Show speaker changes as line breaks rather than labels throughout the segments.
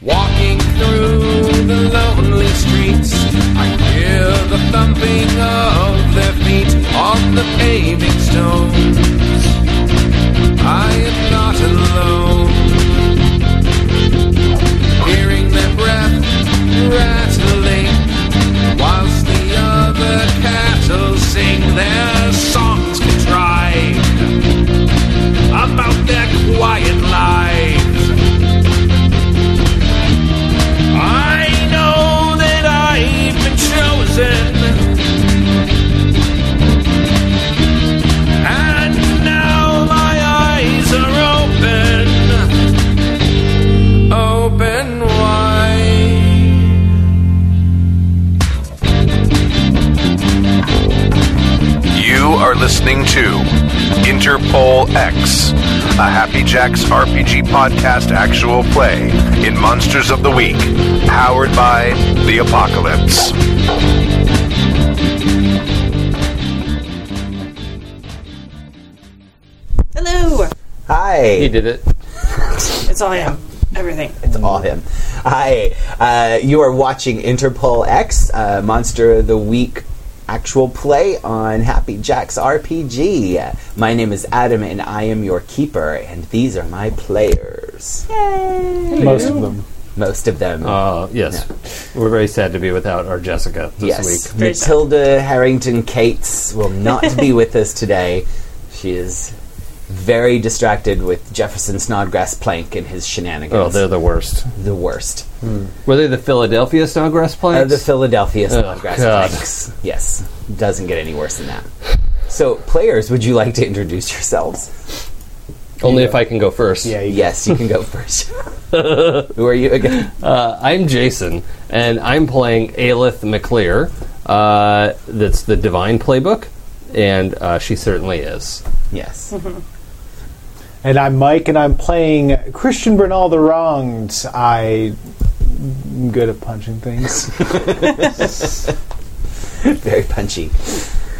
Walking through the lonely streets, I hear the thumping of their feet on the paving stones. I am not alone. Hearing their breath rattling, whilst the other cattle sing their songs contrived about their quiet lives. I know that I've been chosen. And now my eyes are open, open wide.
You are listening to Interpol X, a Happy Jacks RPG podcast actual play in Monsters of the Week, powered by The Apocalypse.
Hello.
Hi.
He did it.
It's all him. Everything.
It's all him. Hi. Uh, you are watching Interpol X, uh, Monster of the Week actual play on Happy Jacks RPG. My name is Adam, and I am your keeper, and these are my players.
Most of them.
Most of them.
Uh, yes. We're very sad to be without our Jessica this
yes.
week.
Very sad.
Matilda Harrington Cates will not be with us today. She is very distracted with Jefferson Snodgrass Plank and his shenanigans.
Oh, they're the worst.
the worst.
Were they the Philadelphia Snodgrass
Uh,
Planks?
the Philadelphia
Oh,
Snodgrass
God.
Planks. Yes, doesn't get any worse than that. So, players, would you like to introduce yourselves?
Only if I can go first.
Yeah, you
Yes, you can go first. Who are you again?
Uh, I'm Jason, and I'm playing Aelith McClear. Uh, that's the Divine Playbook, and uh, she certainly is.
Yes,
And I'm Mike, and I'm playing Christian Bernal the Wronged. I- I'm good at punching things.
very punchy.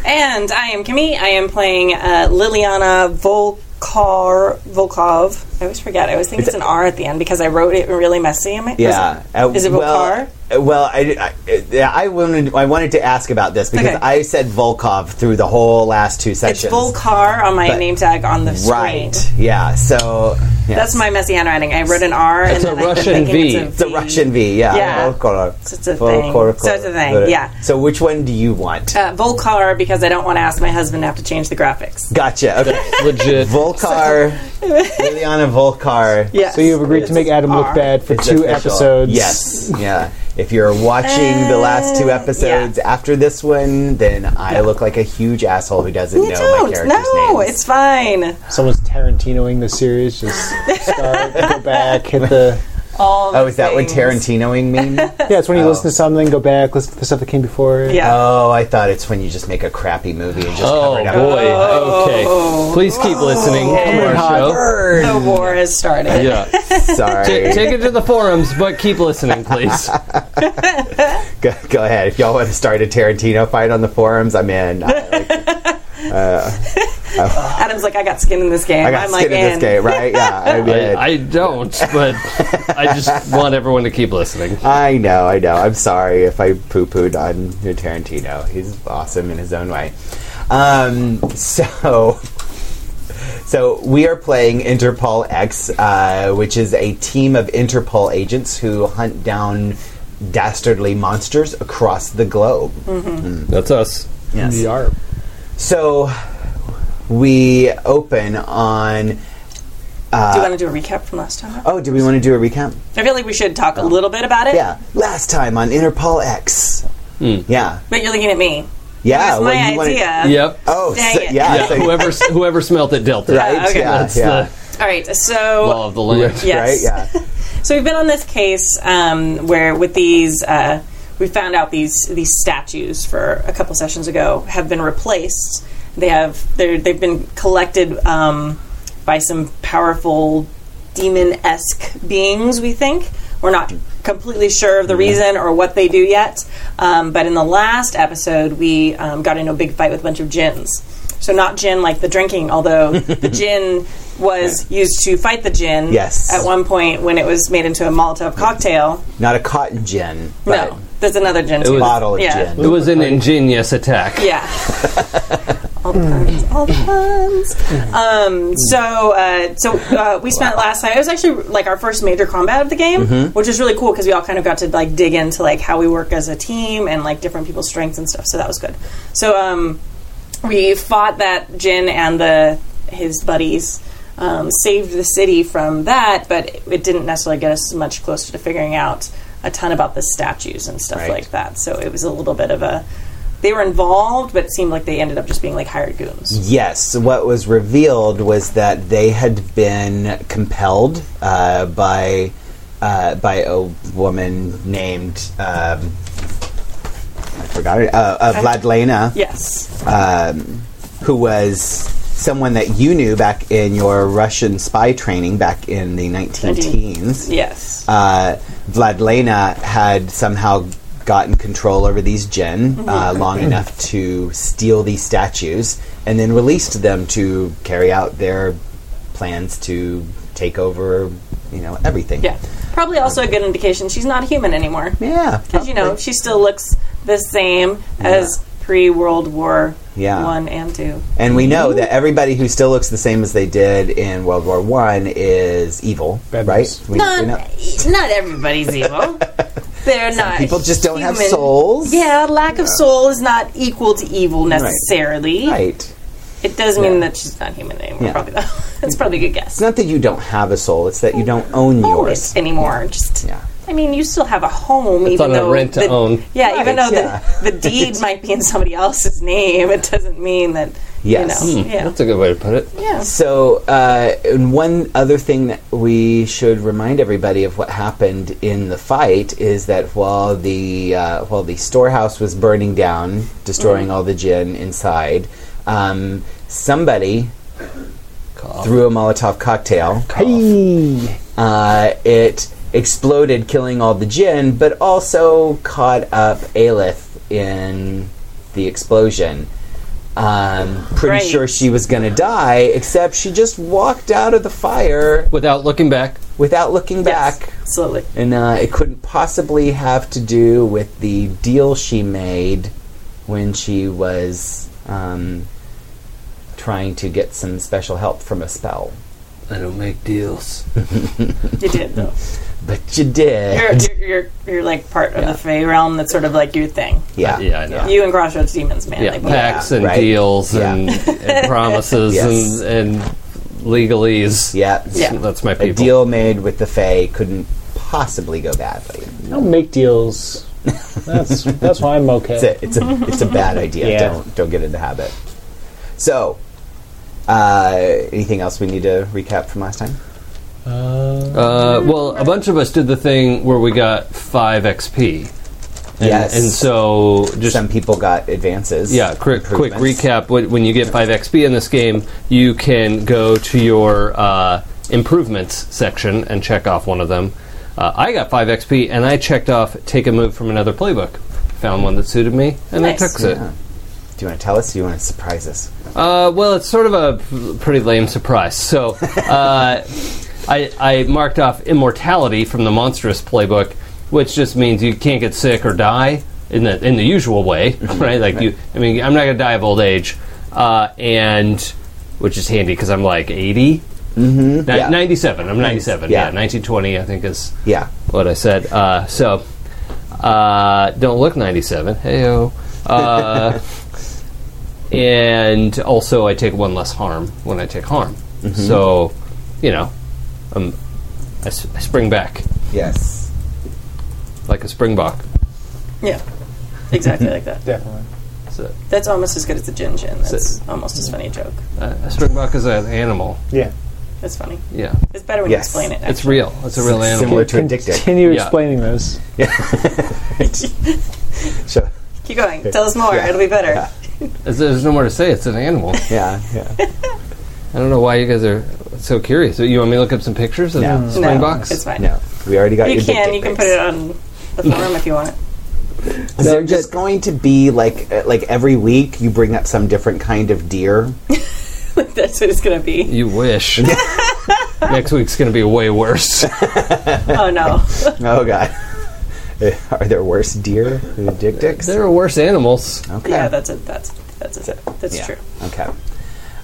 And I am Kimmy. I am playing uh, Liliana Volkar Volkov. I always forget. I always think it's an R at the end because I wrote it really messy. Am I, was
Yeah. uh,
it- Is it
well,
Volkar?
uh, Well, I, I, yeah, I wanted I wanted to ask about this because
Okay.
I said Volkov through the whole last two
It's
sessions.
Volkar on my
But-
name tag on the screen.
Right. Yeah. So yes.
That's my messy handwriting. I wrote an R and
It's a
then I kept
Russian
thinking
V.
It's a Russian V, yeah.
Yeah.
Volkov.
So it's a thing.
Volkov.
So it's a thing, yeah.
So which one do you want?
Uh, Volkar because I don't want to ask my husband to have to change the graphics.
Gotcha. Okay.
Legit.
Volkar, Liliana Volkar.
Yeah.
so you've agreed to make Adam look bad for
is
two
official.
episodes.
Yes. Yeah. If you're watching the last two episodes after this one, then I look like a huge asshole who doesn't
You
know my
don't.
character's
No,
names.
it's fine.
Someone's Tarantinoing the series. Just start, go back, hit the.
All
Oh, is that what
things.
Tarantinoing means?
Yeah, it's when you listen to something, go back, listen to the stuff that came before. it.
Yeah.
oh, I thought it's when you just make a crappy movie and just cover
Oh
it up.
boy! Okay, please keep listening to our show.
Oh.
The war has started.
Yeah,
Sorry.
Ta- take it to the forums, but keep listening, please.
go, go ahead. If y'all want to start a Tarantino fight on the forums, I'm in. I, like,
Adam's like, I got skin in this game.
I got
am
skin
like,
in this
"And
game, right? Yeah, I'm
I,
in.
I don't, but I just want everyone to keep listening.
I know, I know. I'm sorry if I poo pooed on Tarantino. He's awesome in his own way. Um, so, so we are playing Interpol X, uh, which is a team of Interpol agents who hunt down dastardly monsters across the globe.
That's us.
Yes.
We are.
So, we open on.
Do you want to do a recap from last time?
Oh, do we want to do a recap?
I feel like we should talk a little bit about it.
Yeah, last time on Interpol X. Yeah,
But you're looking at me.
yeah.
That's
well,
my
you wanna-
idea.
Yep.
Oh,
Dang
so-
it.
yeah.
Yeah,
so-
whoever s- whoever smelt it dealt it.
right?
okay.
Yeah,
That's
yeah.
All right. So.
the law of the land.
Yeah.
Right?
yes.
Yeah.
So we've been on this case um, where, with these, uh, we found out these these statues for a couple sessions ago have been replaced. They have they're, they've been collected um, by some powerful demon esque beings. We think we're not completely sure of the reason or what they do yet. Um, but in the last episode, we um, got into a big fight with a bunch of gins. So not gin like the drinking, although the gin was used to fight the gin.
Yes.
At one point, when it was made into a Molotov cocktail.
Not a cotton gin, but
no, there's another gin.
was-
bottle of
Yeah.
It
gin.
was an ingenious attack.
Yeah. all the puns. All the puns. Um, so, uh, so uh, we spent last night. It was actually like our first major combat of the game, which is really cool because we all kind of got to like dig into like how we work as a team and like different people's strengths and stuff. So that was good. So um, we fought that Jin and the his buddies. Um, saved the city from that, but it, it didn't necessarily get us much closer to figuring out a ton about the statues and stuff
Right.
like that. So it was a little bit of a they were involved, but it seemed like they ended up just being like hired
Mm.
goons.
Yes, what was revealed was that they had been compelled uh, by uh, by a woman named um, I forgot her, uh, uh, Vladlena,
Yes.
um, who was someone that you knew back in your Russian spy training back in the 19 teens.
Yes.
uh, Vladlena had somehow gotten control over these Jin
Mm-hmm.
uh, long enough to steal these statues and then released them to carry out their plans to take over, you know, everything.
yeah. Probably also a good indication she's not human anymore.
Yeah.
Because you know, she still looks the same as pre World War
Yeah.
One and Two.
And we know that everybody who still looks the same as they did in World War One is evil,
Bad
right?
news.
We, we
Not,
know.
not everybody's evil. They're not.
People just don't have
human.
souls.
Yeah, lack of soul is not equal to evil necessarily.
Right.
It does mean
Yeah.
that she's not human anymore.
Yeah.
Probably though. That's probably a good guess.
It's not that you don't have a soul; it's that you don't own
own
yours.
it anymore. Just,
Yeah.
I mean, you still have a home. even
on a
though
rent to
the-
own.
Yeah, even
Right,
though
yeah.
the, the deed might be in somebody else's name, it doesn't mean that.
Yes.
You know,
Hmm,
yeah.
That's a good way to put it.
yeah.
So, uh, and one other thing that we should remind everybody of what happened in the fight is that while the uh, while the storehouse was burning down, destroying all the gin inside, um, somebody threw a Molotov cocktail. Uh, it exploded, killing all the gin, but also caught up Aelith in the explosion. Um, pretty
Right.
sure she was going to die, except she just walked out of the fire
Without looking back,
without looking
Yes.
back.
Absolutely.
And uh, it couldn't possibly have to do with the deal she made when she was um, trying to get some special help from a spell.
I don't make deals.
You did, though.
But you did.
You're, you're, you're, you're like part of the Fey realm. That's sort of like your thing.
yeah.
Yeah, I know.
You and Crossroads Demons, man.
Yeah,
like,
pacts and
right.
deals
Yeah.
and, and promises
Yes.
and, and legalese.
Yeah.
Yeah.
That's my
A
people.
deal made with the Fae couldn't possibly go badly.
Don't make deals. That's that's why I'm okay.
It's a it's a, it's a bad idea.
Yeah.
Don't don't get in the habit. So, uh, anything else we need to recap from last time?
Uh, well, a bunch of us did the thing where we got five XP. And,
Yes.
And so just
Some people got advances.
Yeah, quick, quick
improvements.
recap. When when you get 5 XP in this game, you can go to your uh, improvements section and check off one of them. Uh, I got 5 XP and I checked off take a move from another playbook. Found one that suited me and
Nice.
I took it.
Yeah. Uh, Do you want to tell us? Or do you want to surprise us?
Uh, well, it's sort of a p- pretty lame surprise. So uh, I, I marked off immortality from the monstrous playbook, which just means you can't get sick or die in the in the usual way, right? Like you, I mean, I'm not gonna die of old age, uh, and which is handy because I'm like 80, mm-hmm,
yeah.
97. I'm 97.
yeah.
yeah, 1920. I think is
Yeah.
what I said. Uh, so, uh, don't look 97. Heyo. Uh, and also, I take one less harm when I take harm.
Mm-hmm.
So, you know, um, I, s- I spring back
Yes.
like a springbok.
Yeah. Exactly like that.
Definitely.
So,
That's almost as good as the Jin Jin. That's almost as funny a joke.
uh, a springbok is an animal.
Yeah.
That's funny.
Yeah,
It's better when
Yes.
you explain it.
it's real. It's a real
It's
animal.
similar to addicted.
Continue
Yeah.
explaining those.
So,
Keep going. Tell us more. It'll be better.
It's- there's no more to say. It's an animal.
yeah. Yeah.
I don't know why you guys are so curious. You want me to look up some pictures of
No. No.
springboks?
It's fine.
No, we already got
You
your dick
can.
pic
You can
pics.
put it on the forum if you want it.
Is there just going to be like uh, like every week you bring up some different kind of deer?
That's what it's going to be.
You wish. Next week's going to be way worse.
Oh no.
Oh god. Are there worse deer than dick dicks?
there are worse animals.
Okay.
yeah, that's it. That's that's it. That's
Yeah.
true.
Okay.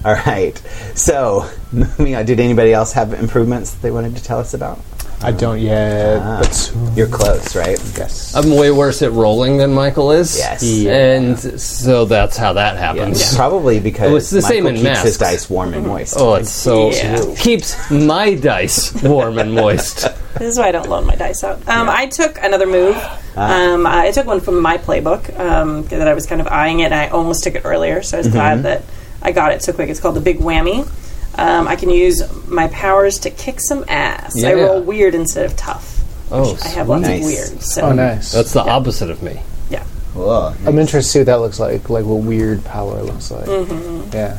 All right. So, moving on. Did anybody else have improvements they wanted to tell us about? Uh,
I don't yet,
Ah.
but soon.
You're close, right?
Yes.
I'm way worse at rolling than Michael is.
Yes.
Yeah.
And so that's how that happens.
Probably because
It was the
Michael
same in
keeps his
masks.
dice warm and moist.
Oh, it's so
Yeah.
keeps my dice warm and moist.
This is why I don't loan my dice out. Um, I took another move. Um, I took one from my playbook um, that I was kind of eyeing it, and I almost took it earlier, so I was glad that I got it so quick. It's called the Big Whammy. Um, I can use my powers to kick some ass. I
Yeah.
roll weird instead of tough.
Oh,
I have lots
Nice.
of weird. So
oh, nice.
that's the opposite of me.
yeah.
Whoa.
I'm interested to see what that looks like, like what weird power looks like. Yeah.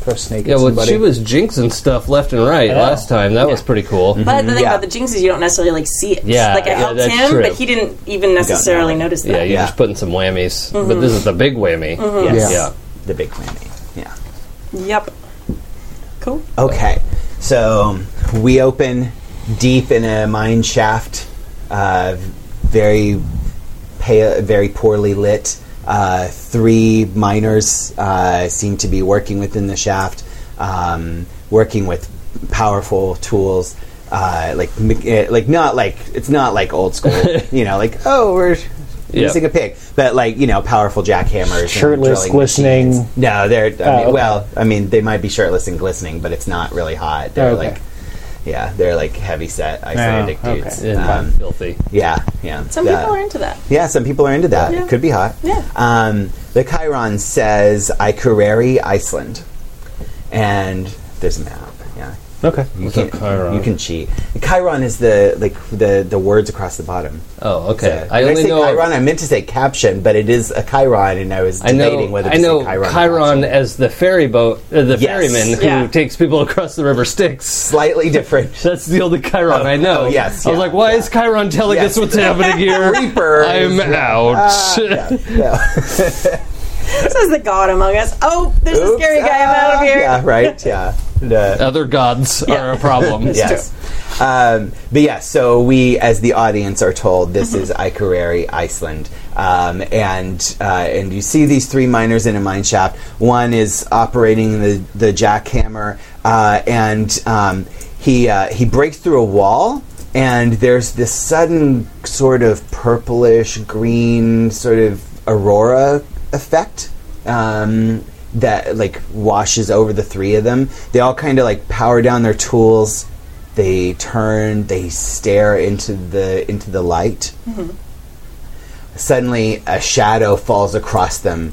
Throw a snake
Yeah,
at
well,
somebody.
she was jinxing stuff left and right
Yeah.
last time. That was pretty cool.
But the thing
Yeah.
about the jinx is you don't necessarily like see it.
Yeah,
like I
yeah,
helped
that's
him,
true.
but he didn't even necessarily notice
Yeah,
that.
you're just putting some whammies, but this is the big whammy.
Yes.
Yeah.
The big whammy. Yeah.
Yep. Cool.
Okay, so we open deep in a mine shaft, uh, very pale, very poorly lit. Uh, three miners uh, seem to be working within the shaft, um, working with powerful tools. Uh, like, me- eh, like not like it's not like old school, you know. Like, oh, we're using a pig, but like you know, powerful jackhammers, and
Shirtless,
drilling
glistening.
machines. No, they're I mean,
Oh, okay.
well. I mean, they might be shirtless and glistening, but it's not really hot. They're
Oh, Okay.
like, yeah, they're like heavy set Icelandic
Oh, okay.
dudes.
Yeah,
Um,
filthy.
yeah, yeah.
Some
Yeah.
people are into that.
Yeah, some people are into that.
Yeah.
It could be hot.
Yeah.
Um, the Chiron says Ikureri, Iceland, and there's a map. Yeah.
Okay.
You
What's up, Chiron?
You can cheat. Chiron is the like the the words across the bottom.
Oh, okay.
So-
I
Did
only
say
know.
Chiron. I meant to say caption, but it is a Chiron, and I was
I
debating
know.
whether
I
to
know
say Chiron. or
Chiron,
not.
as the ferry boat, uh, the ferryman who
Yeah.
takes people across the river Styx.
slightly different.
That's the only Chiron I know.
oh, yes,
I was
yeah,
like, why is Chiron telling
Yes.
us what's happening here?
Reapers.
I'm out.
Ah,
This is the god among us. Oh, there's a scary guy. I'm out of
Ah,
here. Uh,
Yeah, right. Yeah. The-
Other gods are a problem.
yes. Um, but yeah, so we, as the audience, are told this is Ikereri, Iceland, um, and uh, and you see these three miners in a mine shaft. One is operating the the jackhammer, uh, and um, he uh, he breaks through a wall. And there's this sudden sort of purplish green sort of aurora effect um, that like washes over the three of them. They all kind of like power down their tools. They turn. They stare into the into the light. Suddenly, a shadow falls across them.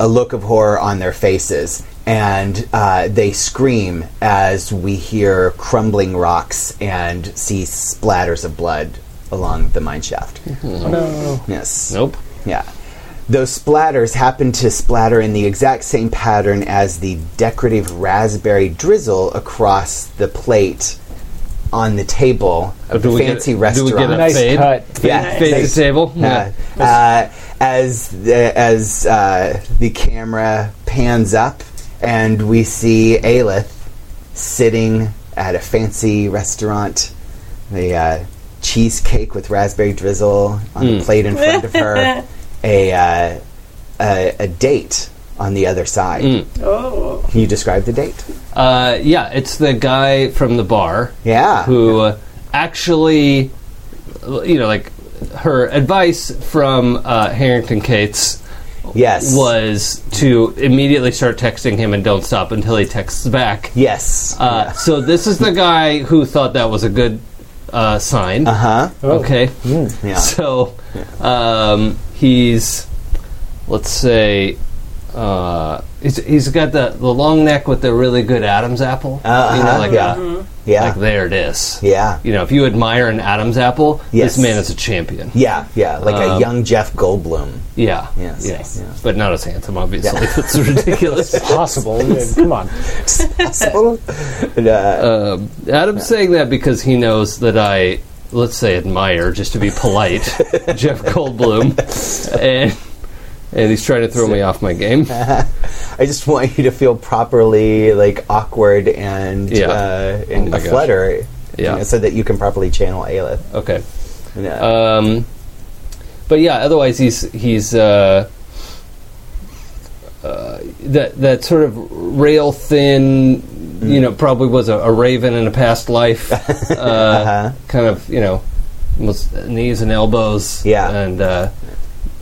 A look of horror on their faces, and uh, they scream as we hear crumbling rocks and see splatters of blood along the mine shaft.
No.
Yes.
Nope.
Yeah. Those splatters happen to splatter in the exact same pattern as the decorative raspberry drizzle across the plate on the table of
do
the
we get-
fancy
do we
restaurant.
get a-
Nice
Fade.
cut.
yeah,
Face
thanks.
the table.
Uh,
Yeah.
uh, as the, as uh, the camera pans up and we see Aelith sitting at a fancy restaurant, the uh, cheesecake with raspberry drizzle on
Hmm.
the plate in front of her, a, uh, a a date on the other side.
Hmm.
Oh.
Can you describe the date?
Uh, yeah, it's the guy from the bar
Yeah.
who uh, actually, you know, like her advice from uh, Harrington Cates
Yes.
was to immediately start texting him and don't stop until he texts back.
Yes.
Uh, So this is the guy who thought that was a good uh, sign.
Uh huh.
Okay.
Hmm. Yeah.
Hmm. So um, he's, let's say, uh, he's, he's got the, the long neck with the really good Adam's apple. you
Uh-huh,
know, like,
yeah.
a-
Yeah.
like there it is.
yeah.
You know, if you admire an Adam's apple,
Yes.
this man is a champion.
Yeah, yeah, like a
Um,
young Jeff Goldblum.
Yeah.
Yes.
Yeah.
Nice. Yeah.
But not as handsome, obviously. That's ridiculous.
Possible. Yeah, Come on.
And, uh,
um, Adam's saying that because he knows that I, let's say, admire, just to be polite, Jeff Goldblum, and and he's trying to throw me off my game.
I just want you to feel properly like awkward and
Yeah.
uh, and
my
a
gosh.
flutter, you
Yeah.
know, so that you can properly channel uh, Aelith.
Okay.
Yeah.
Um, but yeah, otherwise he's he's uh, uh, that that sort of rail thin. You know, probably was a, a raven in a past life. Uh,
uh-huh.
Kind of, you know, was knees and elbows.
Yeah.
And uh,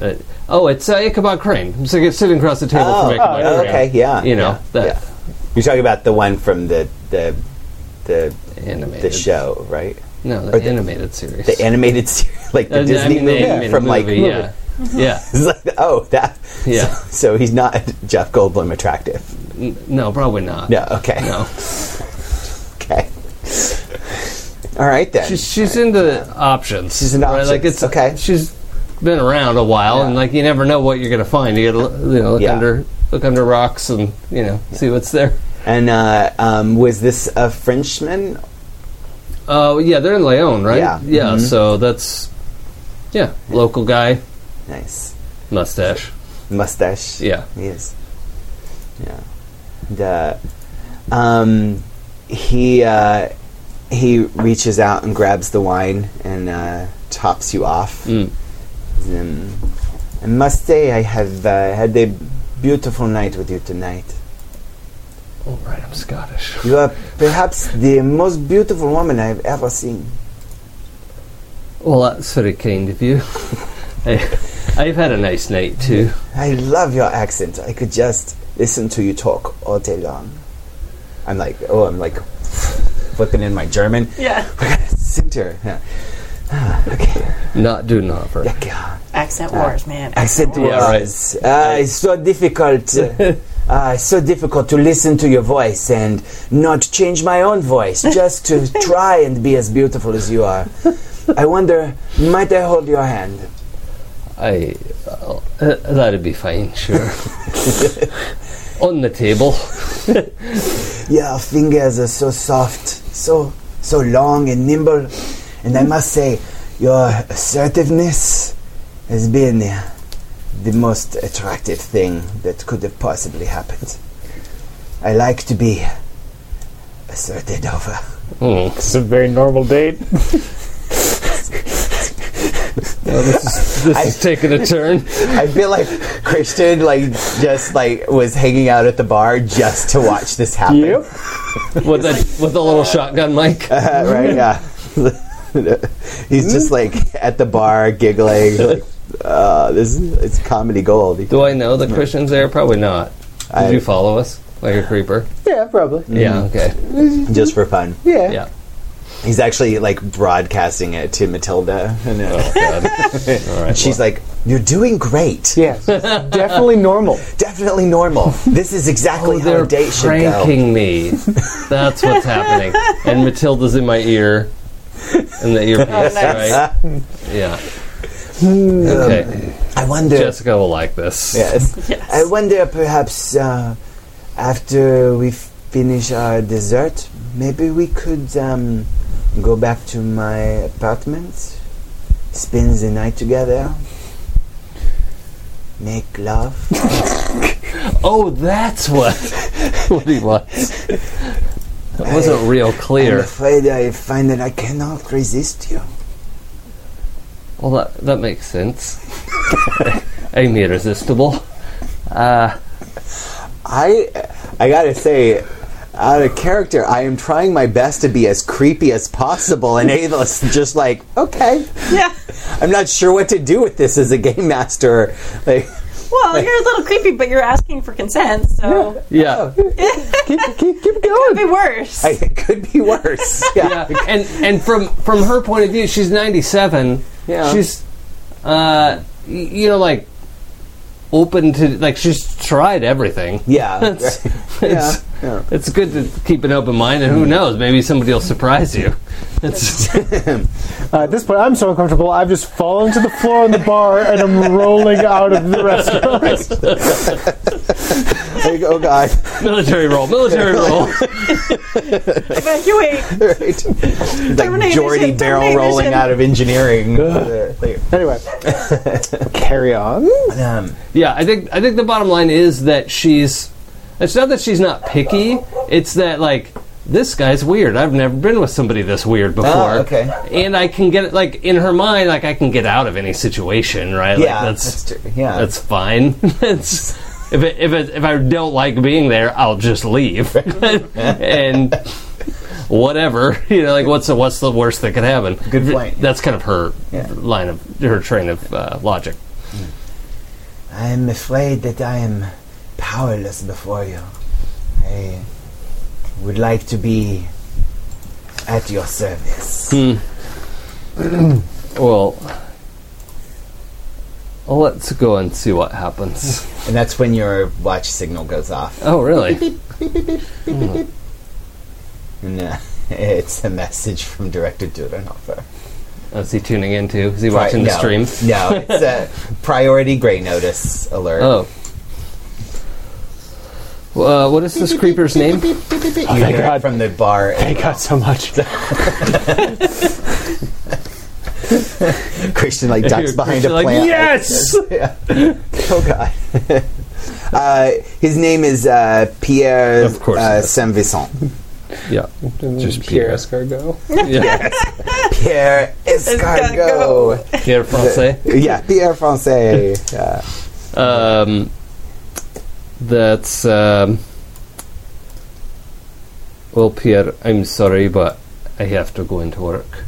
uh, oh, it's uh, Ichabod Crane. It's like it's sitting across the table
Oh,
from Ichabod
oh,
Crane.
okay, yeah,
You know
yeah,
that
You're talking about the one from the the the the
animated
show, right?
No, the,
or the-
animated series.
The animated series, like the
Uh,
Disney
I mean, the
movie
animated
from like
movie, yeah, yeah.
It's like, oh, that.
Yeah.
So, so he's not Jeff Goldblum attractive.
N- no, probably not.
No. Okay.
no.
Okay. All right then.
She's, she's into options.
She's into
Like
options,
it's
okay.
She's been around a while,
Yeah.
and like you never know what you're gonna find. You gotta l- you know look
Yeah.
under look under rocks and you know see what's there.
and uh, um, was this a Frenchman?
Oh yeah, they're in Leon, right?
Yeah.
yeah.
Mhm.
So that's yeah, local guy,
Nice
mustache.
mustache.
Yeah,
He is. Yeah. The um, he uh, he reaches out and grabs the wine and uh, tops you off.
Mm.
Um, I must say, I have uh, had a beautiful night with you tonight.
all right. I'm Scottish.
You are perhaps the most beautiful woman I've ever seen.
Well, uh, that's very kind of you. I, I've had a nice night too.
I love your accent. I could just listen to you talk all day long. I'm like, oh, I'm like flipping in my German.
Yeah.
Center. Yeah. Ah,
Not do offer.
God.
Accent wars, man.
Accent
Yeah, right.
was. Uh, it's so difficult. uh, uh, it's so difficult to listen to your voice and not change my own voice just to try and be as beautiful as you are. I wonder, might I hold your hand?
I uh, that'd be fine, sure. On the table.
Your fingers are so soft, so so long and nimble, and I must say, your assertiveness has been uh, the most attractive thing that could have possibly happened. I like to be asserted over.
Mm.
It's a very normal date.
This is taking a turn.
I feel like Christian, like just like was hanging out at the bar just to watch this happen.
Yep.
with a with a little shotgun mic.
Uh, right? Yeah. He's just like at the bar giggling. Like, uh, this is it's comedy gold.
Do I know the Christian's there? Probably not. Did
I- Mm.
you follow us like a creeper?
Yeah, probably.
Yeah. Okay.
Just for fun.
Yeah.
Yeah.
He's actually like broadcasting it to Matilda, and uh,
All right.
she's like, "You're doing great.
Yes, definitely normal.
Definitely normal. This is exactly
well,
how
Oh, they're
a date should go."
pranking me. That's what's happening. And Matilda's in my ear, in the earpiece,
Oh,
nice.
right? Yeah.
Hmm.
Okay.
I wonder.
Jessica will like this.
yes. I wonder, perhaps uh, after we finish our dessert, maybe we could um, go back to my apartment, spend the night together, make love.
Oh, that's what what he wants. It wasn't real
I'm
clear.
afraid I find that I cannot resist you.
Well, that, that makes sense. I'm irresistible. Uh,
I I gotta say, out of character, I am trying my best to be as creepy as possible, and Ava's just like, okay,
Yeah.
I'm not sure what to do with this as a game master. Like,
Well, you're a little creepy, but you're asking for consent, so
Oh,
yeah.
Keep, keep, keep going.
it'd be worse.
I- it could be worse. Yeah.
yeah. And and from from her point of view, she's 97.
Yeah.
She's uh y- you know like open to like she's tried everything.
Yeah.
It's,
Yeah.
it's, it's good to keep an open mind and who knows, maybe somebody will surprise you. It's
Uh, at this point, I'm so uncomfortable. I've just fallen to the floor in the bar and I'm rolling out of the restaurant.
Like, oh god.
military roll, military roll.
Evacuate.
Right. Like
Termination,
Jordy barrel rolling
termination.
out of engineering. Uh,
Anyway, carry on.
Um,
Yeah, I think I think the bottom line is that she's It's not that she's not picky. It's that like this guy's weird. I've never been with somebody this weird before.
Ah, okay.
And I can get like in her mind, like I can get out of any situation, right?
Yeah,
like, that's
that's true. Yeah.
that's fine. It's- if it, if it, if I don't like being there, I'll just leave and whatever. You know, like what's the what's the worst that could happen?
Good point.
That's kind of her
Yeah.
line of her train of uh, logic.
I am afraid that I am powerless before you. I would like to be at your service.
Hmm. Well, let's go and see what happens.
And that's when your watch signal goes off.
Oh, really?
And uh, it's a message from Director Dudenhofer.
Is he tuning into? Is he
Pri-
watching the
no,
stream?
No, it's a priority gray notice alert.
Oh. Uh, what is this creeper's name?
You
Oh, thank
hear it
God.
from the bar.
Thank God so much.
Christian like ducks behind a
Like,
plant.
yes!
Oh God. uh, his name is uh, Pierre
Of course
uh,
it is.
Saint Vincent.
Yeah. Just Pierre.
Escargot.
Yeah.
Pierre Escargot.
Pierre Francais.
yeah, Pierre Francais. Uh, Yeah.
Um, that's. Um, well, Pierre, I'm sorry, but I have to go into work.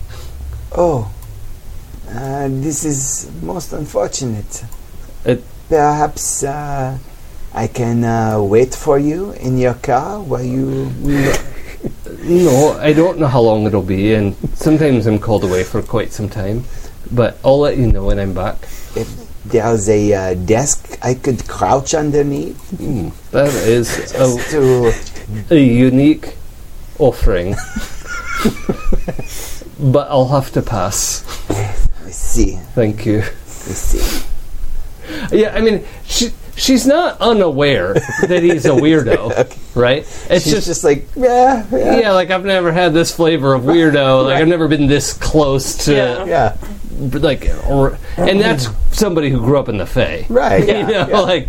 Oh, uh, this is most unfortunate.
It-
Perhaps uh, I can uh, wait for you in your car while you.
No, I don't know how long it'll be, and sometimes I'm called away for quite some time. But I'll let you know when I'm back.
If there's a uh, desk I could crouch underneath
That is a,
to.
a unique offering. but I'll have to pass.
I see.
Thank you.
I see.
Yeah, I mean, she she's not unaware that he's a weirdo, right? It's
She's just, like, yeah, yeah.
yeah, like I've never had this flavor of weirdo. Like I've never been this close to
Yeah.
yeah.
like, or, and that's somebody who grew up in the Fey,
Right.
You know, like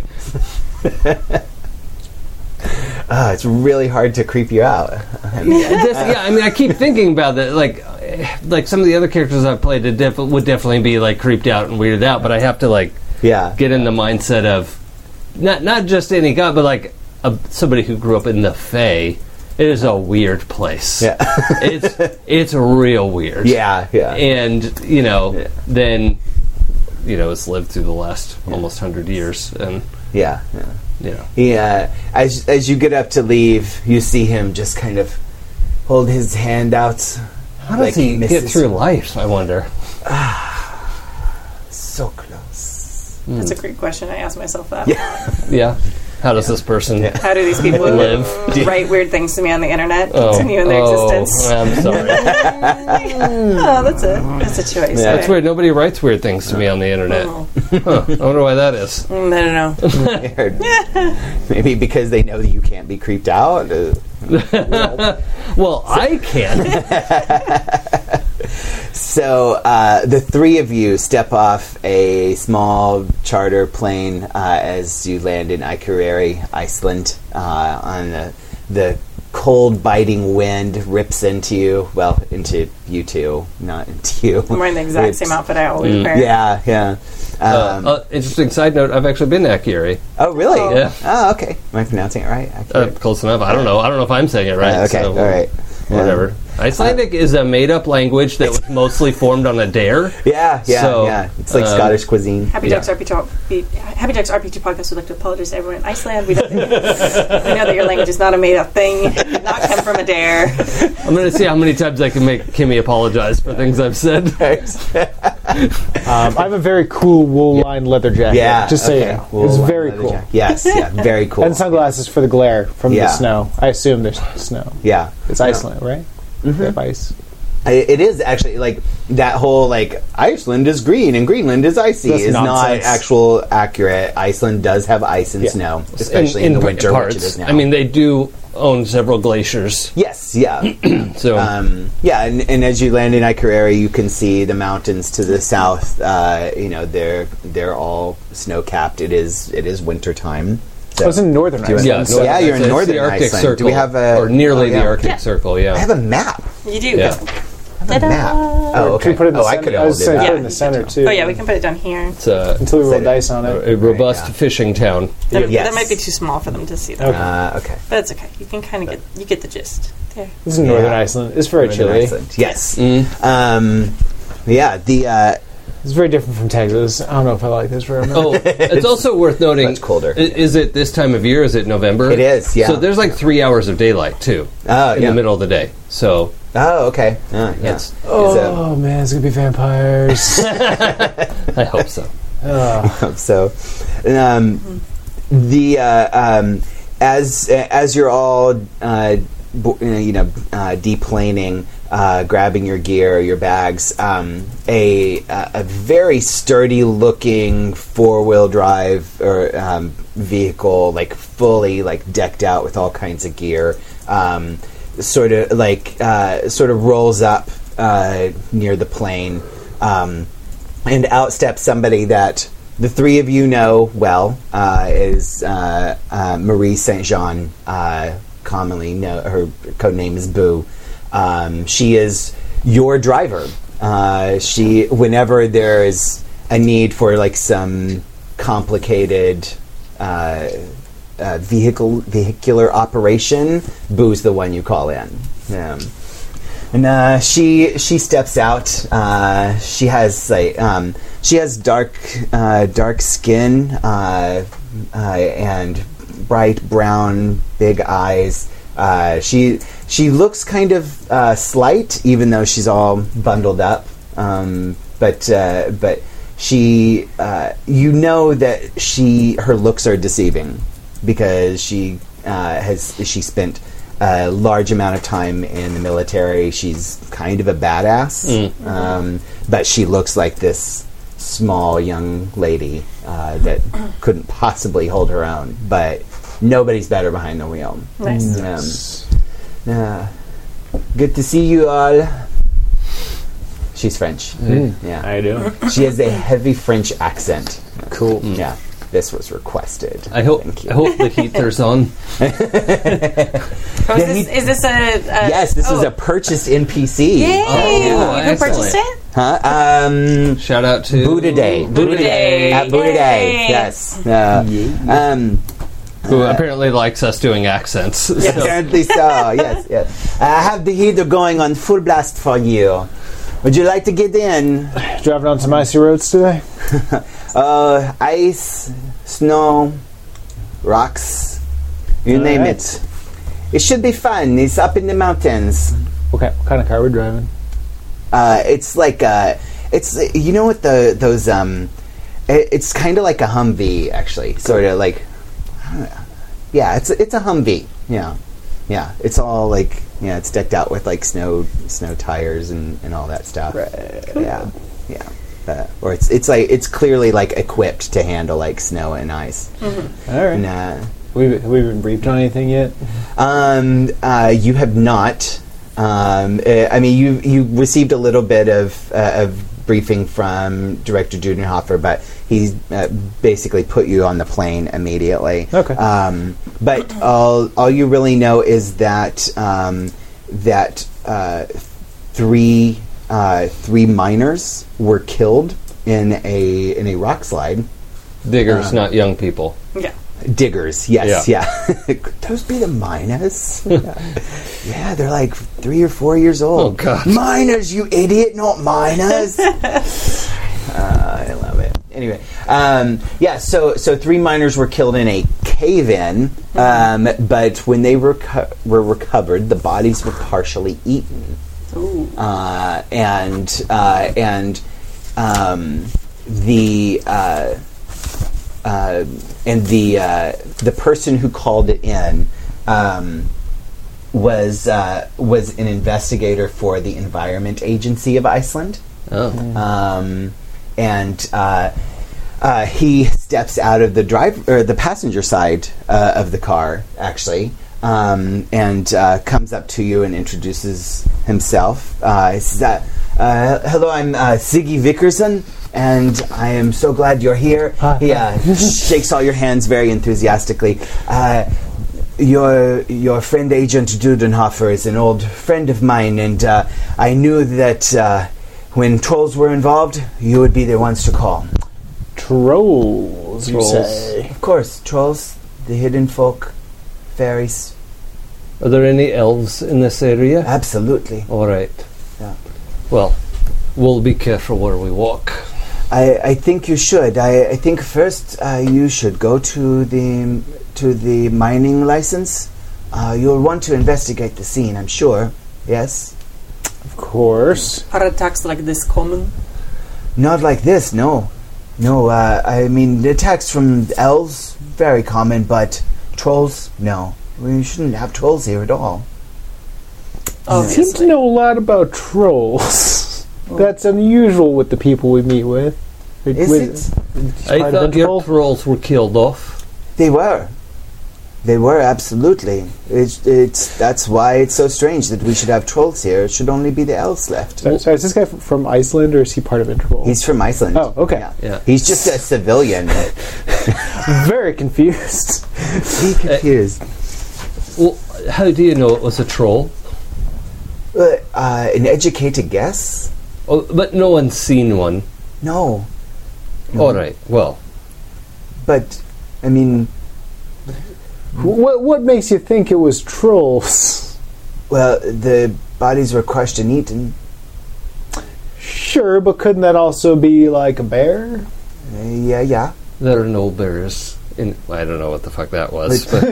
Ah, it's really hard to creep you out.
this, yeah. I mean, I keep thinking about that. Like, eh, like some of the other characters I've played would, def- would definitely be like creeped out and weirded out, but I have to like
Yeah.
get in the mindset of not not just any god, but like a, somebody who grew up in the Fey. It is a weird place.
Yeah.
it's it's real weird.
yeah. Yeah.
and you know
Yeah.
then you know it's lived through the last almost hundred years, and
yeah. Yeah.
you know
He, uh, as as you get up to leave, you see him just kind of hold his hand out.
how does he get through life? I wonder.
So close.
That's a great question. I ask myself that.
Yeah, how does this person?
How do these people
Live.
write weird things to me on the internet?
Oh,
Continue in their
oh,
existence.
I'm sorry.
Oh, that's a that's a choice.
Yeah.
That's
Okay.
weird. Nobody writes weird things to me on the internet.
Oh.
Huh, I wonder why that is.
Mm, I don't know.
Maybe because they know that you can't be creeped out. Uh,
Well, I can.
So uh, the three of you step off a small charter plane uh, as you land in Ikereri, Iceland, uh, on the, the cold, biting wind rips into you. Well, into you two, not into you.
I'm wearing the exact same outfit I always wear.
Mm. Yeah, yeah. Um,
uh, interesting side note. I've actually been to Akiri.
oh, really?
Oh.
Yeah.
Oh, okay. Am I pronouncing it right?
Uh,
Ikereri.
close enough. I don't know. I don't know if I'm saying it right.
Uh, okay,
so
all right.
Whatever. Icelandic is a made-up language that was mostly formed on a dare.
Yeah, yeah,
So,
yeah. It's like
um,
Scottish cuisine.
Happy
Yeah.
Jacks RPG Talk. Be, Happy Jacks RPG podcast would like to apologize to everyone in Iceland. We, don't, we know that your language is not a made up thing. It did not come from a dare.
I'm going to see how many times I can make Kimmy apologize for things I've said.
Um, I have a very cool wool lined leather jacket.
Yeah,
Just so
okay.
you know.
Wool
it's
lined
very
leather
cool.
jacket. Yes, yeah, very cool.
And sunglasses for the glare from
Yeah.
the snow. I assume there's snow.
Yeah,
It's Iceland, right?
Mm-hmm.
They have ice.
I- it is actually like that whole like Iceland is green and Greenland is icy
That's
is
nonsense.
not actual accurate. Iceland does have ice and
Yeah.
snow, especially in, the winter, which it is now.
I mean, they do own several glaciers.
yes, yeah,
So
um, yeah, and, and as you land in Ikereri, you can see the mountains to the south. Uh, you know they're they're all snow capped. It is it is winter time. So-
I was Oh, in Northern
Do you
Iceland.
want-
Yeah,
Yeah, you're in
it's
northern
the Arctic
Iceland.
Circle.
Do we have a-
or nearly
oh, yeah.
the Arctic
Yeah.
Circle? Yeah.
I have a map.
You do.
I
Yeah.
have a
Ta-da.
map. Oh,
Should
okay.
we put it in the
oh,
center?
I could
I was
hold
saying
it
put it
up.
in the center too.
Oh yeah, we can put it down here.
It's a,
Until we roll
Set it.
dice on it.
uh, a robust
Yeah.
fishing town.
That,
Yes.
that might be too small for them to see though.
Okay.
Uh, okay.
But it's okay. You can kind of get you get the gist. There.
This is Northern
Yeah.
Iceland. It's very
Northern
chilly.
Iceland. Yes. Um, yeah. The uh,
It's very different from Texas. I don't know if I like this very much.
Oh, it's, also worth noting.
much colder.
i- Is it this time of year? Is it November?
It is, yeah.
So there's like three hours of daylight too
oh
in
yeah.
the middle of the day. So
Oh okay. Uh, yeah.
It's-
Is it-
Oh, man, it's gonna be vampires.
I hope so.
Ugh.
so um, the uh, um, as as you're all uh, bo- you know uh, deplaning uh, grabbing your gear your bags um, a a very sturdy looking four-wheel drive or um, vehicle like fully like decked out with all kinds of gear um, sort of like uh, sort of rolls up uh, near the plane um, and out steps somebody that the three of you know well uh, is uh, uh, Marie Saint Jean, uh, commonly know her code name is Boo. Um, she is your driver. Uh, she, whenever there is a need for like some complicated uh, uh, vehicle vehicular operation, Boo's the one you call in. Um, and uh, she she steps out. Uh, she has like um, she has dark uh, dark skin uh, uh, and bright brown big eyes. Uh, she she looks kind of uh, slight, even though she's all bundled up. Um, but uh, but she uh, you know that she her looks are deceiving because she uh, has she spent a large amount of time in the military. She's kind of a badass, um, but she looks like this small young lady uh, that couldn't possibly hold her own. But nobody's better behind the wheel.
Nice.
Um, yeah. good to see you all. She's French. Yeah,
I do.
she has a heavy French accent. Cool. Yeah, this was requested.
I hope
Thank you.
I hope the heater's on.
Oh, is, this, is this a, a
Yes, this is
oh.
a purchased NPC.
Yay!
Oh,
you can purchase
excellent.
it.
Huh? Um,
Shout out to
Buddha Day.
Buddha Day,
At Buddha Day.
Yay.
Yes. Uh, um,
who apparently likes us doing accents. So-
apparently so. yes. Yes. I have the heater going on full blast for you. Would you like to get in?
Driving on some icy roads today.
Uh, ice, snow, rocks. You
All
name
right.
it. It should be fun. It's up in the mountains.
What kind, what kind of car we're driving?
Uh, it's like uh, it's you know what the those um, it, it's kind of like a Humvee actually, sort of like, I don't know. yeah, it's it's a Humvee, yeah, yeah. It's all like yeah, it's decked out with like snow snow tires and, and all that stuff. Right. Yeah, yeah. Uh, or it's it's like it's clearly like equipped to handle like snow and ice.
All right.
And, uh,
We've, have we been briefed on anything yet?
um, uh, you have not. Um, uh, I mean, you you received a little bit of uh, of briefing from Director Dudenhofer, but he uh, basically put you on the plane immediately.
Okay.
Um, but all all you really know is that um, that uh, three uh, three miners were killed in a in a rock slide.
Diggers, not young people.
Yeah.
Diggers, yes, yeah. Could those be the miners? yeah. Yeah, they're like three or four years old.
Oh, God.
Miners, you idiot, not miners. uh, I love it. Anyway, um, yeah. So, so three miners were killed in a cave-in, um, but when they reco- were recovered, the bodies were partially eaten
Ooh.
uh, and uh, and um, the uh, uh, and the uh, the person who called it in um, was uh, was an investigator for the Environment Agency of Iceland
Oh.
um, and uh, uh, he steps out of the drive or the passenger side uh, of the car, actually, um, and uh, comes up to you and introduces himself. Uh, he says, uh, uh, "Hello, I'm uh, Siggy Vickerson. and I am so glad you're here. he uh, shakes all your hands very enthusiastically. Uh, your your friend Agent Dudenhofer is an old friend of mine, and uh, I knew that uh, when trolls were involved, you would be the ones to call.
Trolls, you
Trolls.
say?
Of course, trolls, the hidden folk, fairies,
Are there any elves in this area?
absolutely.
All right.
Yeah.
Well, we'll be careful where we walk.
I, I think you should. I, I think first uh, you should go to the to the mining license. Uh, you'll want to investigate the scene, I'm sure. Yes.
Of course.
Are attacks like this common?
Not like this. No, no. Uh, I mean, the attacks from elves very common, but trolls, no. We shouldn't have trolls here at all.
You seem to
Obviously.
know a lot about trolls. That's unusual with the people we meet with.
Is
With-
it?
I
Quite
thought your
eventful.
trolls were killed off.
They were. They were absolutely. It's, it's that's why it's so strange that we should have trolls here. It should only be the elves left.
Sorry, sorry, is this guy f- from Iceland or is he part of Interpol?
He's from Iceland.
Oh, okay.
Yeah.
Yeah.
He's just a civilian.
very confused.
he confused.
Well, how do you know it was a troll?
Uh, uh, an educated guess?
Oh, but no one's seen one.
No,
All right. Well,
but I mean,
what what makes you think it was trolls?
well, the bodies were crushed and eaten.
Sure, but couldn't that also be like a bear?
Uh, yeah, yeah.
there are no bears in. I don't know what the fuck that was. But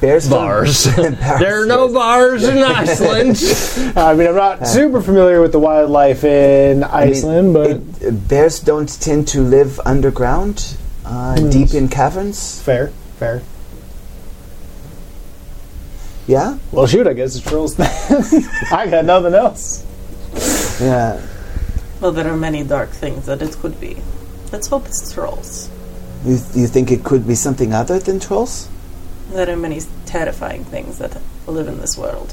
Bears. don't-
bars. there are no bars in Iceland.
I mean, I'm not super familiar with the wildlife in
I mean,
Iceland, but
it- uh, bears don't tend to live underground, uh,
Hmm.
deep in caverns.
fair, fair.
Yeah,
Well, shoot, I guess it's trolls. I got nothing else.
yeah.
Well, there are many dark things that it could be. Let's hope it's trolls.
You, you think it could be something other than trolls?
There are many terrifying things that live in this world.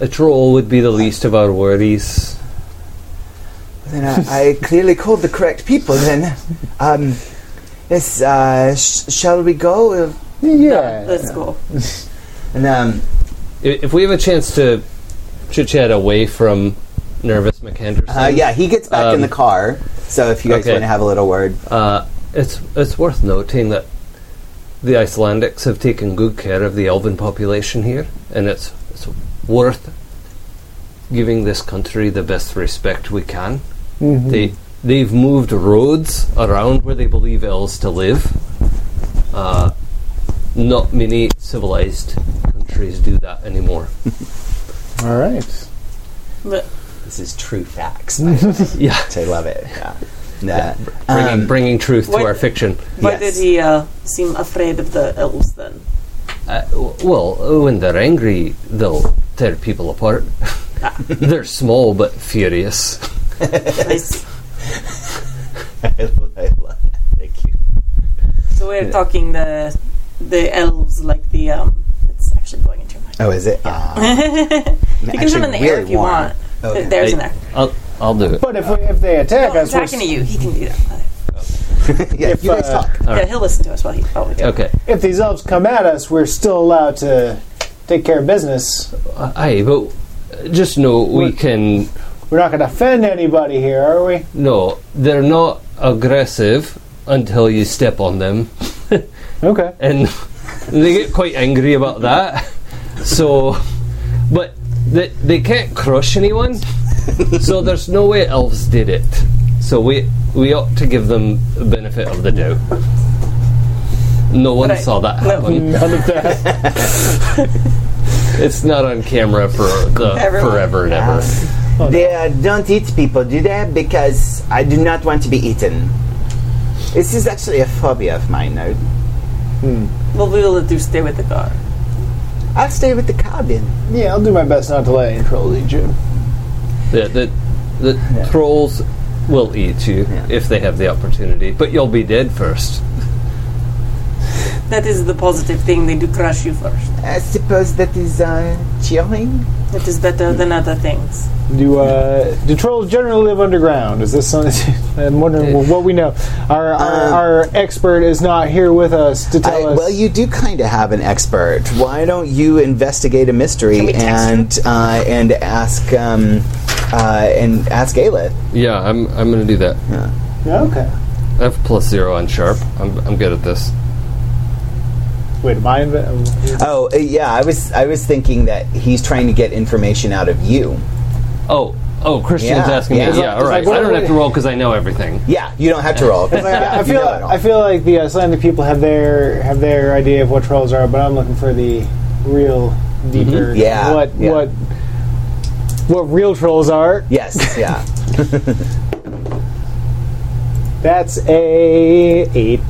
a troll would be the least of our worries.
Then I, I clearly called the correct people. Then, um, yes. Uh, sh- shall we go? Uh,
Yeah.
Let's go.
And um,
I- If we have a chance to chit chat away from nervous McHenderson,
uh, yeah, he gets back in
Um,
the car. So if you guys
okay.
want to have a little word,
Uh, it's it's worth noting that the Icelandics have taken good care of the elven population here, and it's it's worth giving this country the best respect we can. They they've moved roads around where they believe elves to live. Uh, not many civilized countries do that anymore.
All right.
But
this is true facts. I
yeah,
love it. Yeah. Nah.
bringing,
Um,
bringing truth
what-
to our fiction.
why
Yes.
did he uh, seem afraid of the elves then?
Uh, w- well, uh, when they're angry, they'll tear people apart. they're small but furious.
I s-
I love that. Thank you.
so we're talking the the elves like the um. It's actually going into my.
Oh, is it? Ah.
You can put them in the air if you
warm.
want.
Okay.
There's an air.
I'll, I'll do it.
But if, we, if they attack
No, I'm
us, we're
talking
s-
to you. He can do that.
Yeah,
If,
you guys
uh,
talk.
Yeah, he'll listen to us while he. Oh, okay.
Okay.
if these elves come at us, we're still allowed to take care of business.
Uh, aye, but uh, just know we can.
We're not going to offend anybody here, are we?
No, they're not aggressive until you step on them,
Okay.
and they get quite angry about that. So, but they, they can't crush anyone, so there's no way elves did it. So we we ought to give them the benefit of the doubt. No one
Right.
saw that
No.
happen.
None of that.
It's not on camera for the
Everyone.
forever and ever.
They uh, Um, don't eat people, do they? Because I do not want to be eaten. This is actually a phobia of mine. I,
Well, we will let you stay with the car.
I'll stay with the cabin.
yeah, I'll do my best not to let any trolls eat you.
The the, the trolls will eat you if they have the opportunity, but you'll be dead first.
That is the positive thing. They do crush you first.
I suppose that is uh, cheering.
It is better than other things.
Do uh, do trolls generally live underground? Is this something? I'm wondering what we know. Our our, our expert is not here with us to
I,
tell us.
well, you do kind of have an expert. Why don't you investigate a mystery
we text
and uh, and ask um, uh, and ask Aelith?
Yeah, I'm, I'm going to do that.
Yeah, okay.
I have plus zero on sharp. I'm, I'm good at this.
Wait, am I? Inv-
Oh, uh, yeah. I was I was thinking that he's trying to get information out of you.
Oh, oh, Christian's
Yeah,
asking
yeah.
me. Yeah, all right.
It's like,
I don't
what-
have to roll because I know everything.
Yeah, you don't have to roll. 'cause, yeah,
I
you
feel
know it all.
I feel like the Icelandic people have their have their idea of what trolls are, but I'm looking for the real deeper.
Mm-hmm. Yeah,
What
yeah.
what what real trolls are?
yes. Yeah.
That's a eight.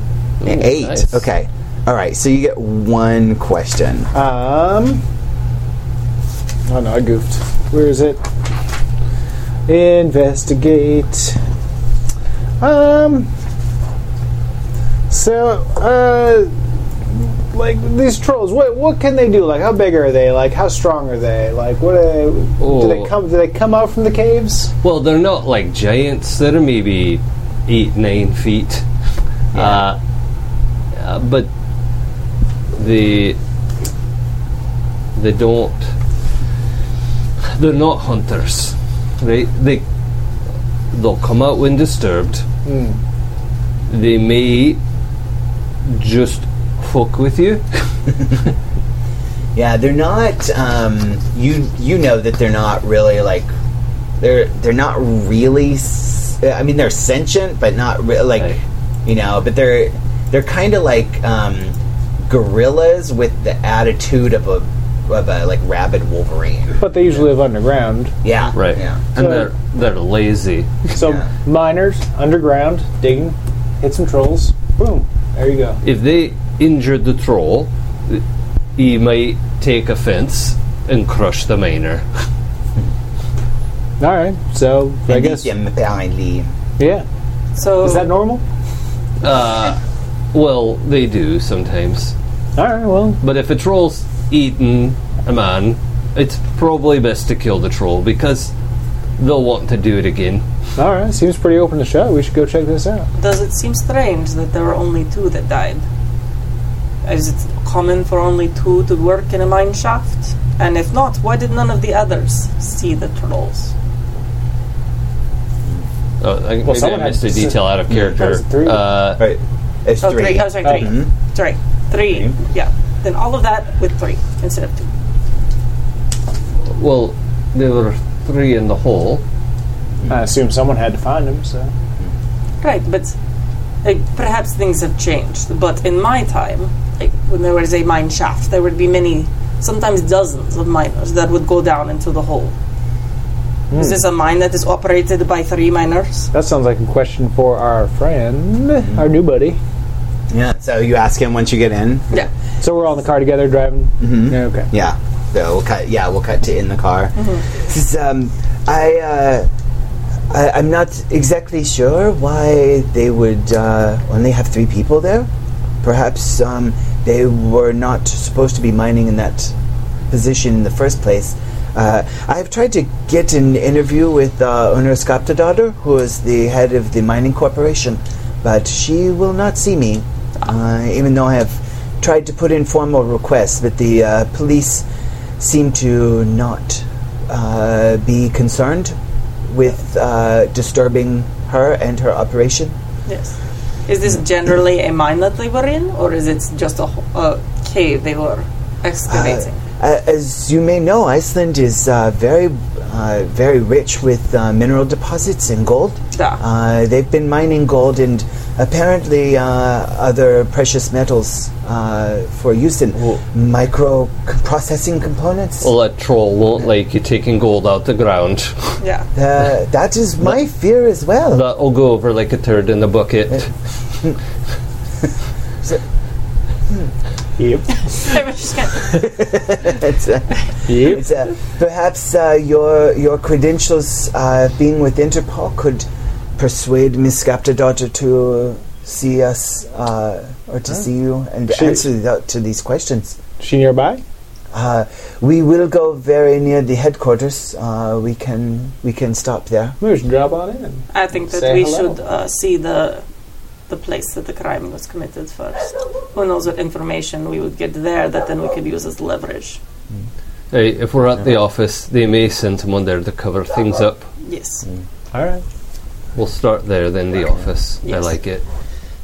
Eight.
nice.
Okay. All right. So you get one question.
Um. Oh no, I goofed. Where is it? Investigate. Um. So, uh, like these trolls, what what can they do? Like, how big are they? Like, how strong are they? Like, what are they, do
Oh.
they come? Do they come out from the caves?
Well, they're not like giants. They're maybe eight, nine feet. Uh, uh, but they they don't. They're not hunters, right? They they'll come out when disturbed.
Hmm.
They may just fuck with you.
Yeah, they're not. Um, you you know that they're not really like they're they're not really. s- I mean, they're sentient, but not re- like
Right.
you know. But they're they're kind of like um, gorillas with the attitude of a of a like rabid wolverine.
But they usually live underground.
Yeah,
Right.
Yeah,
And
So-
they're they're lazy.
So
Yeah.
miners underground digging, hit some trolls. Boom. There you go.
if they injure the troll, he might take offense and crush the miner.
All right. So I
And
guess
Lithium, apparently.
yeah.
So
Is that normal?
Well, they do sometimes.
All right. Well,
But if a troll's eaten a man, it's probably best to kill the troll because they'll want to do it again.
all right. Seems pretty open to show. We should go check this out.
Does it seem strange that there were only two that died? Is it common for only two to work in a mine shaft? And if not, why did none of the others see the trolls?
Uh, I- maybe
someone
I missed a
had-
detail out of character.
That's three.
Uh,
Right, it's
Oh,
three.
three. Oh, sorry, three. Sorry, three. Yeah. Then all of that with three instead of two.
well, there were three in the hole.
I assume someone had to find him. So
Right, but uh, perhaps things have changed. But in my time, like, when there was a mine shaft, there would be many, sometimes dozens of miners that would go down into the hole. Is this a mine that is operated by three miners?
that sounds like a question for our friend, our new buddy.
Yeah. So you ask him once you get in.
Yeah.
So we're all in the car together driving. Mm-hmm. Okay.
Yeah. So we'll cut. Yeah, we'll cut to in the car. Says, um, I, uh, I, I'm not exactly sure why they would uh, only have three people there. Perhaps um, they were not supposed to be mining in that position in the first place. Uh, I have tried to get an interview with uh, owner Skaptadaughter, who is the head of the mining corporation, but she will not see me, uh, even though I have tried to put in formal requests. But the uh, police seem to not uh, be concerned with uh, disturbing her and her operation.
Yes. Is this generally a mine that they were in, or is it just a, ho- a cave they were excavating?
Uh, as you may know, Iceland is uh, very, uh, very rich with uh, mineral deposits and gold.
Yeah.
Uh, they've been mining gold and apparently uh, other precious metals uh, for use in
Well-
micro c- processing components.
Well, that troll won't like you taking gold out the ground.
yeah.
Uh, that is my fear as well.
That'll go over like a turd in a bucket.
Yep.
I was just gonna-
It's, uh,
yep.
it's, uh, perhaps uh, your your credentials uh, being with Interpol could persuade Miss Gaptadodger to see us uh, or to see you and
She-
answer th- to these questions.
She nearby?
Uh, we will go very near the headquarters. Uh, we can we can stop there.
Maybe we should drop on in.
I think that
Say
we
hello.
should uh, see the the place that the crime was committed first. Who knows what information we would get there that then we could use as leverage.
Hey, if we're at the office, they may send someone there to cover things up.
Yes.
All right.
We'll start there, then the office. I
Yes.
like it.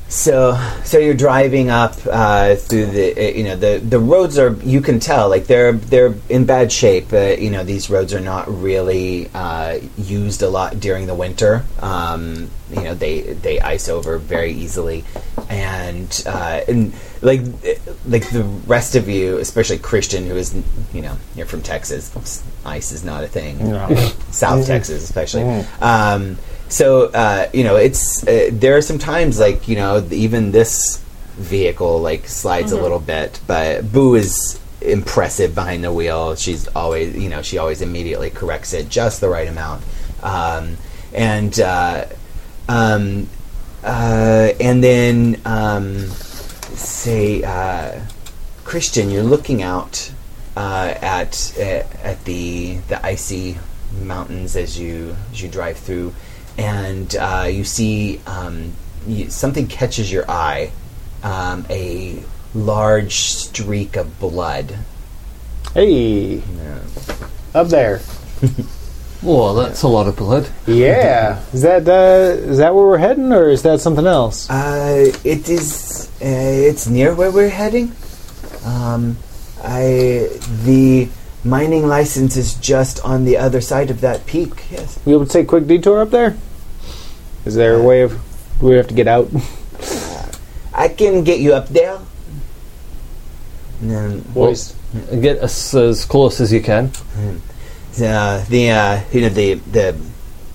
So, so you're driving up uh, through the, uh, you know, the the roads are. You can tell, like they're they're in bad shape. Uh, you know, these roads are not really uh, used a lot during the winter. Um, you know, they they ice over very easily, and uh, and like eh, like the rest of you, especially Christian, who is you know you're from Texas, ice is not a thing. South Texas, especially. Um, so uh, you know, it's uh, there are some times like you know th- even this vehicle like slides a little bit, but Boo is impressive behind the wheel. She's always you know she always immediately corrects it just the right amount, um, and uh, um, uh, and then um, say. Uh, Christian, you're looking out uh, at uh, at the the icy mountains as you as you drive through, and uh, you see um, you, something catches your eye, um, a large streak of blood.
Hey, up there.
Whoa, that's a lot of blood.
Yeah. Is that uh, is that where we're heading, or is that something else?
Uh, it is uh, it's near where we're heading. Um, I the mining license is just on the other side of that peak. Yes.
We able to take a quick detour up there? Is there a way of? Do we have to get out?
I can get you up there. And then
Boys.
Get us as close as you can.
uh, the uh, you know the the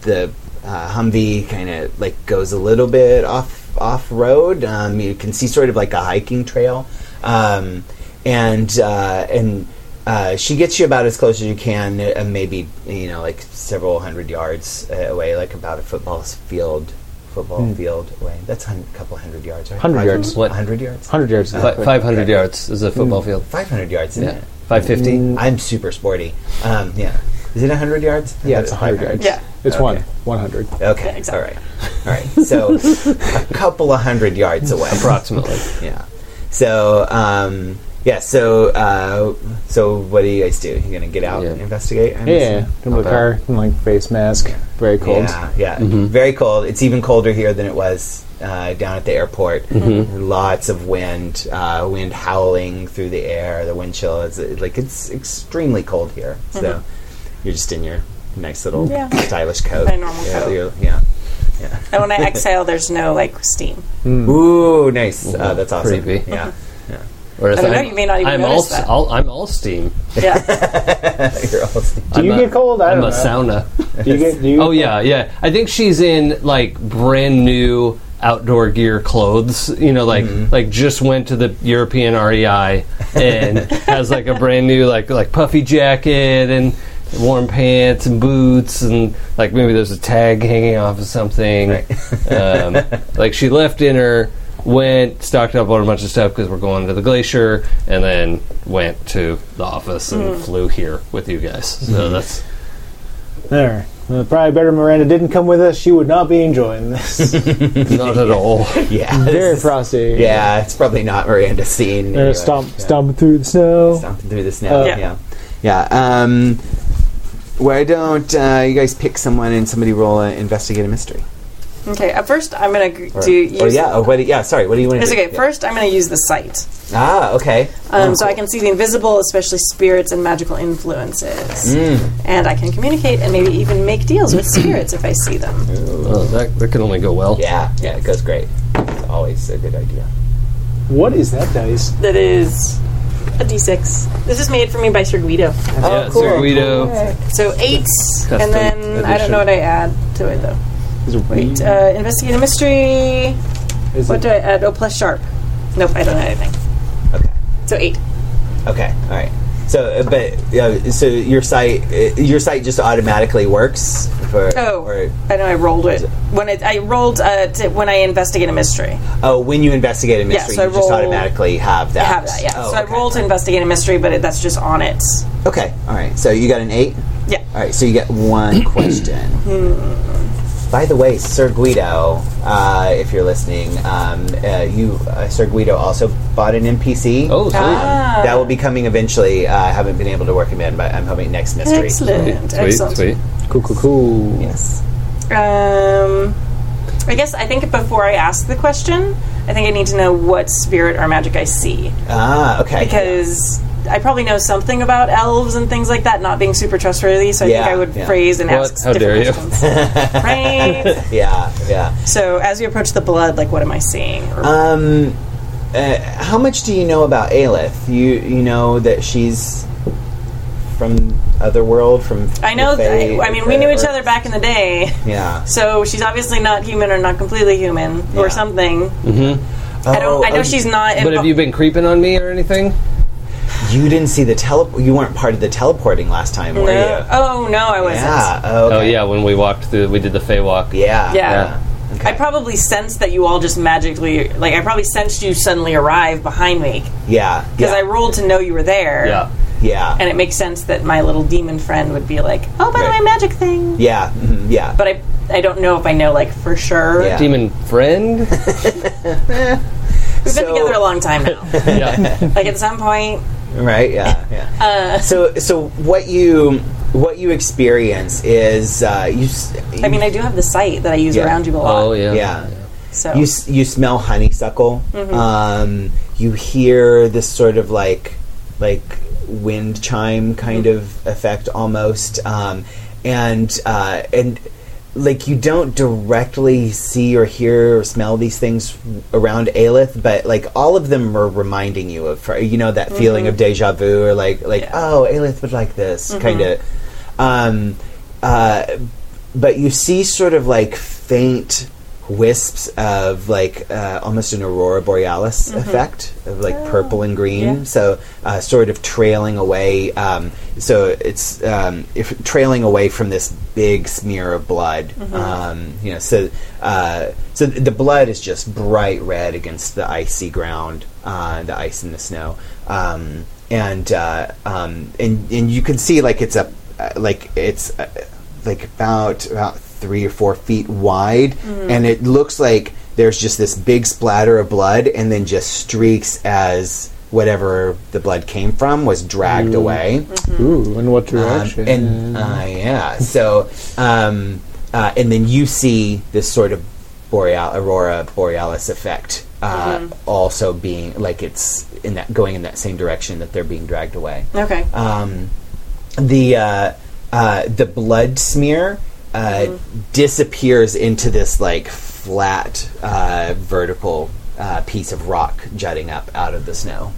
the uh, Humvee kind of like goes a little bit off off road. Um, you can see sort of like a hiking trail, um, and uh, and uh, she gets you about as close as you can, uh, maybe you know like several hundred yards uh, away, like about a football field football field away. That's a hun- couple hundred yards, right?
100 Hmm. yards.
What?
Hundred yards.
Hundred yards.
Fi 500 yards is a football
Hmm.
field.
Five hundred yards, isn't
Yeah.
it? Mm,
550?
I'm super sporty. Um, yeah. Is it 100 yards?
Yeah, it's hundred yards.
Yeah.
It's one.
Okay.
One hundred.
Okay.
Yeah, exactly.
All right. All right. So a couple of hundred yards away.
Approximately.
Yeah. So um, yeah. So uh, so what do you guys do? You're gonna get out
Yeah.
and investigate? I'm
Yeah.
guessing?
From the
bad.
car, and, like face mask. Very cold.
Yeah. Yeah.
Mm-hmm.
Very cold. It's even colder here than it was uh, down at the airport.
Mm-hmm.
Lots of wind. Uh, wind howling through the air. The wind chill is uh, like it's extremely cold here. So you're just in your nice little
Mm-hmm. Yeah.
stylish coat.
My normal
yeah,
coat.
you're- Yeah.
And when I exhale, there's no like steam.
Ooh, nice. Uh, that's awesome.
creepy.
Yeah.
Whereas
I don't know, you may not even
I'm all,
notice
s-
that.
all- I'm all steam.
Yeah.
You're all
Do you
I'm a-
get cold? I
I'm
don't
a
know.
sauna.
Do you get? Do you?
Oh yeah, yeah. I think she's in like brand new outdoor gear clothes. You know, like like just went to the European REI and has like a brand new like like puffy jacket and warm pants and boots and like maybe there's a tag hanging off of something. um, like she left dinner. Went stocked up on a bunch of stuff because we're going to the glacier, and then went to the office and flew here with you guys. So that's
There. Well, probably better Miranda didn't come with us. She would not be enjoying this.
not at all.
Yeah.
Very
this is-
frosty.
Yeah, it's probably not Miranda scene.
They're
anyway.
stomp,
Yeah.
stomping through the snow.
Stomping through the snow.
Uh,
yeah. yeah. Um, why don't uh, you guys pick someone and somebody roll an investigate a mystery?
okay. At first, I'm gonna g-
Or,
do
or
use.
Oh, yeah, or what, yeah, sorry, what do you want to
It's
do?
okay.
Yeah.
First, I'm gonna use the sight,
Ah, okay.
um, so I can see the invisible, especially spirits and magical influences,
Mm.
and I can communicate and maybe even make deals with spirits if I see them.
Well, Oh, that, that can only go well.
Yeah, yeah, it goes great. It's always a good idea.
What is that dice?
That is a d6. This is made for me by Sir Guido.
Yeah,
cool.
Sir Guido.
So eight,
Custom
and then I don't
edition.
know what I add to it though.
Mm.
Wait, uh, investigate a mystery.
Is
What
it-
do I add? Oh, plus sharp. Nope, I don't add anything.
Okay.
So eight.
Okay, all right. So, uh, but uh, so your site, uh, your site just automatically works For,
Oh,
for-
I know. I rolled it when it, I rolled uh, to, when I investigate a mystery.
oh, when you investigate a
Yeah,
mystery,
so I
you just
roll-
automatically have
I
that.
have that. Yeah.
Oh,
so I
okay.
rolled to investigate a mystery, but it, that's just on it.
Okay, all right. So you got an eight.
Yeah.
All right, so you get one question.
Hmm.
By the way, Sir Guido, uh, if you're listening, um, uh, you uh, Sir Guido also bought an NPC.
Oh, sweet.
Ah.
That will be coming eventually. Uh, I haven't been able to work him in, but I'm hoping next mystery.
Excellent.
sweet,
Excellent.
sweet.
Cool, cool, cool.
Yes.
Um, I guess I think before I ask the question, I think I need to know what spirit or magic I see
Ah, okay.
because I probably know something about elves and things like that, not being super trustworthy. So I
Yeah,
think I would
yeah.
phrase and
What?
ask
How
different
dare you.
questions. right.
yeah, yeah.
So as you approach the blood, like what am I seeing? Or-
Um, uh, how much do you know about Aelith? You you know that she's from other world from.
I know.
the
That,
Fae-
I mean, we knew each
Earth?
other back in the day,
Yeah.
so she's obviously not human or not completely human
Yeah.
or something. I don't.
Oh,
I know she's not.
But have you been creeping on me or anything?
You didn't see the tele. You weren't part of the teleporting last time, were
No.
you?
Oh no, I wasn't.
yeah. Oh,
Oh
okay.
yeah, when we walked through, we did the Feywalk.
Yeah.
Yeah.
Okay.
I probably sensed that you all just magically, like, I probably sensed you suddenly arrive behind me
yeah.
because
yeah.
I rolled to know you were there.
Yeah.
yeah.
And it makes sense that my little demon friend would be like, oh, by the
Right.
way, magic thing.
yeah. mhm, yeah.
But I, I don't know if I know, like, for sure.
Yeah.
Demon friend?
We've been
So-
together a long time now.
yeah.
like, at some point,
right yeah, yeah.
Uh.
so so what you what you experience is uh, you, s-
I mean, I do have the sight that I use
Yeah.
around you a lot.
Oh yeah.
yeah
So,
you s- you smell honeysuckle um, you hear this sort of like like wind chime kind of effect almost um, and uh, and like you don't directly see or hear or smell these things around Aelith, but like all of them are reminding you of you know that feeling of deja vu or like like oh Aelith would like this kind of um, uh, but you see sort of like faint wisps of like uh, almost an aurora borealis effect of like purple and green
Yeah.
so uh, sort of trailing away um, so it's um, if trailing away from this big smear of blood um, you know so uh, so th- the blood is just bright red against the icy ground uh, the ice and the snow um, and uh, um, and and you can see like it's a uh, like it's uh, like about about three or four feet wide, and it looks like there's just this big splatter of blood, and then just streaks as whatever the blood came from was dragged away.
Ooh, in what
Um,
direction?
and uh, yeah, so um, uh, and then you see this sort of boreal aurora borealis effect uh, also being like it's in that going in that same direction that they're being dragged away
okay.
um, the uh, uh, the blood smear uh, disappears into this like flat uh, vertical uh, piece of rock jutting up out of the snow.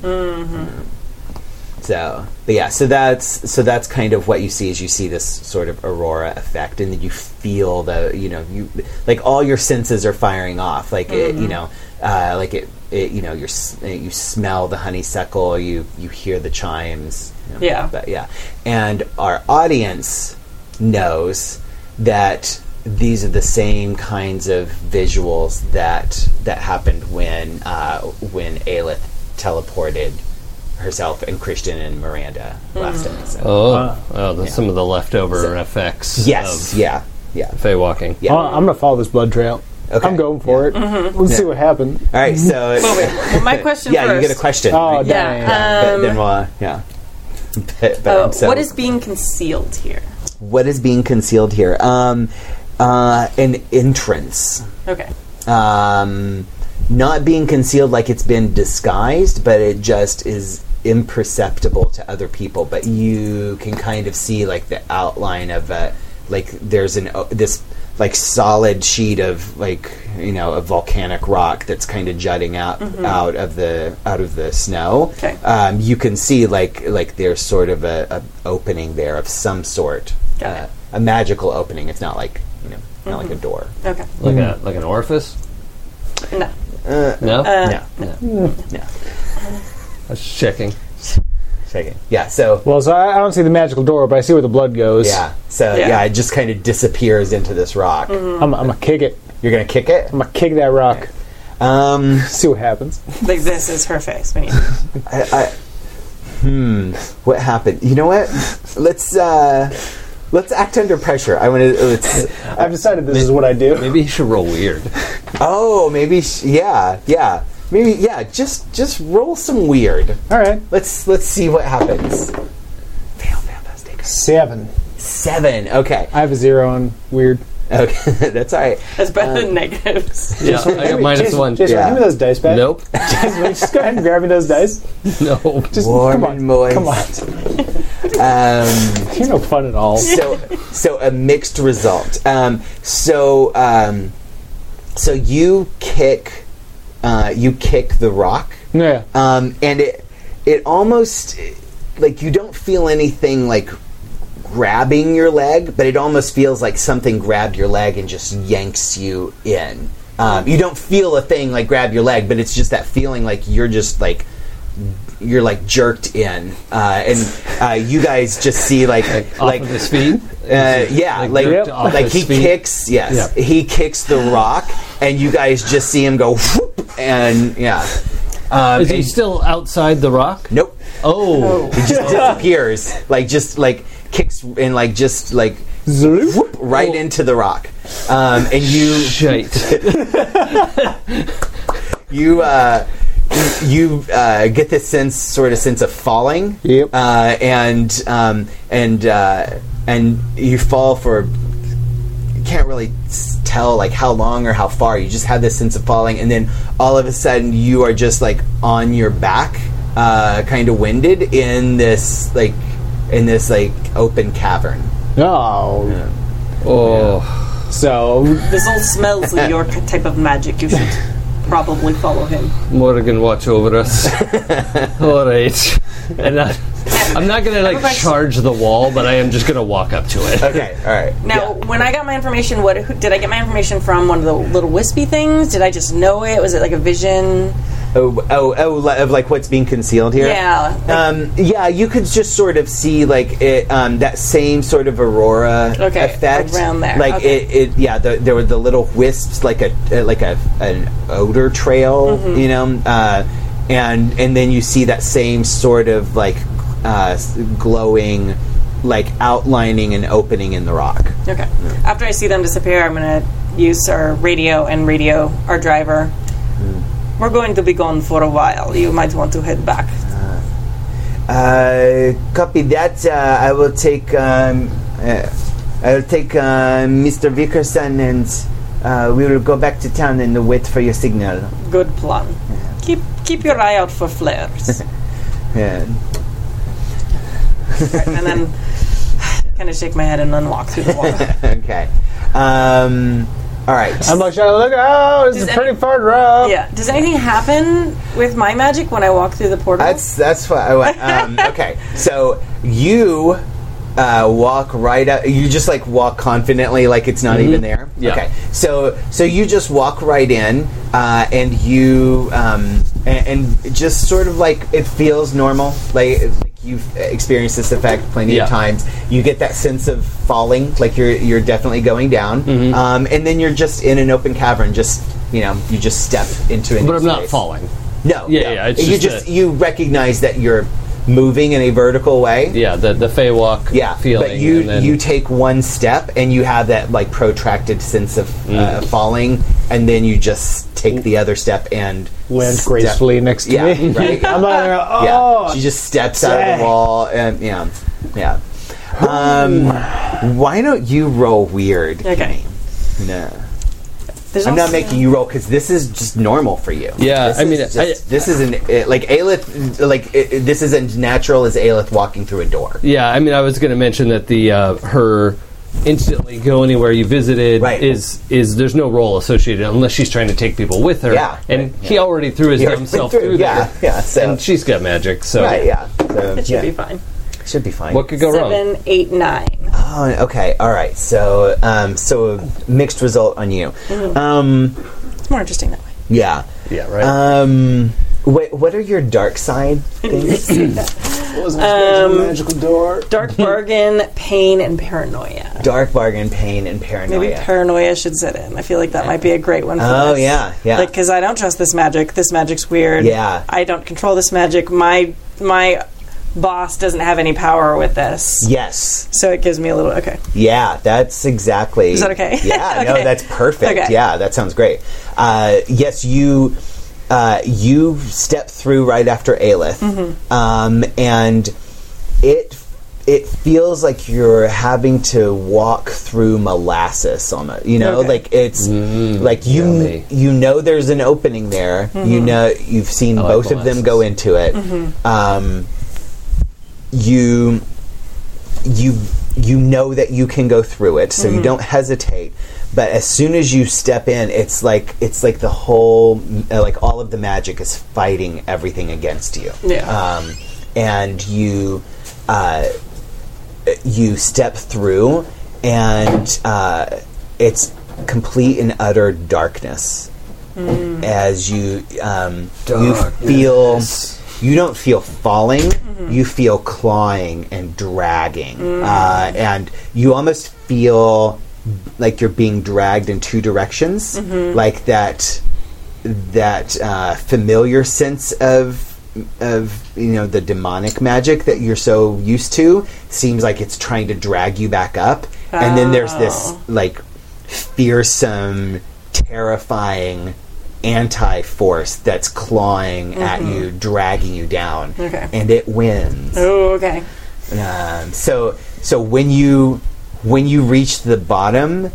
Mm-hmm. So, but yeah, so that's so that's kind of what you see is you see this sort of aurora effect, and then you feel the you know you like all your senses are firing off, like it, you know, uh, like it, it you know you you smell the honeysuckle, you you hear the chimes, you know,
Yeah.
but yeah, and our audience knows that these are the same kinds of visuals that that happened when uh, when Aelith teleported herself and Christian and Miranda last
Mm.
episode.
Oh, oh that's some of the leftover effects.
yes,
of
yeah, yeah.
Feywalking.
Yeah.
Oh, I'm gonna follow this blood trail.
Okay.
I'm going for it. Let's see what happens.
All right, so
Well, wait, well, my question
yeah,
first.
you get a question.
Oh,
right?
damn.
Yeah.
Yeah, but
Um,
then we'll, uh, yeah. But- but,
uh,
um, so-
what is being concealed here?
what is being concealed here? Um, uh, an entrance.
Okay.
um, not being concealed like it's been disguised, but it just is imperceptible to other people. But you can kind of see like the outline of a like there's an o- this like solid sheet of like you know a volcanic rock that's kind of jutting out out of the out of the snow.
Mm-hmm. Okay.
Um, you can see like like there's sort of a, a opening there of some sort,
Got it.
uh,
Mm-hmm.
a magical opening. It's not like you know not like a door.
Okay.
Like
Mm-hmm.
a like an orifice?
No.
No?
Uh,
Uh.
yeah.
I was checking.
shaking. Yeah, so
Well, so I, I don't see the magical door, but I see where the blood goes.
yeah, so yeah,
Yeah.
it just kind of disappears into this rock.
I'm, I'm gonna kick it.
You're gonna kick it.
I'm gonna kick that rock.
Um,
See what happens.
Like this is her face. When you,
I, I, hmm, what happened? You know what? Let's uh, let's act under pressure. I want to. Let's.
I've decided this is what I do.
Maybe you should roll weird.
Oh, maybe. Sh- yeah, yeah. Maybe. Yeah. Just just roll some weird.
All right.
Let's let's see what happens. Fail, fantastic.
Seven.
Seven. Okay.
I have a zero on weird.
Okay. That's all right.
that's better
Uh,
than negatives.
yeah, I got minus
Jason,
one.
Jason,
Yeah.
give me those dice back.
Nope.
Jason, just go ahead and grab me those dice.
no.
Just
Warm
come on.
and moist.
Come on.
Um,
You're no fun at all.
so so a mixed result. Um, so um, so you kick uh, you kick the rock,
Yeah.
um, and it it almost like you don't feel anything like grabbing your leg, but it almost feels like something grabbed your leg and just yanks you in. Um, you don't feel a thing like grab your leg, but it's just that feeling like you're just like you're like jerked in, uh, and uh, you guys just see like
Off of his feet.
uh, yeah,
Like
like
jerked
like,
off his
he
feet.
kicks. Yes,
Yeah.
he kicks the rock, and you guys just see him go whoop, and yeah. Um,
Is he
and-
still outside the rock?
nope,
Oh,
he just disappears. Like just like kicks and like just like whoop right
Oh.
into the rock, um, and you
shite.
you uh, you uh, get this sense, sort of sense of falling.
Yep.
Uh, and um, and uh, and you fall for. You can't really s- tell like how long or how far. You just have this sense of falling, and then all of a sudden you are just like on your back, uh, kind of winded in this like in this like open cavern.
Oh.
Oh,
So
This all smells of your type of magic. You should probably follow him.
Morgan, watch over us. All right, and I, I'm not gonna like
Everybody's-
charge the wall, but I am just gonna walk up to it.
Okay, all right.
Now, when I got my information, what who, did I get my information from? One of the little wispy things? Did I just know it? Was it like a vision?
Oh, oh, oh, li- of like what's being concealed here?
Yeah.
Um, yeah, you could just sort of see like it, um, that same sort of aurora
Okay,
effect
around there,
Like
okay.
it, it, yeah. The, there were the little wisps, like a uh, like a an odor trail,
Mm-hmm.
you know, uh, and and then you see that same sort of like uh, s- glowing, like outlining and opening in the rock.
Okay. After I see them disappear, I'm going to use our radio and radio our driver. We're going to be gone for a while. You might want to head back.
Uh, copy that. Uh, I will take. Um, uh, I will take uh, Mr. Vickerson, and uh, we will go back to town and wait for your signal.
Good plan. Keep keep your eye out for flares.
Yeah.
and then kind of shake my head and then walk through the wall.
okay. Um, all right.
I'm like, should I look? Oh, this
Does
is
any-
pretty far drop.
yeah. Oh, Does anything happen with my magic when I walk through the portal?
that's that's what I want. Um, okay. So you uh, walk right up. You just like walk confidently, like it's not even there.
Mm-hmm. Yeah.
Okay. So so you just walk right in, uh, and you um, and, and just sort of like it feels normal. Like, like you've experienced this effect plenty
Yeah.
of times. You get that sense of falling, like you're you're definitely going down,
Mm-hmm.
um, and then you're just in an open cavern, just. You know, you just step into it.
But I'm not falling.
No.
Yeah,
no.
yeah, it's
you
just
just
a-
you recognize that you're moving in a vertical way.
Yeah, the the Fey walk.
Yeah,
feeling.
but you
and then-
you take one step and you have that like protracted sense of
Mm.
uh, falling, and then you just take the other step and
Land
step-
gracefully next to
Yeah,
me.
right.
I'm not there.
Yeah,
Oh,
she just steps out of
dang.
the wall and yeah, yeah. Um,
Hmm.
why don't you roll weird?
Okay.
No,
There's
I'm not
also-
making you roll because this is just normal for you.
Yeah,
This
I mean,
is
I-
just- this isn't uh, like Aelith. Like it, it- this is as natural as Aelith walking through a door.
Yeah, I mean, I was going to mention that the uh, her instantly go anywhere you visited
Right.
is is there's no role associated unless she's trying to take people with her.
Yeah,
and he already threw his
Yeah,
damn self
through,
through
yeah,
there.
yeah, so-
and she's got magic, so
Right? Yeah. So,
It should
yeah,
be fine.
should be fine.
what could go wrong?
Seven, eight, nine.
Oh, okay. All right. So, um, so mixed result on you.
Mm-hmm.
Um,
It's more interesting that way.
yeah.
Yeah, right.
Um, what what are your dark side things?
was um, magical door?
Dark bargain, pain, and paranoia.
Dark bargain, pain, and paranoia.
Maybe paranoia should sit in. I feel like that might be a great one. for
Oh,
this.
yeah, yeah.
Like because I don't trust this magic. This magic's weird.
Yeah.
I don't control this magic. My my boss doesn't have any power with this.
yes.
So it gives me a little okay.
Yeah, that's exactly.
Is that okay?
Yeah, no,
Okay.
that's perfect.
Okay.
Yeah, that sounds great. Uh, yes, you uh, you step through right after Aelith,
Mm-hmm.
um, and it it feels like you're having to walk through molasses almost. You know,
Okay.
like it's like you
Mm, yummy.
you know there's an opening there.
Mm-hmm.
You know you've seen
I like
both of them go into it. Um, you you you know that you can go through it so you don't hesitate but as soon as you step in it's like it's like the whole uh, like all of the magic is fighting everything against you
Yeah.
um, and you uh, you step through and uh, it's complete and utter darkness as you um, you feel you don't feel falling you feel clawing and dragging uh, and you almost feel like you're being dragged in two directions like that that uh, familiar sense of of you know the demonic magic that you're so used to seems like it's trying to drag you back up and then there's this
Oh.
like fearsome terrifying anti force that's clawing at you dragging you down
Mm-hmm. Okay.
and it wins
oh, okay.
um, so so when you when you reach the bottom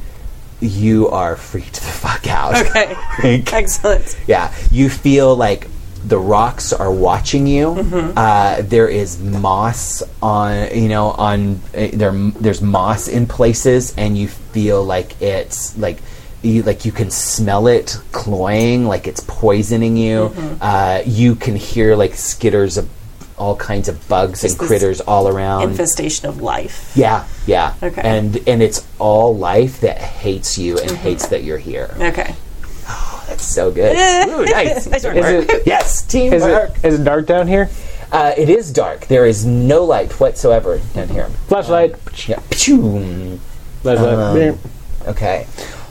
you are freaked the fuck out
Okay.
Like,
Excellent.
yeah, you feel like the rocks are watching you.
Mm-hmm.
Uh, there is moss on, you know, on uh, there. There's moss in places, and you feel like it's like. You, like you can smell it cloying, like it's poisoning you.
Mm-hmm.
Uh, you can hear like skitters of all kinds of bugs
Is
and
this
critters all around.
Infestation of life.
yeah, yeah.
Okay. Mm-hmm.
And and it's all life that hates you and hates that you're here.
Okay.
That's so good. Ooh, nice.
Nice work.
Is it,
Yes, team.
is, it, is it dark down here?
Uh, it is dark. There is no light whatsoever down here.
Flashlight.
Yeah. Pchoom.
uh,
Uh-huh.
Flashlight.
Okay.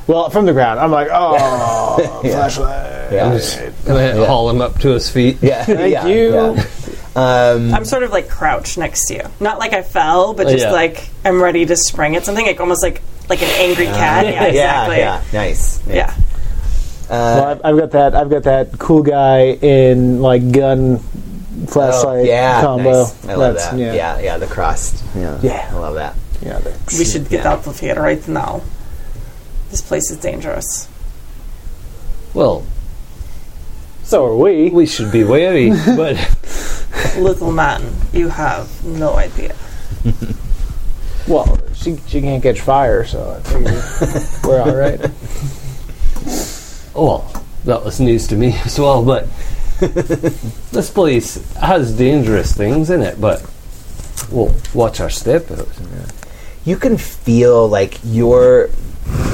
well, from the ground. I'm like, oh, flashlight.
Yeah.
Yeah. Haul him up to his feet.
Yeah. Thank
you.
Um,
I'm sort of like crouched next to you. Not like I fell, but just
Yeah.
like I'm ready to spring at something. Like almost like like an angry cat. yeah, exactly.
Yeah,
Yeah.
yeah. Nice. nice. Uh,
Well, I've, I've got that. I've got that cool guy in like gun flashlight
Oh, yeah.
combo.
Nice. I love
That's-
that. Yeah. yeah. The crossed. Yeah.
Yeah.
I love that.
yeah. they're-
We should get out of here right now. This place is dangerous.
Well,
So are we.
we should be wary, but
Little man, you have no idea.
Well, she, she can't catch fire, so I think we're all right.
well, that was news to me as well. But this place has dangerous things in it, but we'll watch our step.
You can feel like you're.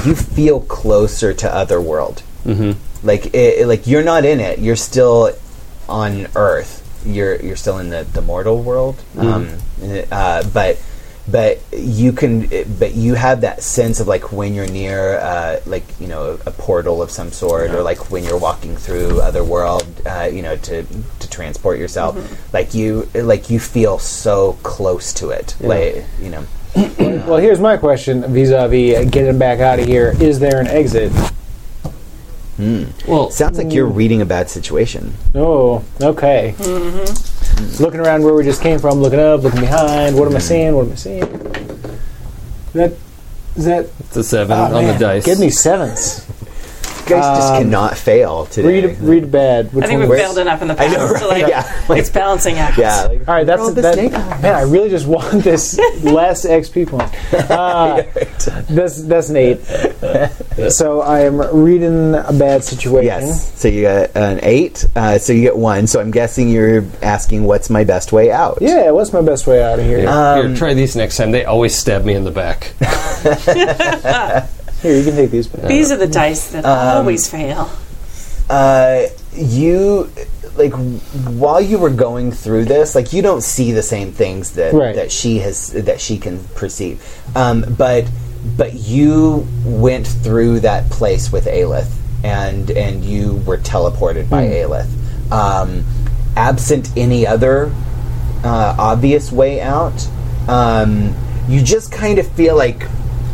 You feel closer to other world. Mm-hmm. Like it, like you're not in it. You're still on Earth. You're you're still in the, the mortal world. Um, uh, but but you can but you have that sense of like when you're near uh, like you know a portal of some sort or like when you're walking through other world uh, you know to to transport yourself like you like you feel so close to it like you know
Well, here's my question vis-a-vis getting back out of here. Is there an exit?
Well,
Sounds like
Mm.
you're reading a bad situation.
Oh, okay. Looking around where we just came from, looking up, looking behind.
Mm-hmm.
What am I seeing? What am I seeing? That is that.
it's a seven
Ah,
oh,
on
man,
the dice.
Give me sevens.
You guys just cannot fail today.
Um, Read read bad. Which
I think
one
we've
was-
failed enough in the past.
know,
so
right?
like,
Yeah, like-
it's balancing act.
yeah, like,
All right, that's
Roll the
that,
snake
man. I really just want this less XP point. Uh, that's that's an eight. So I am reading a bad situation.
yes. So you got an eight. Uh, so you get one. So I'm guessing you're asking, "What's my best way out?"
Yeah, what's my best way out of here?
Here,
um,
here, try these next time. They always stab me in the back.
Here, you can take these. back.
These are the dice that always fail.
Uh, you like while you were going through this like you don't see the same things that
Right.
that she has that she can perceive um, but but you went through that place with Aelith and and you were teleported by
Hmm.
Aelith um, absent any other uh, obvious way out um, you just kind of feel like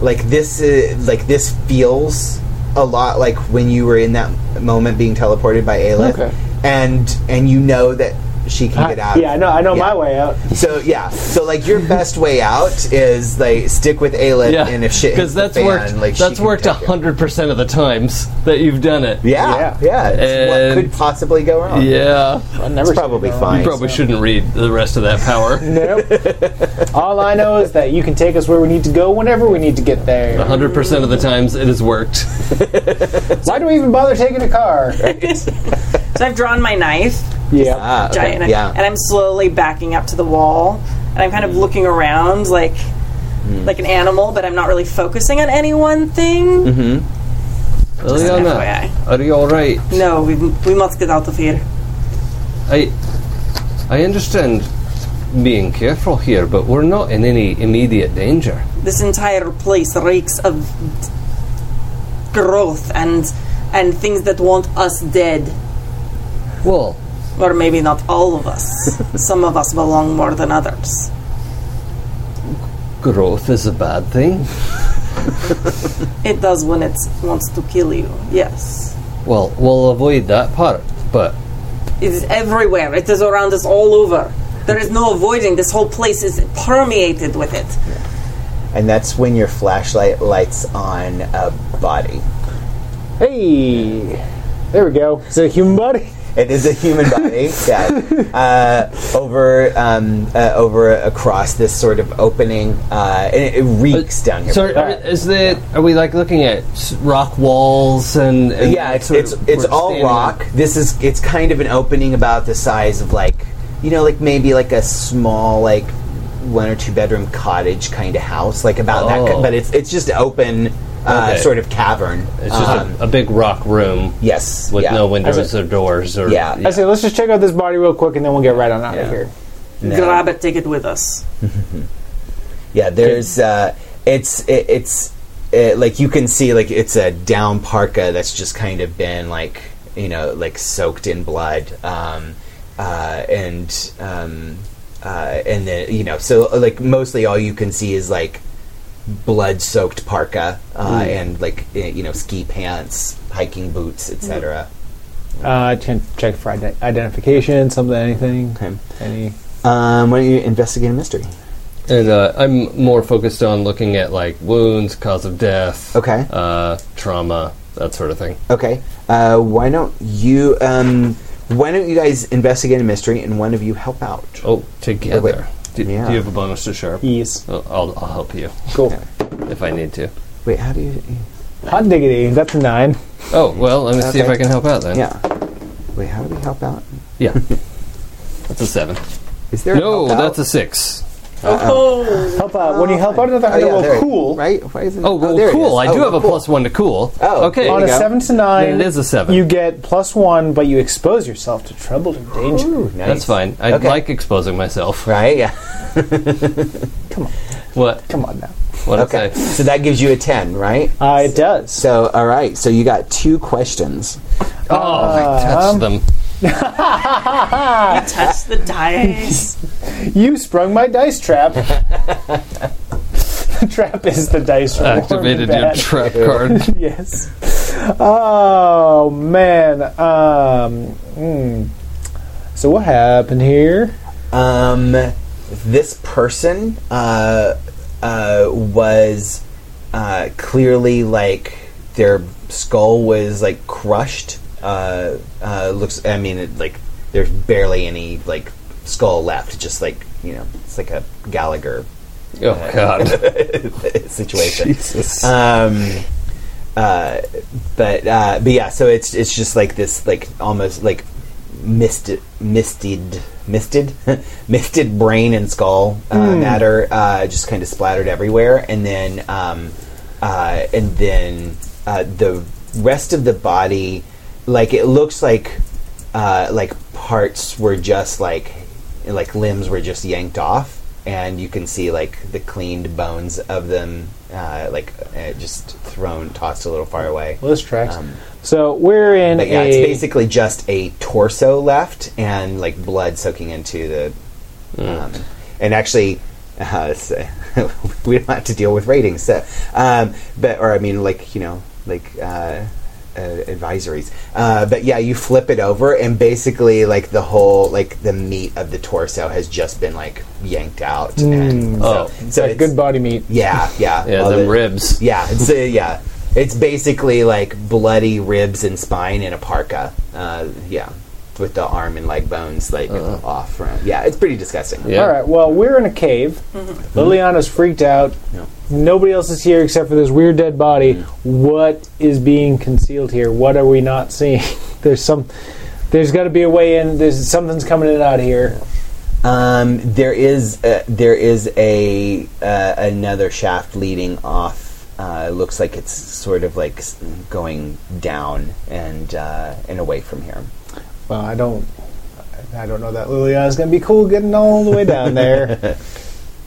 like this is, like this feels a lot like when you were in that moment being teleported by Aelith
Okay.
and and you know that she can get out.
yeah, I know. I know my way out.
So yeah, so like your best way out is like stick with Aelith,
Yeah,
and if shit hits
because
the
that's
fan,
worked.
like she
that's
can
worked
take it.
hundred percent of the times that you've done it.
Yeah, yeah. It's
And-
what could possibly go wrong?
Yeah.
I
it's
never seen
probably
it go
fine.
You probably shouldn't read the rest of that power.
Nope. All I know is that you can take us where we need to go whenever we need to get
Uh-huh.
there.
Hundred percent of the times it has worked.
Why do we even bother taking a car?
So I've drawn my knife,
yeah.
Ah, okay,
giant knife,
Yeah.
and I'm slowly backing up to the wall, and I'm kind of looking around like
Hmm.
like an animal, but I'm not really focusing on any one thing.
Mm-hmm.
Eliana,
FYI.
are you all right?
No, we, we must get out of here.
I I understand being careful here, but we're not in any immediate danger.
This entire place reeks of growth and and things that want us dead,
Well,
or maybe not all of us. Some of us belong more than others.
growth is a bad thing.
It does when it wants to kill you. Yes.
Well, we'll avoid that part, but
It is everywhere. It is around us all over. There is no avoiding. This whole place is permeated with it.
And that's when your flashlight lights on a body.
Hey, there we go. Is it a human body?
It is a human body, yeah. Uh, over, um, uh, over across this sort of opening, uh, and it, it reeks down here.
so are, are- is the are we like looking at s- rock walls and, and
yeah, it's
sort
it's,
of-
it's
we're
all
standing
rock. This is it's kind of an opening about the size of like you know like maybe like a small like one or two bedroom cottage kind of house like about that.
Oh.
ki- But it's it's just open uh,
Okay.
sort of cavern.
It's just
Um,
a, a big rock room
yes,
with
yeah.
no
As
windows
a-
or doors or
Yeah.
I say, let's just check out this body real quick, and then we'll get right on out
Yeah.
of here.
No.
Grab it, take it with us.
Yeah, there's uh, it's it, it's uh like you can see like it's a down parka that's just kind of been like you know like soaked in blood um, uh, and um, uh, and then you know so like mostly all you can see is like blood soaked parka uh, and like eh, you know ski pants, hiking boots, etc.
Uh, ch- check for ide- identification, something, anything,
Okay.
any.
Um, why don't you investigate a mystery?
And uh, I'm more focused on looking at like wounds, cause of death,
Okay.
uh, trauma, that sort of thing.
Okay. Uh, why don't you? Um, why don't you guys investigate a mystery and one of you help out?
Oh, together. do, do
Yeah.
you have a bonus to sharp?
Yes.
Oh, I'll, I'll help you
Cool.
if I need to.
Wait, how do you?
Hot diggity. That's a nine.
Oh well, let me see if
Okay.
I can help out then.
Yeah. Wait, how do we help out?
yeah. that's a seven.
Is there?
No,
a help out?
that's a six.
Uh-uh.
Oh,
Help out. when you help out another
Oh, yeah,
oh,
there it-
cool.
right? Why isn't
Oh, well,
there it
cool.
is.
I
Oh,
do have a
cool.
plus one to cool.
Oh,
okay.
there
On
you
a
go.
seven to nine,
Then it is a seven.
You get plus one, but you expose yourself to trouble and danger.
Ooh, nice.
That's fine. I
Okay.
like exposing myself.
Right? Yeah.
What?
Come on now.
What
Okay. So that gives you a ten, right?
Uh, it does.
So all right. So you got two questions.
Oh,
Um,
I touched them.
touch the dice.
You sprung my dice trap. the trap is the dice roll.
Activated your
Bad.
trap card.
yes. Oh man. Um. mm. So what happened here?
Um, this person uh, uh, was uh, clearly like their skull was like crushed. Uh, uh, looks, I mean, it, like there's barely any like skull left. Just like you know, it's like a Gallagher
Oh God.
situation. Um, uh, but uh, but yeah, so it's it's just like this, like almost like misted, misted, misted, misted brain and skull uh, matter, uh, just kind of splattered everywhere, and then um, uh, and then uh, the rest of the body, like it looks like uh, like parts were just like like limbs were just yanked off, and you can see like the cleaned bones of them uh, like uh, just thrown tossed a little far away.
Well, this tracks.
Um,
so we're in
But yeah,
a
it's basically just a torso left and like blood soaking into the.
Mm.
Um, and actually, uh, it's, uh, we don't have to deal with ratings. So, um, but or I mean, like you know, like uh, uh, advisories. Uh, but yeah, you flip it over and basically, like the whole like the meat of the torso has just been like yanked out. And
Oh.
so, so it's,
good body meat.
Yeah, yeah,
Yeah,
all
them
the-
ribs.
yeah, it's uh, yeah. It's basically like bloody ribs and spine in a parka. Uh, yeah, with the arm and leg bones like off. From, yeah, it's pretty disgusting.
Uh. Yeah.
All right. Well, we're in a cave.
Mm-hmm.
Liliana's freaked out.
Yeah.
Nobody else is here except for this weird dead body. What is being concealed here? What are we not seeing? there's some. There's got to be a way in. There's something's coming in out here.
Um, there is uh, there is a uh, another shaft leading off. Uh, looks like it's sort of like s- going down and uh, and away from here.
Well, I don't. I don't know that Liliana's going to be cool getting all the way down there.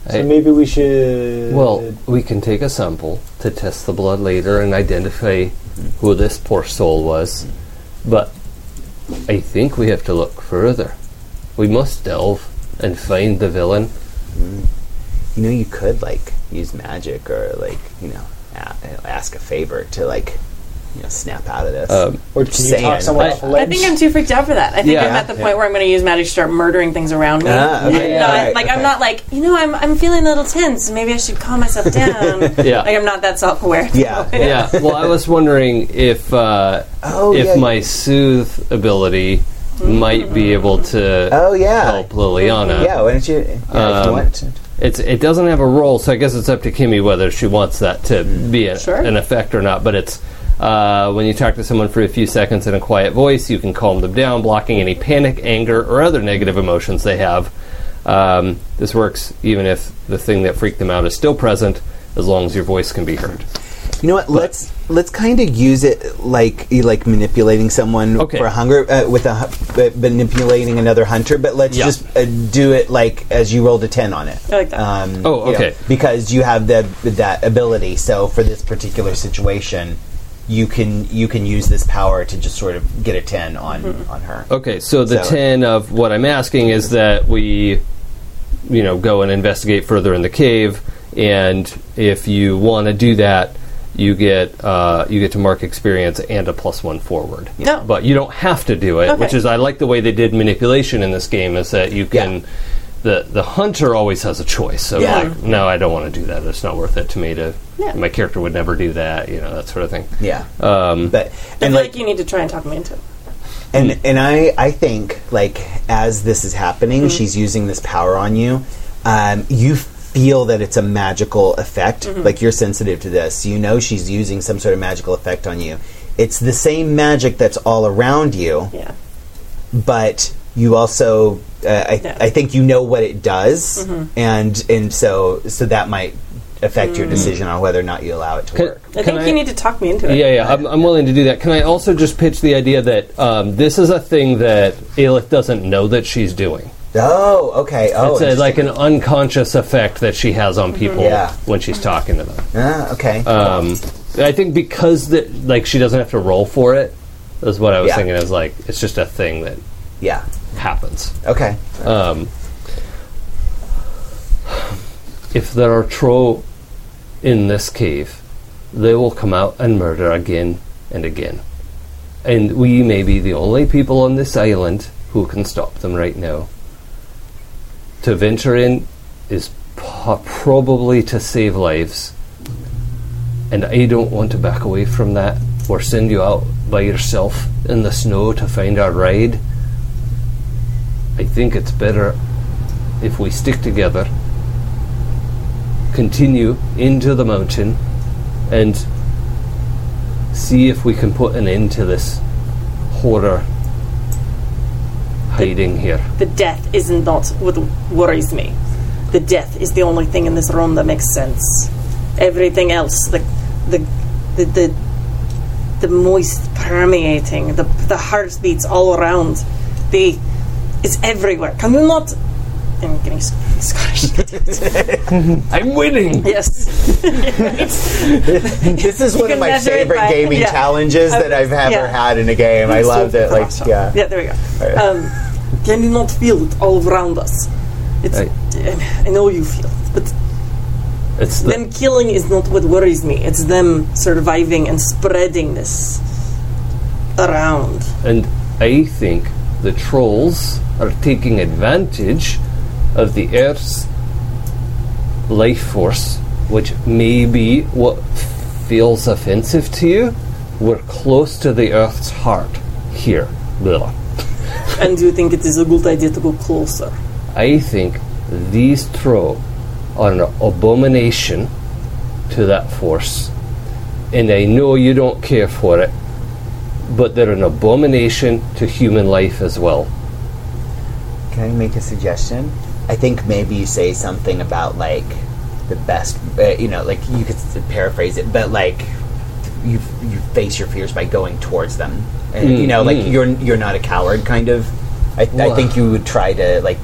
Hey.
so maybe we should.
Well, we can take a sample to test the blood later and identify who this poor soul was. But I think we have to look further. We must delve and find the villain.
You know, you could like use magic or like you know a- ask a favor to like you know snap out of this.
Um,
or can you
saying,
talk someone
I-
off a
I
ledge?
think I'm too freaked out for that. I think
Yeah.
I'm at the point where I'm going to use magic to start murdering things around me.
Ah, okay,
I'm not,
yeah, right,
like
okay.
I'm not like you know I'm I'm feeling a little tense. Maybe I should calm myself down.
Yeah.
like I'm not that self aware.
yeah,
yeah. Well, I was wondering if uh,
Oh,
if
yeah,
my
you-
soothe ability might be able to
Oh yeah.
help Liliana.
Yeah, why don't you? Yeah, if you
Um,
want.
It's it doesn't have a role, so I guess it's up to Kimmy whether she wants that to be a-
Sure.
an effect or not. But it's uh, when you talk to someone for a few seconds in a quiet voice, you can calm them down, blocking any panic, anger, or other negative emotions they have. Um, this works even if the thing that freaked them out is still present, as long as your voice can be heard.
You know what? Let's let's kind of use it like you like manipulating someone
Okay.
for hunger uh, with a hu- uh, manipulating another hunter, but let's
Yeah.
just uh, do it like as you rolled a ten on it.
I like that.
Um,
Oh,
you know,
okay.
because you have the that ability. So for this particular situation, you can you can use this power to just sort of get a ten on
Mm-hmm.
on her.
Okay, so the
So-
ten of what I'm asking is that we, you know, go and investigate further in the cave, and if you want to do that, you get uh, you get to mark experience and a plus one forward.
No.
but you don't have to do it,
Okay.
which is I like the way they did manipulation in this game is that you
Yeah.
can. The, the hunter always has a choice. So
Yeah.
like, no, I don't want to do that. It's not worth it to me to.
Yeah.
My character would never do that. You know that sort of thing.
Yeah,
Um,
I
but and
feel like,
like
you need to try and talk me into it.
and and I I think like as this is happening,
Mm-hmm.
she's using this power on you. Um, you feel that it's a magical effect.
Mm-hmm.
Like you're sensitive to this. You know she's using some sort of magical effect on you. It's the same magic that's all around you,
Yeah.
but you also uh, I,
Yeah.
I think you know what it does,
Mm-hmm.
and and so so that might affect your decision on whether or not you allow it to
Mm. Could-
work.
I
Can
think
I-
you need to talk me into it.
Yeah, yeah, I'm, I'm willing to do that. Can I also just pitch the idea that um, this is a thing that Aelith doesn't know that she's doing?
Oh, okay. Oh,
it's a, like
interesting.
an unconscious effect that she has on people
Yeah.
when she's talking to them.
ah, okay.
Um, I think because that, like, she doesn't have to roll for it. Is what I was
Yeah.
thinking. Is like it's just a thing that
yeah.
happens.
Okay.
Um, if there are troll in this cave, they will come out and murder again and again. And we may be the only people on this island who can stop them right now. To venture in is po- probably to save lives. And I don't want to back away from that or send you out by yourself in the snow to find our ride. I think it's better if we stick together, continue into the mountain, and see if we can put an end to this horror hiding here.
The death is not what worries me. The death is the only thing in this room that makes sense. Everything else, the the the the, the moist permeating, the the heartbeats all around. The it's everywhere. Can you not? I'm getting Sc- Scottish.
I'm winning.
yes.
This is one
can
of my
measure it
favorite
by-
gaming
yeah.
challenges that I've ever
yeah.
had in a game. I loved it. Like, yeah.
Yeah, there we go. Um, can you not feel it all around us? It's, I know you feel it, but
It's the,
them killing is not what worries me. It's them surviving and spreading this around.
and I think the trolls are taking advantage of the Earth's life force, which may be what feels offensive to you. We're close to the Earth's heart here, Lila.
And do you think it is a good idea to go closer?
I think these throw are an abomination to that force. And I know you don't care for it, but they're an abomination to human life as well.
Can I make a suggestion? I think maybe you say something about like the best, uh, you know, like you could s- paraphrase it, but like you you face your fears by going towards them. And, you know, like you're you're not a coward, kind of. I, I
Well-
think you would try to like.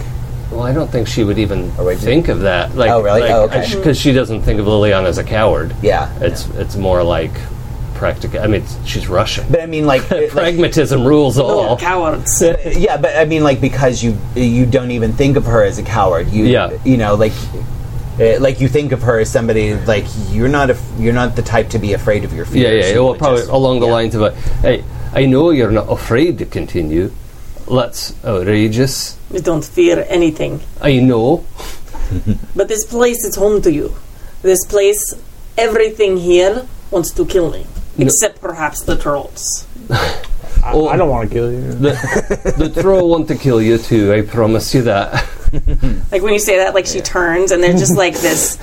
Well, I don't think she would even
Oh, wait,
think of that. Like,
Oh, really?
Because
Oh, okay.
she doesn't think of Liliana as a coward.
Yeah.
It's it's more like practical. I mean, it's, she's Russian.
But I mean, like, it- like
Pragmatism rules
Oh,
all.
cowards.
yeah, but I mean, like, because you you don't even think of her as a coward. You
Yeah.
you know, like. uh, Like you think of her as somebody like you're not a, you're not the type to be afraid of your
Yeah,
fears.
yeah.
You
Well,
would
probably
just-
along the
yeah.
lines of a, hey, I know you're not afraid to continue. That's outrageous.
You don't fear anything.
I know.
But this place is home to you. This place, everything here wants to kill me. Except perhaps the trolls.
I,
Oh.
I don't want to kill you.
The, the troll want to kill you too. I promise you that.
Like when you say that, like she turns and there's just like this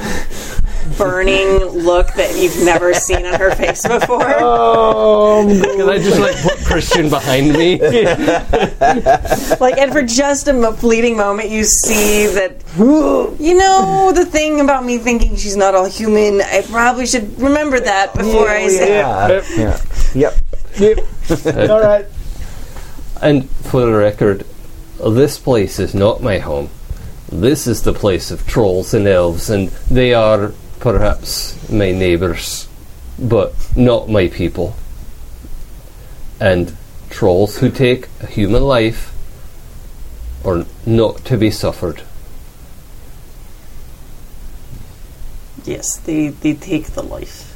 burning look that you've never seen on her face before.
Um,
Can I just like put Christian behind me?
Like, and for just a mo- fleeting moment, you see that, you know, the thing about me thinking she's not all human, I probably should remember that before I say
Yeah. yeah. Yep.
yep. All right.
And for the record, this place is not my home. This is the place of trolls and elves, and they are perhaps my neighbors, but not my people. And trolls who take a human life are not to be suffered.
Yes, they, they take the life.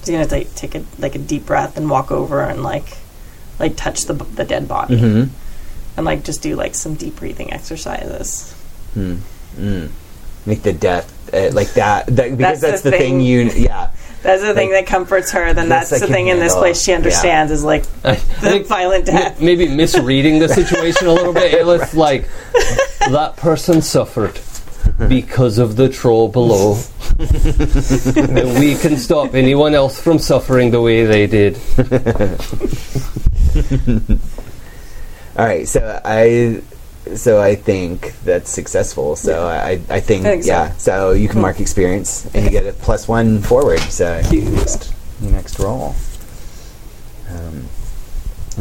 He's gonna take take a like a deep breath and walk over and like like touch the b- the dead body
Mm-hmm.
Mm-hmm.
and like just do like some deep breathing exercises.
Like the death, uh, like that, that because that's,
the
the, thing.
thing.
you, yeah,
That's the thing that comforts her. Then
Yes,
that's the
I can
thing in this
handle
place she
it. Yeah.
understands is like the
think-
violent death.
Maybe misreading the situation a little bit. It's like that person suffered because of the troll below. and we can stop anyone else from suffering the way they did.
All right, so I, so I think that's successful. So I, I think,
I think so.
yeah. So you can mark experience, and you get a plus one forward. So next, next roll. Um,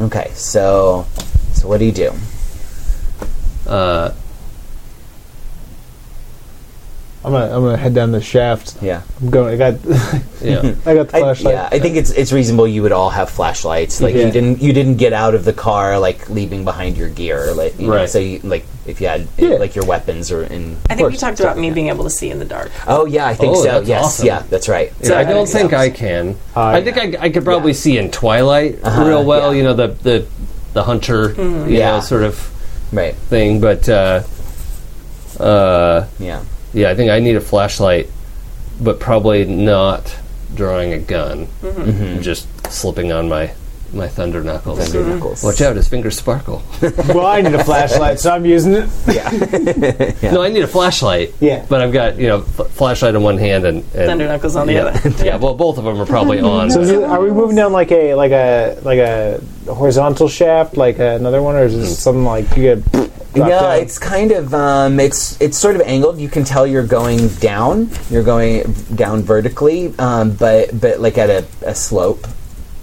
okay, so, so what do you do?
Uh,
I'm gonna I'm gonna head down the shaft.
Yeah,
I'm going. I got
yeah.
I got the
I,
flashlight.
yeah. I think it's it's reasonable. You would all have flashlights. Like
Yeah.
you didn't you didn't get out of the car like leaving behind your gear. Like you know,
Right.
so you, like if you had
Yeah.
like your weapons or in.
I think we talked about me being able to see in the dark.
Oh yeah, I think
Oh,
so.
that's
yes,
awesome.
yeah, that's right.
Yeah, I don't
Yeah.
think I can.
I-
I, think I, I could probably see in Twilight real well,
Uh-huh. yeah. Mm.
you know, the, the, the hunter, you
Yeah.
know, sort of
Right.
thing, but. Uh, uh,
Yeah.
Yeah, I think I need a flashlight, but probably not drawing a gun.
Mm-hmm.
I'm just slipping on my my thunder knuckles.
Thunder knuckles.
Watch out, his fingers sparkle.
well, I need a flashlight, so I'm using it.
No, I need a flashlight.
Yeah.
but I've got you know f- flashlight in one hand and, and
Thunder knuckles on the
yeah.
other.
yeah, well, both of them are probably on.
So is it- are we moving down like a like a like a horizontal shaft, like another one, or is it something like you get drop
no,
down.
it's kind of um, it's it's sort of angled. You can tell you're going down. You're going down vertically, um, but but like at a, a slope,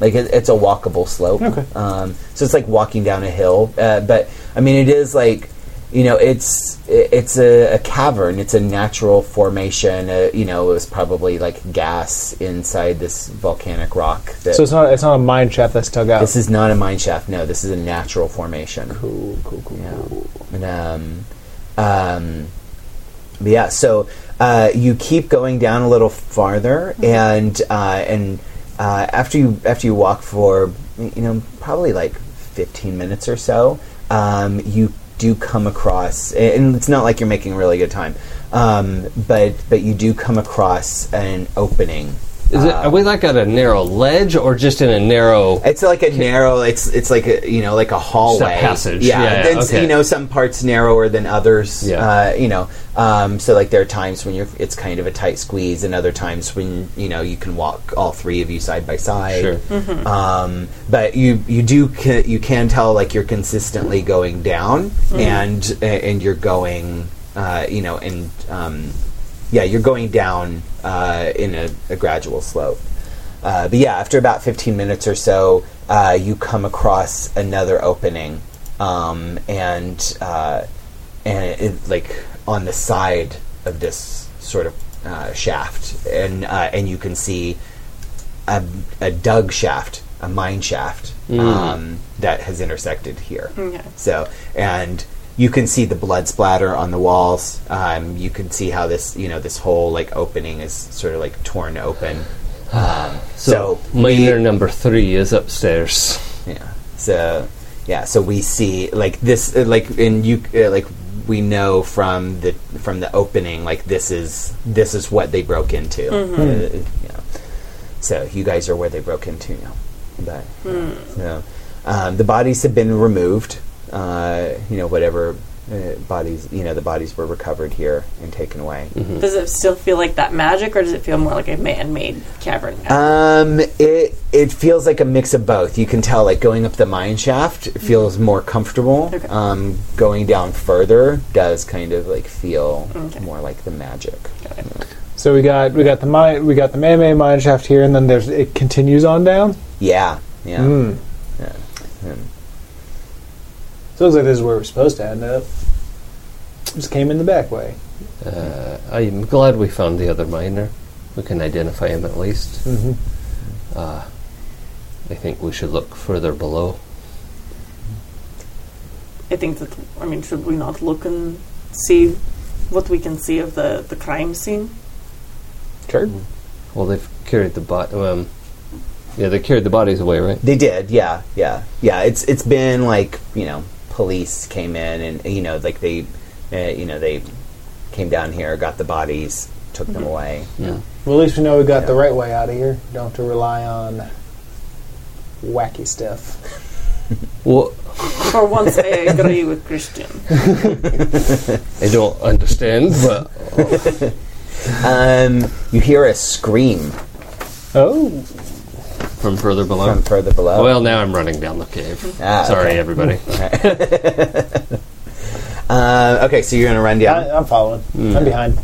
like it, it's a walkable slope.
Okay.
Um, so it's like walking down a hill. Uh, but I mean, it is like you know, it's it- it's a, a cavern. It's a natural formation. Uh, you know, it was probably like gas inside this volcanic rock. That
so it's not it's not a mine shaft that's dug out.
this is not a mine shaft. No, this is a natural formation.
cool, cool, cool.
Yeah.
cool.
And, um, um, but yeah, so uh, you keep going down a little farther,
Mm-hmm.
and uh, and uh, after you after you walk for you know probably like fifteen minutes or so, um, you do come across, and it's not like you're making really good time, um, but but you do come across an opening.
Is it? Are we like at a narrow ledge or just in a narrow?
It's like a narrow. It's it's like a you know like a hallway
passage.
Yeah,
Yeah, yeah,
It's,
okay.
you know some parts narrower than others.
Yeah.
Uh, you know, um, so like there are times when you're it's kind of a tight squeeze, and other times when you know you can walk all three of you side by side.
Sure.
Mm-hmm.
Um, but you you do ca- you can tell like you're consistently going down, and and you're going uh, you know and um, yeah you're going down uh, in a, a gradual slope. Uh, but yeah, after about 15 minutes or so, uh, you come across another opening, um, and uh, and it, like on the side of this sort of uh, shaft, and uh, and you can see a, a dug shaft, a mine shaft um, that has intersected here.
Okay.
So, and you can see the blood splatter on the walls. Um, you can see how this, you know, this whole like opening is sort of like torn open. Um, so,
miner number three is upstairs.
yeah. So yeah. So we see like this, uh, like and you uh, like we know from the from the opening, like this is this is what they broke into. Uh, yeah. So you guys are where they broke into now, but so, um, the bodies have been removed. Uh, you know whatever. Uh, bodies, you know, the bodies were recovered here and taken away.
Does it still feel like that magic, or does it feel more like a man-made cavern?
Uh,
Um, it it feels like a mix of both. You can tell, like going up the mine shaft it feels more comfortable.
Mm-hmm. Okay.
Um, going down further does kind of like feel
Okay.
more like the magic.
So we got we got the mine we got the man-made mine shaft here, and then there's it continues on down.
Yeah, yeah.
Hmm.
Mm.
Yeah. Mm.
So it looks like this is where we're supposed to end up. Just came in the back way.
Uh, I'm glad we found the other miner. We can identify him at least.
Mm-hmm.
Mhm.
Uh, I think we should look further below.
I think that I mean, should we not look and see what we can see of the the crime scene?
Sure.
Hmm. Well, they've carried the body. Um, yeah, they carried the bodies away, right?
They did. Yeah, yeah, yeah. It's it's been like you know, police came in and you know, like they, uh, you know, they came down here, got the bodies, took
Mm-hmm.
them away.
Yeah.
Well, at least we know we got the
Yeah.
right way out of here. Don't have to rely on wacky stuff.
Well,
For once, I agree with Christian.
I don't understand, but
Um, you hear a scream
Oh,
from further below.
from further below.
well, now I'm running down the cave.
Ah,
Sorry,
okay.
everybody.
Uh, okay, so you're gonna run down.
I, I'm following. I'm behind.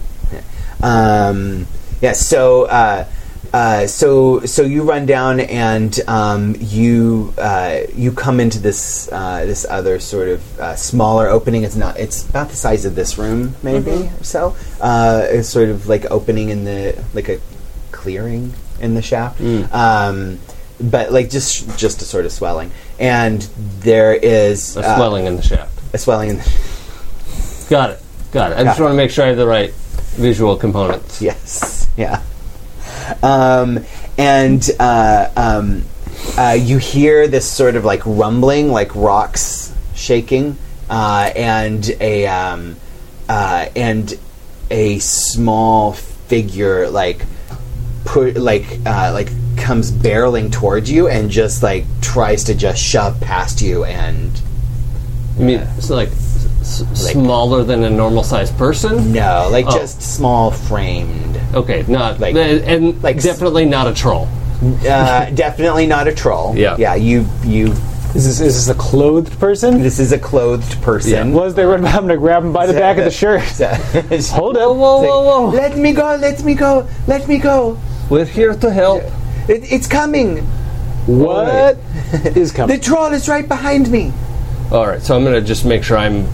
Um, yeah. So, uh, uh, so, so you run down and um, you uh, you come into this uh, this other sort of uh, smaller opening. It's not. It's about the size of this room, maybe
Mm-hmm.
or so. Uh, it's sort of like opening in the like a clearing in the shaft.
Mm.
Um, but like just just a sort of swelling, and there is
A
uh,
swelling in the shaft.
A swelling in the
Got it. Got it. I
Got
just
it.
want to make sure I have the right visual components.
Yes. Yeah. Um, and uh, um, uh, you hear this sort of like rumbling, like rocks shaking, uh, and a um, uh, and a small figure like put like uh, like comes barreling towards you and just like tries to just shove past you and
I mean, it's like, s- s-
Like-
smaller than a normal sized person.
no like
Oh.
just small framed
Okay, not
Like-
like and
like
like
s-
definitely not a troll.
uh, definitely not a troll
Yeah.
yeah you you
Is this is this a clothed person?
This is a clothed person.
Was they run by? I'm gonna grab him by the back of the shirt. Hold up!
Whoa,
It's like,
whoa, whoa!
Let me go, let me go, let me go.
We're here to help.
It, it's coming.
What is
The
coming?
troll is right behind me.
All right, so I'm gonna just make sure I'm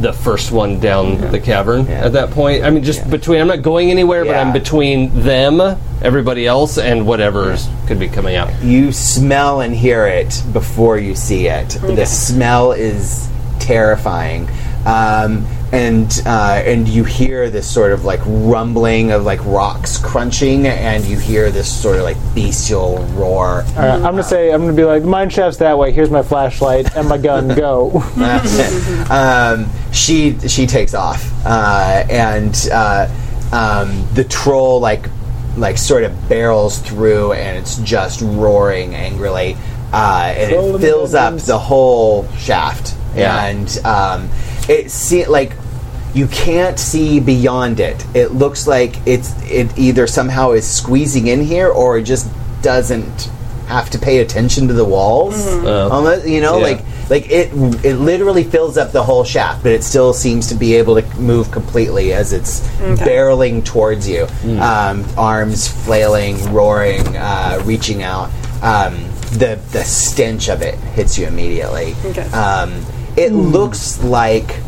the first one down the cavern
Yeah.
at that point. I mean, just between. I'm not going anywhere, but
Yeah.
I'm between them, everybody else, and whatever's could be coming out.
You smell and hear it before you see it. The smell is terrifying. Um, and uh, and you hear this sort of like rumbling of like rocks crunching, and you hear this sort of like bestial roar.
All right, I'm gonna say I'm gonna be like mine shaft's that way. Here's my flashlight and my gun. Go.
um, she she takes off, uh, and uh, um, the troll like like sort of barrels through, and it's just roaring angrily, uh, and
Troll
it
in
fills
the
up
wilderness.
the whole shaft,
Yeah.
and um, it see like. You can't see beyond it. It looks like it's it either somehow is squeezing in here or it just doesn't have to pay attention to the walls.
Uh,
Unless you know,
Yeah.
like like it it literally fills up the whole shaft, but it still seems to be able to move completely as it's barreling towards you. Um, arms flailing, roaring, uh, reaching out. Um, the the stench of it hits you immediately.
Okay.
Uh,
Um, it looks like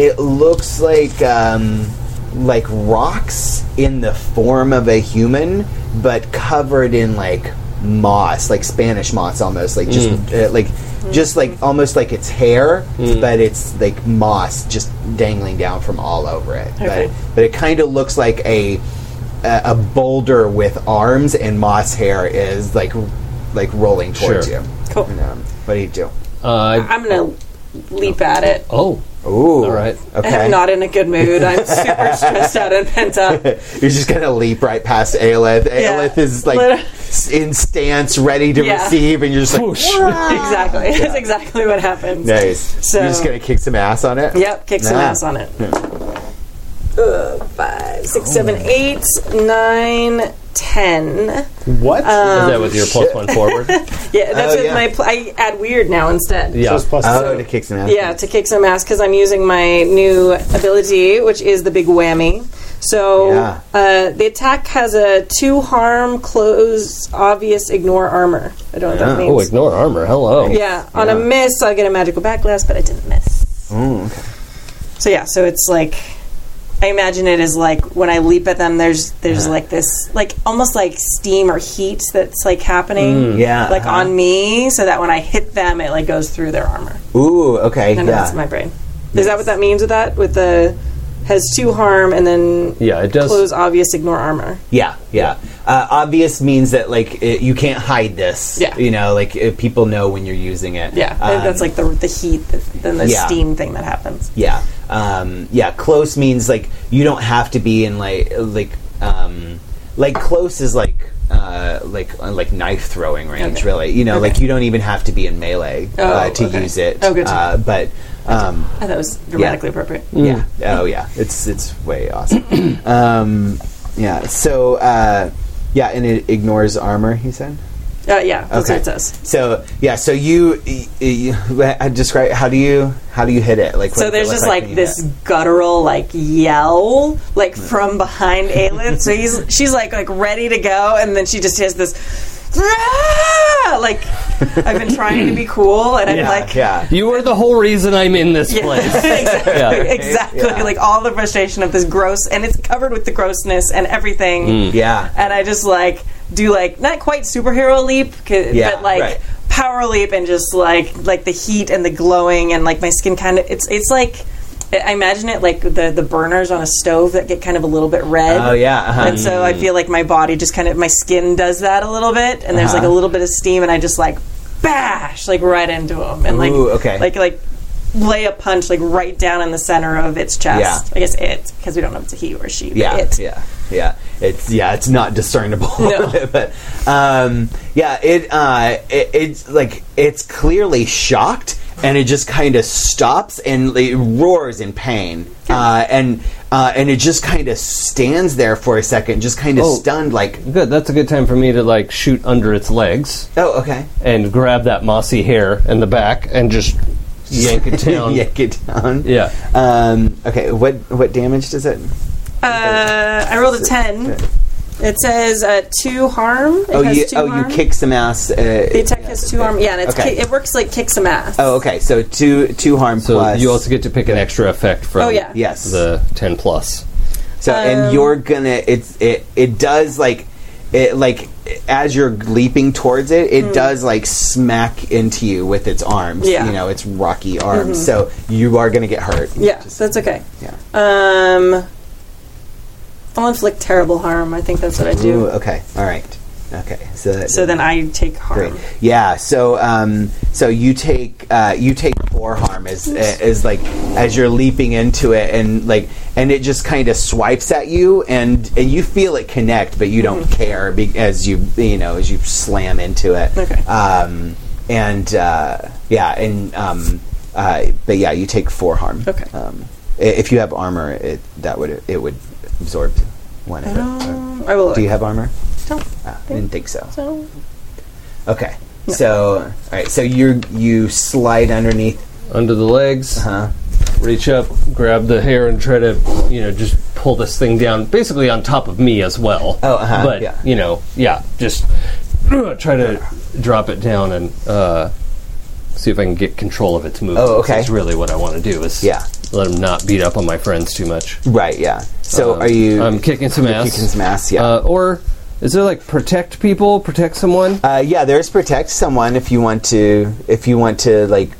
it looks like um, like rocks in the form of a human, but covered in like moss, like Spanish moss, almost like just uh, like just like almost like it's hair, but it's like moss just dangling down from all over it.
Okay.
But but it kind of looks like a a a boulder with arms and moss hair is like like rolling towards
Sure.
you.
Cool.
And, um, what do you do?
uh,
I'm gonna leap at it.
oh,
Ooh,
all right.
Okay.
I'm not in a good mood. I'm super stressed out and pent up.
You're just gonna leap right past Aelith.
Yeah.
Aelith is like
Lit-
s- in stance, ready to
Yeah.
receive, and you're just like, "Wah!"
Exactly. That's exactly what happens.
nice.
So-
you're just gonna kick some ass on it.
Yep, kick some
Nah.
ass on it. Uh, five, six, seven, eight, nine, ten.
What?
Um,
is that with your plus one forward?
Yeah, that's
Oh,
with
yeah.
my. Pl- I add weird now instead.
Yeah.
Oh, to kick some ass.
Yeah, to kick some ass because I'm using my new ability, which is the big whammy. So
Yeah.
uh, the attack has a two harm, close, obvious, ignore armor. I don't know what that
oh,
means.
ignore armor. Hello.
yeah, on a miss, I'll get a magical backlash, but I didn't miss.
Mm,
So yeah, so it's like I imagine it is like when I leap at them. There's there's like this like almost like steam or heat that's like happening.
yeah,
like
uh-huh.
on me, so that when I hit them, it like goes through their armor.
Ooh, okay,
I know that's
yeah.
in my brain. Is that what that means with that? With the has two harm and then
Yeah, it does.
close obvious ignore armor.
Yeah, yeah. Uh, obvious means that like it, you can't hide this.
Yeah.
you know, like uh people know when you're using it.
Yeah, I think
Um,
that's like the the heat, then the
yeah.
steam thing that happens.
yeah, um, yeah. Close means like you don't have to be in like like um, like close is like. Uh, like uh, like knife throwing range,
Okay.
really. You know,
Okay.
like you don't even have to be in melee
Oh,
uh, to
okay.
use it.
Oh, good to
Uh, but um,
I thought it was dramatically appropriate.
yeah. Oh yeah. It's it's way awesome. um, yeah. So uh, yeah, and it ignores armor. He said.
Uh, yeah, that's
Okay.
what it says.
So yeah. So you, y- y- I describe how do you how do you hit it? Like what
So
does it
there's
look
just like
when you
this
hit it?
guttural like yell like from behind Aelith. so he's she's like like ready to go, and then she just hears this. "Rah!" Like I've been trying to be cool, and I'm
Yeah,
like,
yeah.
You are the whole reason I'm in this place.
exactly.
Yeah.
exactly.
Yeah.
Like all the frustration of this gross, and it's covered with the grossness and everything.
Yeah.
And I just like do like not quite superhero leap, 'cause-
Yeah,
but like
right.
power leap, and just like like the heat and the glowing, and like my skin kind of it's it's like. I imagine it like the, the burners on a stove that get kind of a little bit red.
Oh yeah. Uh-huh.
And so I feel like my body just kind of my skin does that a little bit, and there's like a
Uh-huh.
little bit of steam, and I just like bash like right into him, and like
Ooh, okay.
like like lay a punch like right down in the center of its chest.
Yeah.
I guess it because we don't know if it's a he or a she. But
yeah,
it.
yeah, yeah. It's yeah, it's not discernible.
No.
but um, yeah, it, uh, it it's like it's clearly shocked, and it just kind of stops and it roars in pain uh, and uh, and it just kind of stands there for a second, just kind of
Oh.
stunned, like,
Good. That's a good time for me to like shoot under its legs
oh, okay,
and grab that mossy hair in the back and just yank it down.
yank it down.
Yeah.
Um, okay. What what damage does it?
Uh, I rolled a ten. It says uh, two harm. It
oh,
has
you
two
oh
harm.
you kick some ass. Uh,
The attack has two harm. Yeah, and it's
Okay.
ki- it works like kick some ass.
oh, okay. So two two harm
So
plus.
you also get to pick an extra effect from
Oh, yeah.
yes.
the ten plus.
So
Um,
and you're gonna it's it it does like it like as you're leaping towards it, it does like smack into you with its arms.
Hmm. Yeah. Mm-hmm.
You know, its rocky arms. So you are gonna get hurt.
Yeah,
Just-
that's okay.
yeah.
Um, I'll inflict terrible harm. I think that's what I do.
Ooh, okay. All right. Okay. So that,
So then I take harm.
Great. Yeah. So, um, so you take uh, you take four harm as as like as you're leaping into it, and like and it just kind of swipes at you, and and you feel it connect, but you
Mm-hmm.
don't care be- as you you know as you slam into it.
Okay.
Um, and uh, yeah, and um, uh, but yeah, you take four harm.
Okay.
Um, i- if you have armor, it that would it would absorb one. of it.
Um, I will.
Do you have armor?
Don't
Ah, I didn't think so.
so.
Okay. So, all right. So you you slide underneath,
Under the legs,
huh?
reach up, grab the hair, and try to you know just pull this thing down, basically on top of me as well.
Oh, uh-huh,
but
yeah.
you know, yeah, just try to drop it down and uh, see if I can get control of its movement.
Oh, okay.
That's really what I want to do is
Yeah.
let him not beat up on my friends too much.
Right. Yeah. So
Um,
are you?
I'm kicking some ass.
kicking some ass, yeah.
Uh, or is there like protect people, protect someone?
uh, yeah. There's protect someone if you want to. If you want to like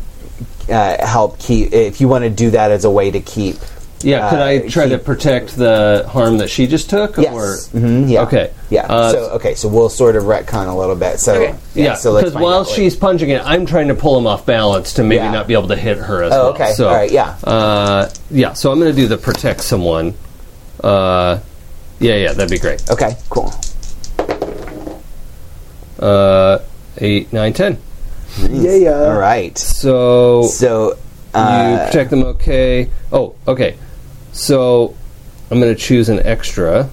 uh, help keep. If you want to do that as a way to keep.
Yeah, could
uh,
I try to
keep-
protect the harm that she just took?
Yes.
Or
Mhm, yeah.
Okay.
Yeah.
Uh,
so okay. So we'll sort of retcon a little bit. So
Okay.
yeah,
So let's
because
find
while
out what-
she's punching it, I'm trying to pull him off balance to maybe
Yeah.
not be able to hit her as
Oh,
well.
okay.
So,
All right, yeah.
Uh, yeah. So I'm going to do the protect someone. Uh, yeah, yeah, that'd be great.
Okay. Cool.
Uh, eight, nine, ten.
Yeah, yeah.
All right.
So,
So. Uh,
you protect them. Okay. Oh, okay. So I'm going to choose an extra.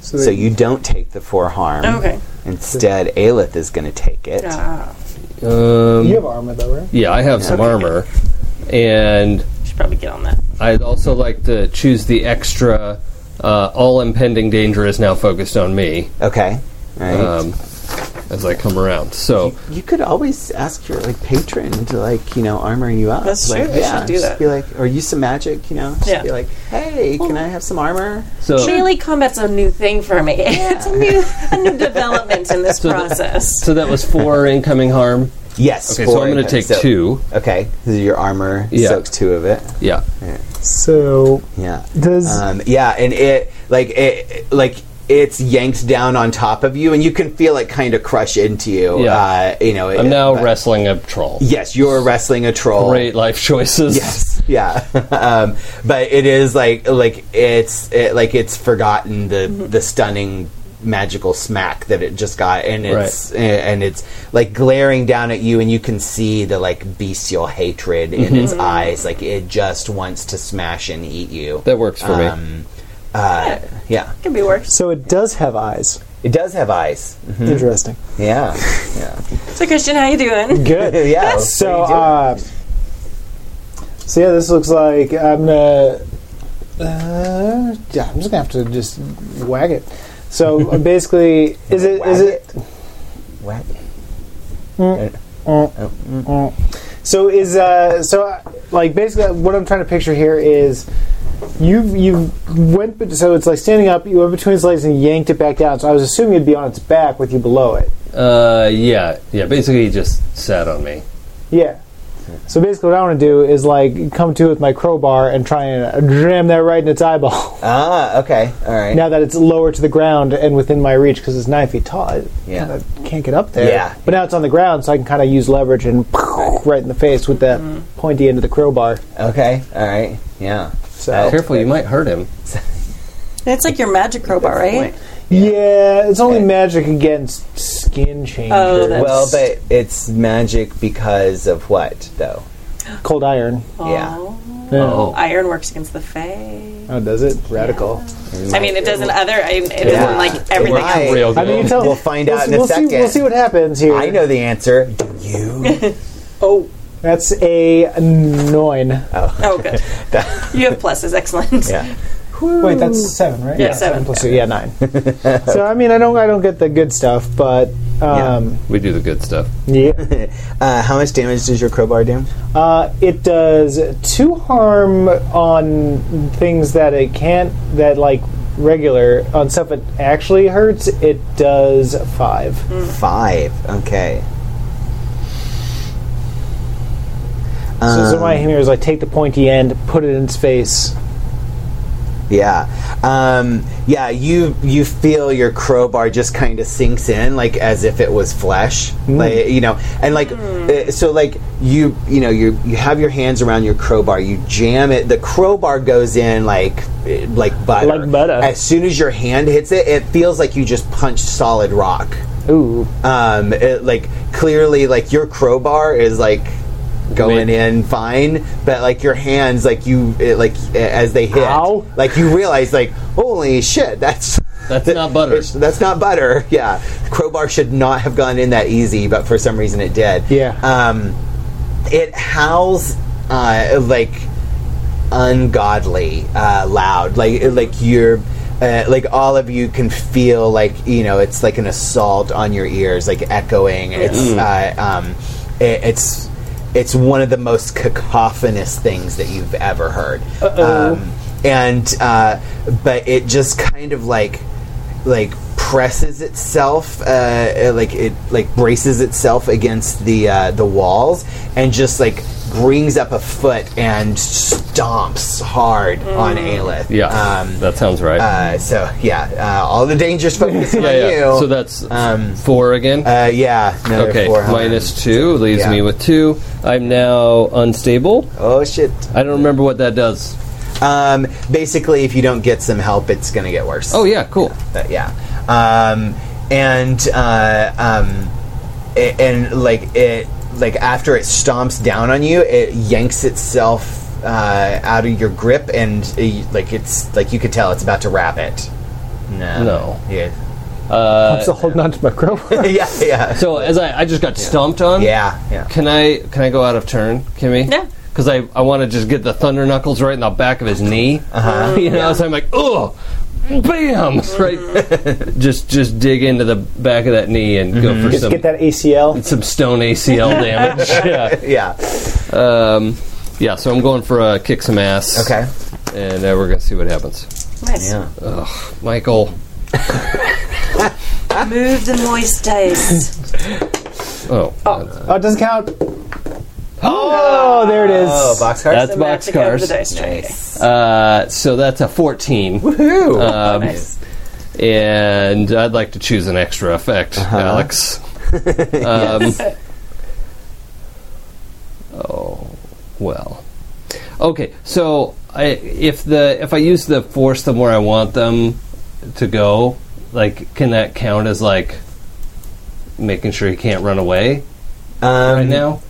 so you don't take the four harm.
Okay.
Instead, Aelith is going to take it.
Uh,
Um,
you have armor though, right?
yeah, I have some armor, and
should probably get on that.
I'd also like to choose the extra. Uh, all impending danger is now focused on me.
Okay. All right.
um, as I come around. So
You could always ask your like patron to like you know armor you up.
That's
like,
true. I should do
just
that.
Be like, or use some magic. You know, just
Yeah.
be like, hey, can I have some armor?
so
Melee combat's a new thing for me. it's a new a new development in this
So the-
process.
so that was four incoming harm.
Yes.
Okay, so
four
I'm going to
inputs.
take
So-
two.
Okay, so your armor
Yeah.
soaks two of it.
Yeah.
So
Yeah.
does
Um, yeah, and it like it like it's yanked down on top of you, and you can feel it kind of crush into you.
Yeah.
Uh, you know.
I'm
it-
now
but-
wrestling a troll.
Yes, you're wrestling a troll.
Great life choices.
Yes. Yeah. um, but it is like like it's it, like it's forgotten the the stunning magical smack that it just got and it's and it's like glaring down at you and you can see the like bestial hatred in
Mm-hmm.
its eyes like it just wants to smash and eat you
That works for me.
um, uh, yeah
Could be worse.
so it does have eyes.
it does have eyes Mm-hmm.
Interesting.
yeah yeah
So Christian, how you doing?
Good.
yeah what
so
are you doing?
uh, so yeah, this looks like I'm gonna. Uh, yeah, I'm just gonna have to just wag it. So basically, is it is
Wag
it
What?
So is uh, so uh, like basically what I'm trying to picture here is you you went bet- so it's like standing up you went between its legs and yanked it back down. So I was assuming it'd be on its back with you below it.
Uh, yeah. Yeah. Basically, he just sat on me.
Yeah. So basically, what I want to do is like come to with my crowbar and try and uh, jam that right in its eyeball.
ah okay all right
now that it's lower to the ground and within my reach because it's nine feet tall, I
Yeah.
kinda can't get up there.
Yeah.
But now it's on the ground, so I can kind of use leverage and right in the face with that
Mm.
pointy end of the crowbar.
okay all right yeah
So.
Oh.
Careful, you might hurt him.
It's like your magic crowbar, right?
Yeah, it's only
Okay.
magic against skin changes.
Oh, that's-
Well, but it's magic because of what, though?
cold iron.
Yeah.
Oh.
Oh.
Iron works against the Fae.
Oh, does it? Radical.
I mean, it does in other. I- It does
Yeah.
in like everything
Right.
else.
Real good.
I mean, you tell.
We'll find out in a
we'll See,
second.
we'll see what happens here.
I know the answer. Do you?
Oh,
That's a nine.
oh, good. you have pluses. Excellent.
yeah. Oh.
Wait, that's seven, right?
Yeah, seven.
plus two. Yeah, nine. so I mean, I don't, I don't get the good stuff, but um,
We do the good stuff.
yeah.
Uh, how much damage does your crowbar do?
Uh, it does two harm on things that it can't. That like regular on stuff it actually hurts. It does five.
Five. Okay.
So, so my hammer is like take the pointy end, put it in space.
Yeah. Um, yeah, you you feel your crowbar just kind of sinks in like as if it was flesh.
Hmm.
Like, you know, and like uh, so like you you know you you have your hands around your crowbar, you jam it. The crowbar goes in like eh, like butter.
Like butter.
As soon as your hand hits it, it feels like you just punched solid rock.
Ooh.
Um it, like clearly like your crowbar is like going
Mid.
in fine, but like your hands like you it, like eh, as they hit
Ow.
like you realize like holy shit that's
That's not butter.
it's- that's not butter yeah crowbar should not have gone in that easy but for some reason it did
Yeah.
um it howls uh like ungodly uh loud like like you're uh, like all of you can feel like you know it's like an assault on your ears like echoing it's uh, um it, it's it's one of the most cacophonous things that you've ever heard um, and uh, but it just kind of like like presses itself uh, uh, like it like braces itself against the uh, the walls and just like brings up a foot and stomps hard on Aelith.
Yeah,
Um,
that sounds right.
uh, so yeah, uh, all the dangers focusing
yeah,
on
yeah.
you.
So that's
um,
four again.
uh, yeah. another
okay,
400.
minus two leaves
Yeah.
me with two. I'm now unstable.
Oh shit.
I don't remember what that does.
Um, basically, if you don't get some help, it's gonna get worse.
Oh yeah, cool.
But yeah. Um, and uh, um, a- and like it, like after it stomps down on you, it yanks itself uh, out of your grip, and uh, like it's like you could tell it's about to wrap it. No.
No.
Yeah.
I'm still holding on to my crowbar.
yeah. Yeah.
So as I, I just got stomped on.
yeah. Yeah.
Can I can I go out of turn, Kimmy?
Yeah.
Because I, I want to just get the thunder knuckles right in the back of his knee. Uh-huh. You know, so I'm like, oh, bam! Right. just just dig into the back of that knee and go for
Just
some
get that ACL.
some stone ACL damage. yeah.
Yeah.
Um, yeah. So I'm going for a kick some ass.
Okay.
And uh, we're gonna see what happens.
Nice.
Yeah.
Michael.
Move the moist dice.
Oh,
Oh, it doesn't count. Oh, there it is.
Oh, boxcars.
That's
The magic of the
boxcars.
dice tray.
Nice.
Uh, so that's a 14.
Woohoo.
Um,
Nice.
And I'd like to choose an extra effect,
Uh-huh.
Alex. Um, oh well. Okay, so I, if the if I use the force them where I want them to go, like can that count as like making sure he can't run away
um,
right now?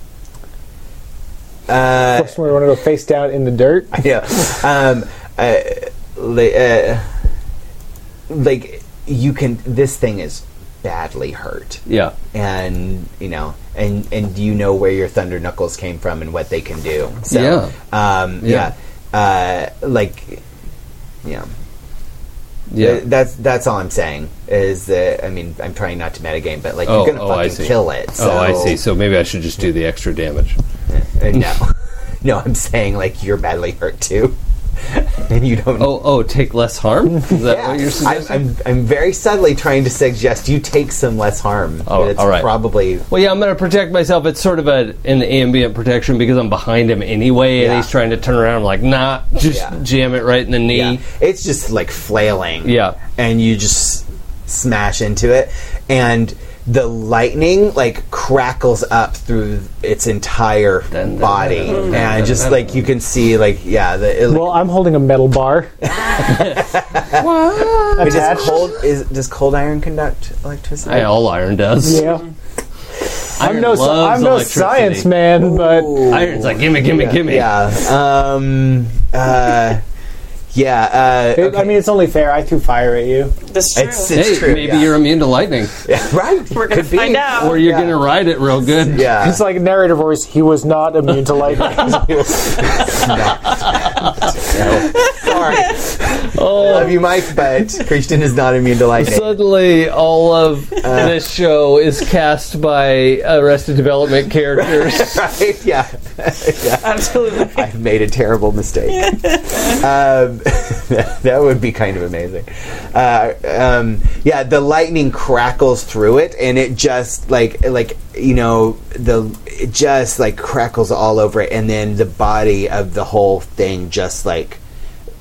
Uh,
First one, we want to go face down in the dirt.
yeah. Um, uh, li- uh, like you can. This thing is badly hurt,
Yeah.
and you know, and and you know where your thunder knuckles came from and what they can do. So,
Yeah.
Um,
Yeah.
yeah. Uh, like, yeah.
Yeah.
Uh, That's that's all I'm saying is that I mean I'm trying not to metagame, but like
Oh,
you're gonna
oh, I
fucking
see.
kill it. So.
oh, I see. So maybe I should just do the extra damage.
Uh, no, no, I'm saying like you're badly hurt too, and you don't.
Oh, oh, take less harm. Is that
Yeah.
what you're
I'm,
suggesting?
I'm, I'm very subtly trying to suggest you take some less harm.
Oh,
It's
all right.
Probably.
Well, yeah, I'm going to protect myself. It's sort of a, an ambient protection because I'm behind him anyway, and
Yeah.
he's trying to turn around. I'm like, nah, just
Yeah.
jam it right in the knee.
Yeah. It's just like flailing.
Yeah.
And you just smash into it, and the lightning like crackles up through its entire
dun,
body, and just like you can see like yeah the it,
Well, I'm holding a metal bar.
Wait, does
attached.
cold is does cold iron conduct electricity?
I, all iron does.
Yeah.
Iron
I'm no, sci-
loves
I'm no
electricity.
science man, but
Iron's like gimme, gimme, gimme.
Yeah. Um, uh, yeah. Uh,
it, I mean, it's only fair. I threw fire at you.
Ah.
That's true.
it's,
Hey,
it's true.
maybe
yeah.
you're immune to lightning,
right.
We're gonna
Could be.
find out.
or you're gonna ride it real good.
Yeah.
It's like narrator voice. He was not immune to lightning.
Sorry.
Oh,
Love you, Mike, but Christian is not immune to lightning.
Suddenly, all of
Uh.
this show is cast by Arrested Development characters.
right? Yeah.
Absolutely.
I made a terrible mistake. um, that would be kind of amazing. Uh, um, yeah, the lightning crackles through it, and it just like like you know the it just like crackles all over it, and then the body of the whole thing just like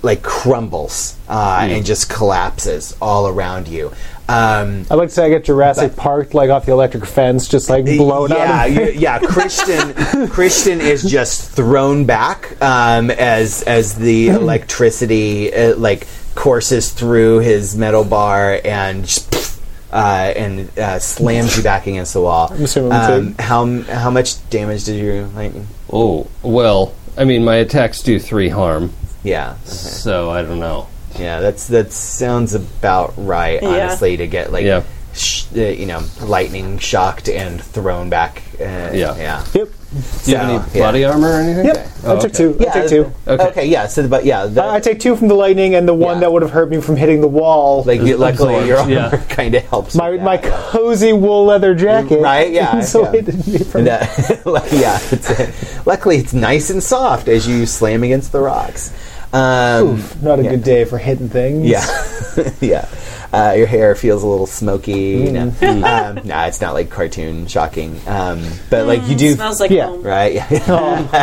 like crumbles uh, and just collapses all around you. Um,
I like to say I get Jurassic Parked like off the electric fence, just like blown
yeah,
out.
you- yeah. Christian, Christian is just thrown back um, as as the electricity uh, like courses through his metal bar and just, pff, uh, and uh, slams you back against the wall. I'm
assuming it's
um, how how much damage did you like?
oh well, I mean, my attacks do three harm,
Yeah,
so I don't know.
yeah. That's that sounds about right.
Yeah.
Honestly, to get like.
Yeah.
Sh- uh, you know, lightning shocked and thrown back. Uh,
Yeah.
yeah.
Yep.
Do you
So,
have any
yeah.
body armor or anything?
Yep. I
Oh,
took
okay.
two. I took two.
Okay.
Okay. Yeah. So, the, but yeah, the,
I take two from the lightning and the one
Yeah.
that would have hurt me from hitting the wall.
Like you, luckily,
absorbed,
your armor
yeah.
kind of helps.
my
with
my
that, yeah.
cozy wool leather jacket.
Right, yeah,
Insulated me from
That- like, yeah, it's, luckily it's nice and soft as you slam against the rocks. Um,
Not a good day for hitting things.
yeah, yeah. Uh, your hair feels a little smoky. You know, um, nah, it's not like cartoon shocking, um, but like you do,
Smells like
Yeah.
home.
right? Yeah.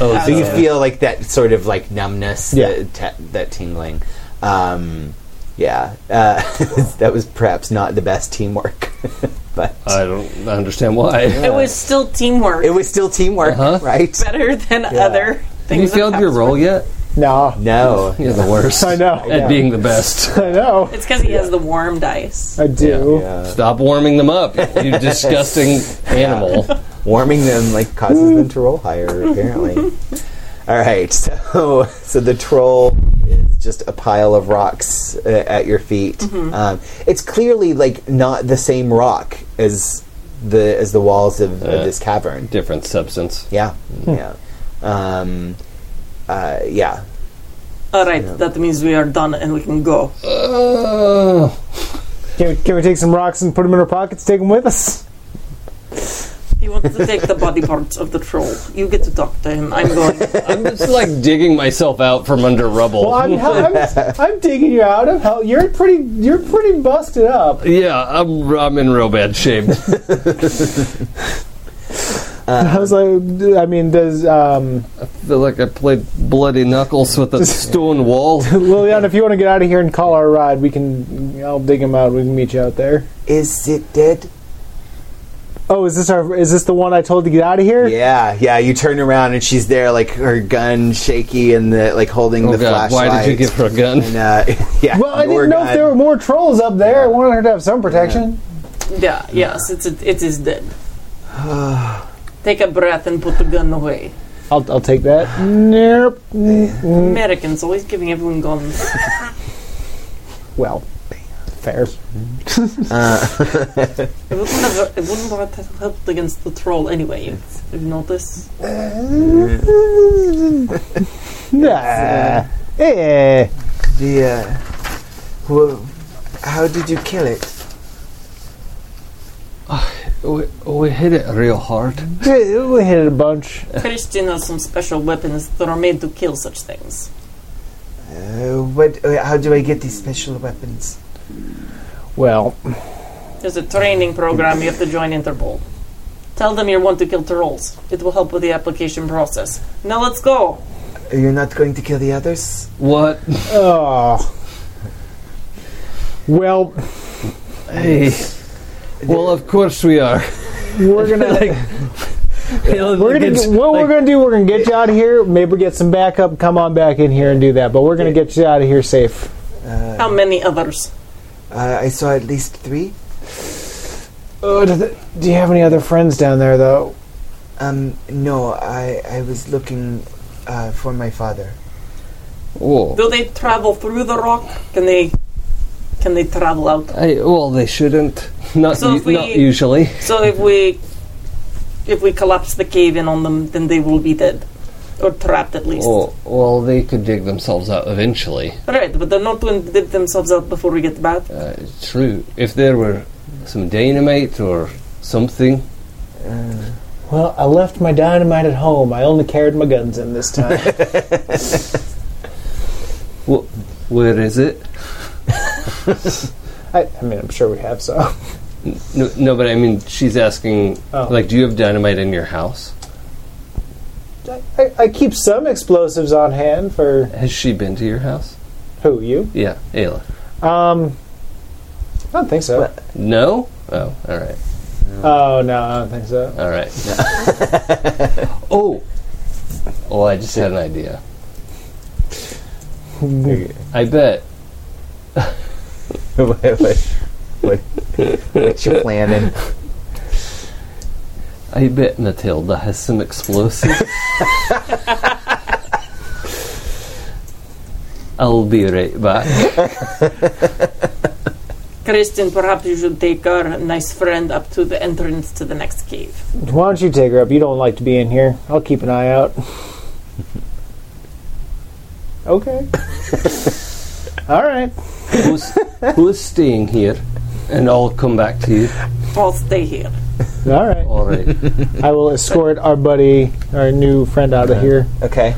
Oh,
so you
so-
feel like that sort of like numbness,
Yeah.
that, te- that tingling. Um, yeah, uh, that was perhaps not the best teamwork, but
I don't understand why.
It was still teamwork.
It was still teamwork,
Uh-huh.
right?
better than other
Have
things.
you failed
that
your
happen.
role yet?
Nah.
No.
You're the worst.
I know.
At being the best.
I know.
It's because he has the warm dice.
I do.
Stop warming them up, you disgusting animal.
Warming them like causes them to roll higher, apparently. All right, so so the troll is just a pile of rocks uh, at your feet. Um, it's clearly like not the same rock as the as the walls of, of this cavern.
Different substance.
Yeah,
Hmm.
yeah, um, uh, yeah.
All right, that means we are done and we can go.
Uh,
Can, we, can we take some rocks and put them in our pockets? Take them with us.
He wants to take the body parts of the troll. You get to talk to him. I'm going.
I'm just like digging myself out from under rubble.
Well, I'm, I'm, I'm digging you out of hell. You're pretty. You're pretty busted up.
yeah, I'm, I'm in real bad shape.
I was like, I mean, does um,
feel like I played bloody knuckles with a stone wall.
Liliana? If you want to get out of here and call our ride, we can. I'll dig him out. We can meet you out there.
Is it dead?
Oh, is this our? Is this the one I told to get out of here?
Yeah, yeah. You turn around and she's there, like her gun shaky and the like holding
Oh
the
god,
flashlight.
why did you give her a gun?
And, uh, yeah.
Well, I
your
didn't know
gun.
if there were more trolls up there. I wanted her to have some protection.
Yeah, yes, it's a, it is dead. Take a breath and put the gun away.
I'll, I'll take that. Nope. Mm,
Americans always giving everyone guns.
Well, fair.
It wouldn't have, it wouldn't have helped against the troll anyway. If you notice,
Nah. Eh.
The, uh, well, how did you kill it?
We, we hit it real hard.
Eh, We hit it a bunch.
Christian has some special weapons that are made to kill such things.
Uh, what? Uh, how do I get these special weapons?
Well,
There's a training program you have to join Interpol. Tell them you want to kill trolls. It will help with the application process. Now let's go.
You're not going to kill the others?
What?
oh. Well,
Hey. Well, of course we are.
we're gonna we're gonna get, what we're gonna do. We're gonna get you out of here. Maybe get some backup. Come on back in here and do that. But we're gonna get you out of here safe.
How many others?
Uh, I saw at least three.
Oh, do, th- do you have any other friends down there, though?
Um, no, I, I was looking uh, for my father.
Well,
Do they travel through the rock? Can they? Can they travel out?
I, well, they shouldn't. Not,
So
u-
if we-
not usually.
So if we, if we collapse the cave in on them, then they will be dead, or trapped at least.
Well, well, they could dig themselves out eventually.
Right, but they're not going to dip themselves out before we get back.
Uh, true. If there were some dynamite or something,
Well, I left my dynamite at home. I only carried my guns in this time.
wh- where is it?
I, I mean, I'm sure we have so.
No, no, but I mean, she's asking,
Oh.
like, do you have dynamite in your house?
I, I keep some explosives on hand for
Has she been to your house?
who you?
Yeah, Ayla.
Um, I don't think so.
No? Oh, all right,
Oh no, I don't think so.
all right. oh, oh, I just had an idea. I bet
what, what, what, what you planning?
I bet Matilda has some explosives. I'll be right back.
Kristen, perhaps you should take our nice friend up to the entrance to the next cave.
Why don't you take her up? You don't like to be in here. I'll keep an eye out. okay. All right.
Who's, who's staying here? And I'll come back to you.
I'll stay here.
All right.
All right.
I will escort our buddy, our new friend, out of here.
Okay.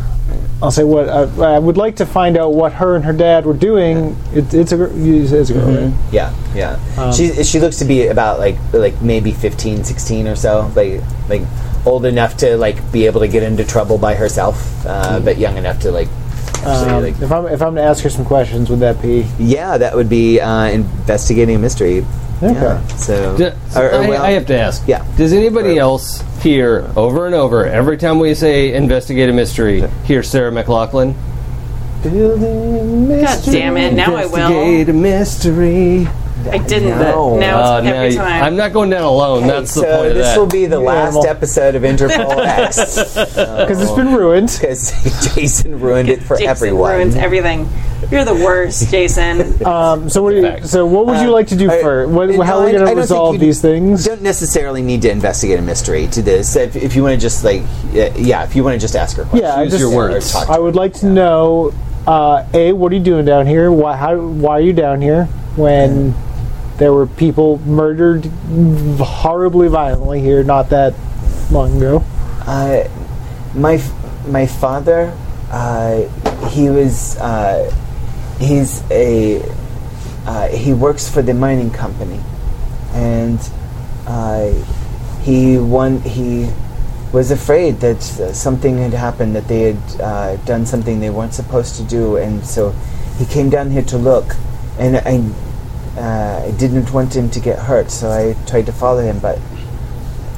I'll say what I, I would like to find out what her and her dad were doing. It, it's a gr- you say it's a girl,
Mm-hmm.
right?
Yeah, yeah.
Um,
she she looks to be about like like maybe 15, 16 or so, like like old enough to like be able to get into trouble by herself, uh, but young enough to like. actually,
Mm-hmm. Um,
like
if I'm if I'm to ask her some questions, would that be
yeah, that would be uh, investigating a mystery.
okay?
Yeah. So,
D-
or- or
I,
well-
I have to ask.
Yeah.
Does anybody else hear over and over every time we say investigate a mystery? Hear Sarah McLaughlin?
Building
God
mystery.
damn it! Now I will.
Investigate a mystery.
I didn't.
No.
but now
Uh,
it's every
now you-
time.
I'm not going down alone.
Hey,
That's
so
the point of
this
that.
will be the last
animal.
episode of Interpol X
Because it's been ruined.
because Jason ruined it for
Jason
everyone.
ruins everything. You're the worst, Jason.
Um, so what? do you,
Fact.
so what would you
Uh,
like to do
I- uh,
first? What,
no,
how are
I-
we
I
going
don't
to resolve
think you-
these things?
don't necessarily need to investigate a mystery to this. If, if you want to just like, uh, yeah, if you want to just ask her questions.
Yeah, I
Use
just-
your
or
words.
talk to
I would like to know, uh, a, what are you doing down here? Why? How? Why are you down here when there were people murdered horribly violently here not that long ago?
Uh, my f- my father, uh, he was uh, he's a uh, he works for the mining company, and uh, he won he was afraid that uh, something had happened that they had uh, done something they weren't supposed to do, and so he came down here to look, and I uh, I didn't want him to get hurt, so I tried to follow him, but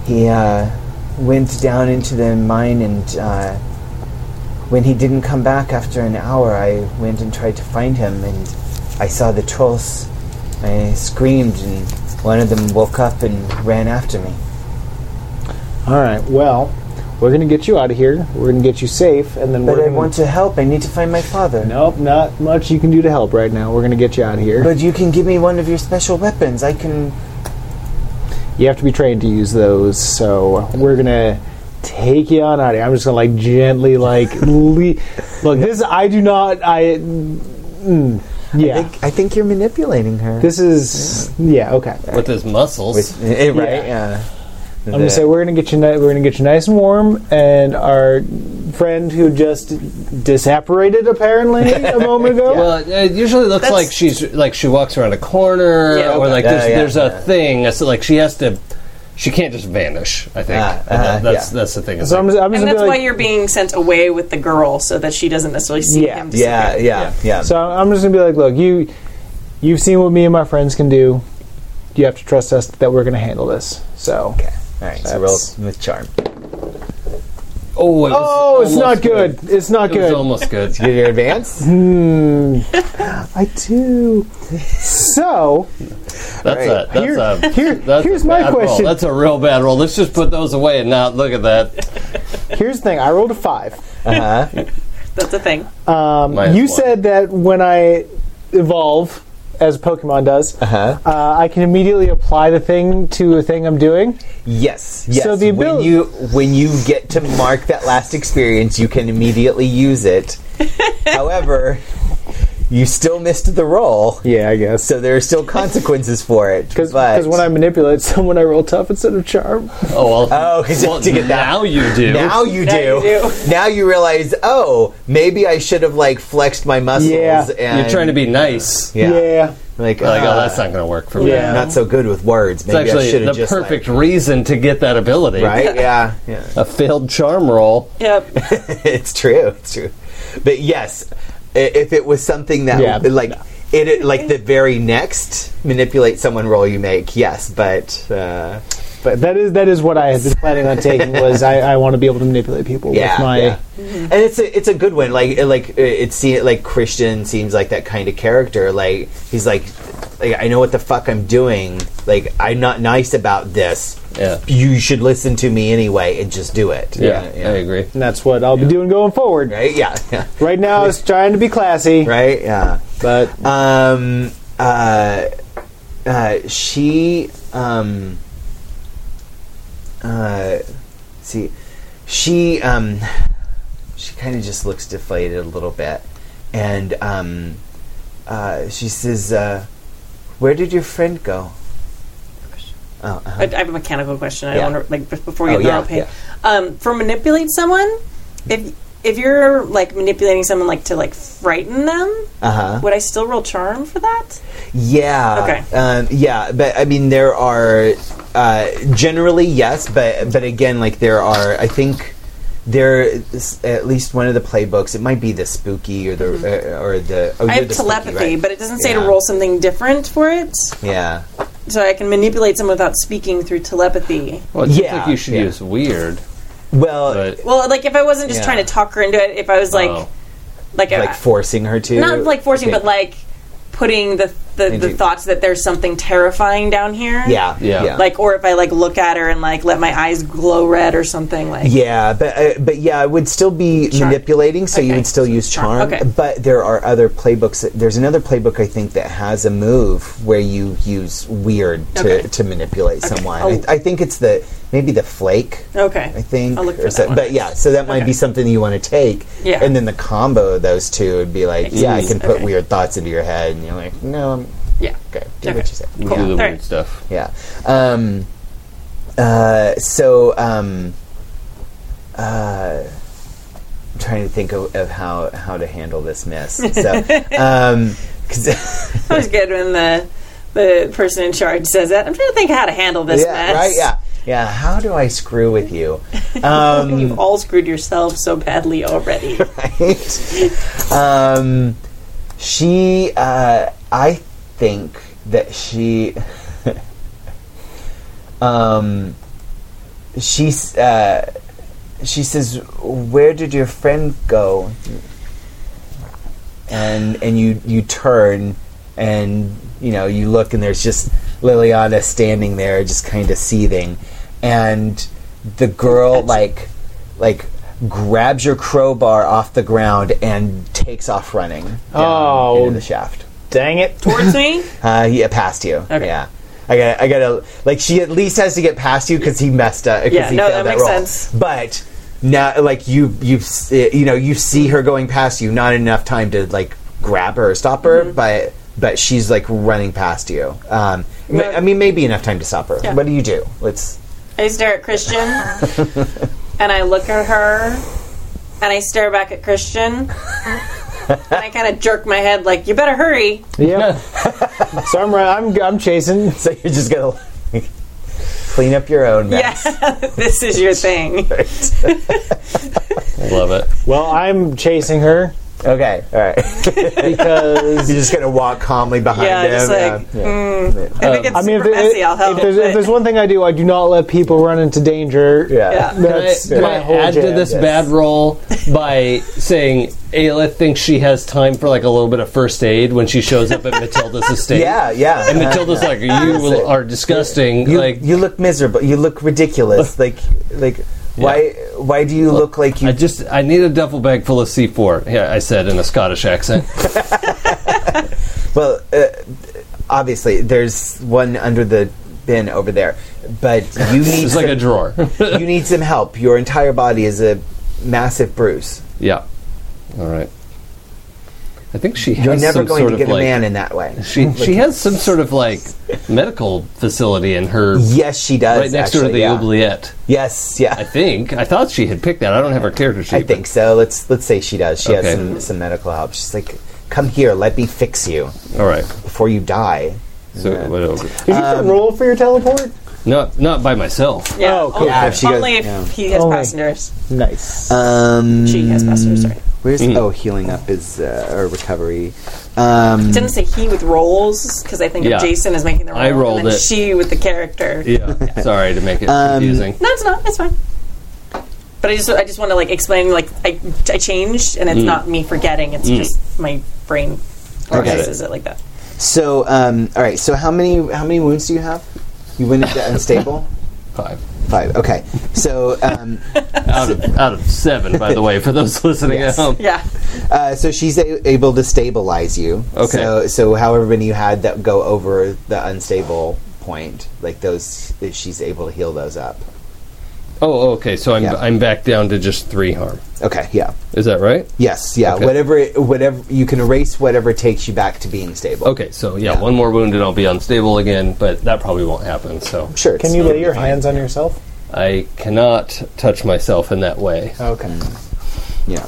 he uh, went down into the mine and uh, when he didn't come back after an hour i went and tried to find him and i saw the trolls i screamed and one of them woke up and ran after me
All right. Well, we're going to get you out of here. We're going to get you safe, and then
but
we're
i
gonna,
want to help i need to find my father
Nope, not much you can do to help right now. We're going to get you out of here.
but you can give me one of your special weapons i can
you have to be trained to use those, so we're gonna take you on out of here. I'm just gonna like gently like le- look. This I do not. I mm, yeah.
I, think, I think you're manipulating her
this is yeah okay.
With his muscles.
With- eh, right yeah
I'm gonna say we're gonna get you. Ni- we're gonna get you nice and warm, and our friend who just disapparated apparently a moment ago.
Well, it usually looks
That's-
like she's like she walks around a corner,
Yeah.
or like
Yeah,
there's,
yeah,
there's
yeah.
a thing. It's like she has to, she can't just vanish. I think
Ah,
And
uh-huh,
that's
yeah.
that's the thing. It's
so I'm,
like-
just- I'm just
and
gonna
that's
be
why
like,
you're being sent away with the girl, so that she doesn't necessarily see
Yeah.
him.
yeah, yeah,
disappear.
yeah,
So I'm just gonna be like, look, you, you've seen what me and my friends can do. You have to trust us that we're gonna handle this. So.
Okay. All right. So
That's-
roll with charm.
oh, it was
Oh, it's not
almost
good. It's not
It was
good.
almost good.
Did you advance?
Hmm. I do. So,
That's
Right.
a that's
Here-
a
here-
that's
here's
a
my
bad roll.
question.
That's a real bad roll. Let's just put those away and not look at that.
Here's the thing. I rolled a five.
Uh-huh.
That's a thing.
Um,
Minus
you
one.
said that when I evolve, as Pokemon does,
Uh-huh.
uh, I can immediately apply the thing to a thing I'm doing.
Yes, yes.
So the
when
abil-
you when you get to mark that last experience, you can immediately use it. However, you still missed the roll,
Yeah, I guess.
so there are still consequences for it.
Because when I manipulate someone, I roll tough instead of charm.
Oh well.
Oh, 'cause you
well,
have to get that.
now you do.
now you
Now
do.
you do.
Now you realize, oh, maybe I should have like flexed my muscles.
Yeah.
and
You're trying to be nice.
yeah, like,
Like,
uh,
oh, that's not going to work for me.
Yeah.
not so good with words.
It's
Maybe I should
actually
have
the
just like-
perfect reason to get that ability.
right? Yeah, yeah.
A failed charm roll.
Yep.
it's true. It's true. But yes, i- if it was something that
Yeah.
like it, it like the very next manipulate someone roll you make, yes, but uh,
But that is that is what I had been planning on taking. Was I, I want to be able to manipulate people
yeah,
with my
yeah. and it's a it's a good one. Like it- like uh, it's see like Christian seems like that kind of character. Like he's like. Like, I know what the fuck I'm doing. Like I'm not nice about this.
Yeah.
You should listen to me anyway and just do it.
Yeah,
yeah.
I agree.
And that's what I'll be doing going forward.
Right? Yeah. yeah.
Right now, it's trying to be classy,
Right? Yeah.
but
um, uh, uh, she, um, uh, see, she, um, she kind of just looks deflated a little bit, and um, uh, she says, uh, "Where did your friend go?" Oh, uh-huh.
I, I have a mechanical question. I
Yeah.
don't want to like b- before
Oh,
you
yeah,
narrow pain. Um, for manipulate someone, if if you're like manipulating someone like to like frighten them,
uh-huh.
would I still roll charm for that?
Yeah.
Okay.
Um, yeah, but I mean, there are uh, generally yes, but but again, like there are, I think there is at least one of the playbooks. It might be the spooky or the uh, or the.
Mm-hmm.
Oh,
I
you're
have
the spooky,
telepathy,
right.
but it doesn't say to
Yeah.
roll something different for it.
Yeah.
So I can manipulate someone without speaking through telepathy.
Well, it's
Yeah,
like you should
yeah.
use weird,
Well,
but
Well, like if I wasn't just
Yeah.
trying to talk her into it, if I was like,
Oh.
like, a,
like forcing her to
not like forcing,
Okay.
but like putting the the, the
Into-
thoughts that there's something terrifying down here.
yeah,
Yeah.
yeah.
Like, or if I like look at her and like let my eyes glow red or something. Like,
Yeah, but uh, but yeah, it would still be
Charm.
manipulating, so you
Okay.
would still use charm.
Charm, okay.
But there are other playbooks. that- There's another playbook I think that has a move where you use weird to,
Okay. Oh.
to manipulate someone.
I'll-
I, I think it's the maybe the flake.
okay,
I think,
I'll look
or
for
so-
that one.
but yeah, so that might
Okay.
be something you want to take.
Yeah.
and then the combo of those two would be like, yeah, I
sense.
can put
Okay.
weird thoughts into your head, and you're like, no, I'm
yeah,
okay. Do
Okay.
what you say.
you
Cool.
do the
All right.
weird stuff.
Yeah. Um, uh, so um, uh, I'm trying to think of, of how how to handle this mess. So, um 'cause
It's always good when the the person in charge says that. I'm trying to think how to handle this
yeah,
mess.
right, yeah, yeah. How do I screw with you? Um,
You've all screwed yourselves so badly already.
right? um, she, uh, I think that she, um, she, s- uh, she says, "Where did your friend go?" And and you you turn and you know you look and there's just Liliana standing there, just kind of seething, and the girl like like grabs your crowbar off the ground and takes off running down
Oh.
into the shaft.
dang it,
Towards me,
Uh, yeah, past you.
Okay.
Yeah. I gotta, I gotta, like, she at least has to get past you because he messed up. 'cause
Yeah,
he
no,
failed
that makes
roll.
sense.
But now, like, you, you, s- eh, you know, you see her going past you. Not enough time to like grab her or stop her,
Mm-hmm.
but but she's like running past you. Um, ma-
Yeah.
I mean, maybe enough time to stop her.
Yeah.
What do you do? Let's.
I stare at Christian and I look at her and I stare back at Christian. And I kind of jerk my head like, "You better hurry!"
yeah. so I'm right. I'm I'm chasing.
So you're just gonna clean up your own mess.
Yeah, this is your thing.
Love it.
Well, I'm chasing her.
Okay, all right.
because
You're just gonna walk calmly behind
Yeah,
him.
just like, mm.
yeah.
if it gets
I mean, if,
super
there-
messy, I'll help.
if, there's, if
but-
there's one thing I do, I do not let people run into danger.
Yeah.
Yeah.
Can I,
that's
can
my
I
whole
add to
jam,
this
yes.
bad role by saying Ayla thinks she has time for like a little bit of first aid when she shows up at Matilda's estate?
yeah, yeah.
And Matilda's like, you are disgusting.
you,
Uh, like,
you look miserable. You look ridiculous. like, like why? Why do you look like you?
I just I need a duffel bag full of C4. Yeah, I said in a Scottish accent.
well, uh, obviously, there's one under the bin over there, but you need
It's like a
some,
drawer.
you need some help. Your entire body is a massive bruise.
yeah. All right. I think she has
You're never
some
going
sort
to
of
get
like
a man in that way.
she she has some sort of like medical facility in her
Yes, she does.
right next door to
actually,
the
yeah.
oubliette.
Yes,
I
yeah.
think I thought she had picked that. I don't have her character sheet.
I think so. Let's let's say she does. She
Okay.
has some some medical help. She's like, "Come here, let me fix you
but- All right.
before you die."
So
Yeah.
whatever.
Did you
Um,
get roll for your teleport?
Not not by myself.
yeah,
Oh, cool.
only,
Yeah, if she goes-
only if
yeah.
he has
Only.
passengers.
Nice.
Um,
She has passengers. Sorry,
Where's oh healing up is uh, or recovery? Um,
didn't say he with rolls because I think
Yeah.
Jason is making the roll.
I rolled
and then
it.
She with the character.
Yeah. Sorry to make it
Um,
confusing.
No, it's not. It's fine. But I just I just want to like explain like I, I changed and it's
Mm.
not me forgetting. It's just my brain organizes it. like that.
so um, all right. So how many how many wounds do you have? You went into unstable.
Five
Five. Okay. So um,
out of out of seven. By the way, for those listening
Yes.
at home.
Yeah.
uh, so she's a- able to stabilize you.
Okay.
So so however many you had that go over the unstable point, like those, she's able to heal those up.
Oh, okay. So I'm
Yeah.
I'm back down to just three harm.
Okay. Yeah.
Is that right?
Yes. Yeah.
Okay.
Whatever. It, whatever. You can erase whatever takes you back to being stable.
Okay, so yeah, one more wound and I'll be unstable again, but that probably won't happen. So
Sure.
Can
it's-
you lay your hands on yourself?
I cannot touch myself in that way
Okay.
Yeah.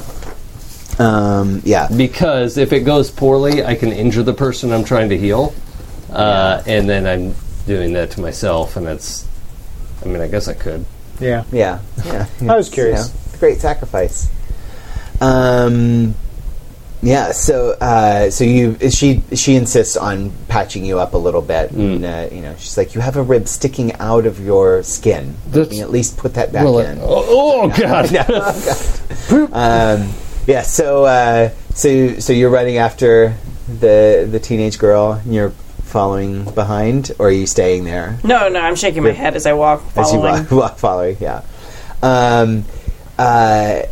Um, yeah.
because if it goes poorly, I can injure the person I'm trying to heal, uh, and then I'm doing that to myself, and that's. I mean, I guess I could.
Yeah.
Yeah. Yeah.
I was curious.
Yeah. Great sacrifice. Um, yeah. So, uh, so you she she insists on patching you up a little bit. And, uh, you know, she's like, you have a rib sticking out of your skin. Let
That's-
me at least put that back
Well,
in.
uh, oh, oh, god!
Um, yeah. So, uh, so so you're running after the the teenage girl. And you're following behind, or are you staying there?
No, no, I'm shaking my head as I walk.
as you
following.
walk, walk following. Yeah, um, uh,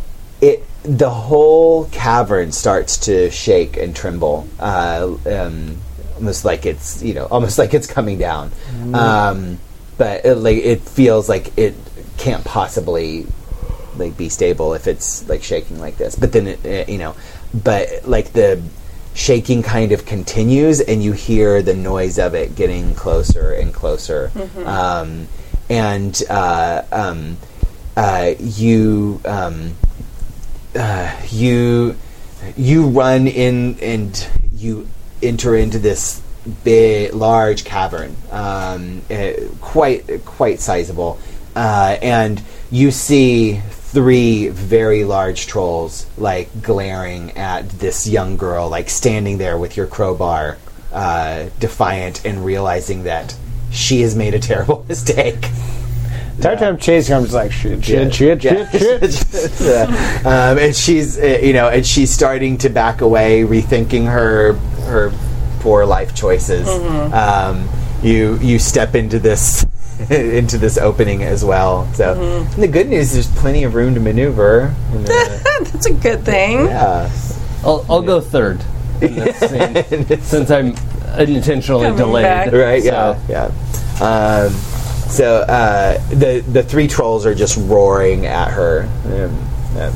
it the whole cavern starts to shake and tremble, uh, um, almost like it's you know almost like it's coming down. Um, but it, like it feels like it can't possibly like be stable if it's like shaking like this. But then it, it you know, but like the shaking kind of continues and you hear the noise of it getting closer and closer um, and uh, um, uh, you um, uh, you you run in and you enter into this big large cavern um, eh, quite quite sizable uh, and you see three very large trolls like glaring at this young girl like standing there with your crowbar uh, defiant and realizing that she has made a terrible mistake
Entire time chasing, I'm just like shit, shit, shit,
yeah.
shit, shit.
Yeah. um, and she's uh, you know and she's starting to back away rethinking her her poor life choices um, you you step into this into this opening as well so and the good news is there's plenty of room to maneuver in the-
That's a good thing.
yeah
I'll, I'll go third in this scene, since I'm unintentionally
Coming
delayed.
back.
right
So-
yeah yeah um, so uh, the the three trolls are just roaring at her um, uh,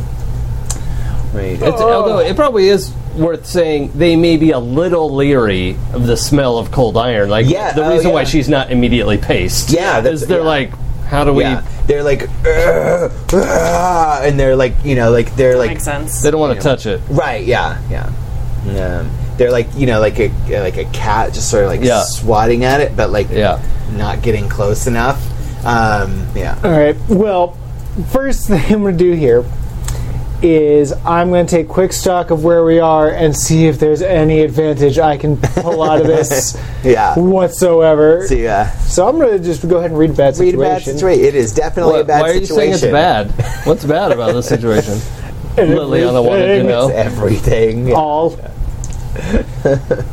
wait,
It's, Although it probably is worth saying they may be a little leery of the smell of cold iron. Like
Yeah,
the
oh,
reason why
yeah.
she's not immediately paced.
Yeah, that's-
is they're
yeah.
like, how do we?
Yeah, they're like, "Ugh, ugh," and they're like, you know, like they're like,
Makes sense.
They don't want to touch it.
right? Yeah, yeah. Um, they're like, you know, like a like a cat, just sort of like
Yeah.
swatting at it, but like,
Yeah.
not getting close enough. Um, yeah,
All right. Well, first thing I'm going to do here is I'm going to take quick stock of where we are and see if there's any advantage I can pull out of this
Yeah.
whatsoever.
So yeah,
So I'm going to just go ahead and read
read
bad situation.
bad situation. It is definitely
Why,
a bad
why are you
situation.
saying it's bad? What's bad about this situation? Liliana wanted to
Everything.
It's everything.
know. Oh.
Yeah.
All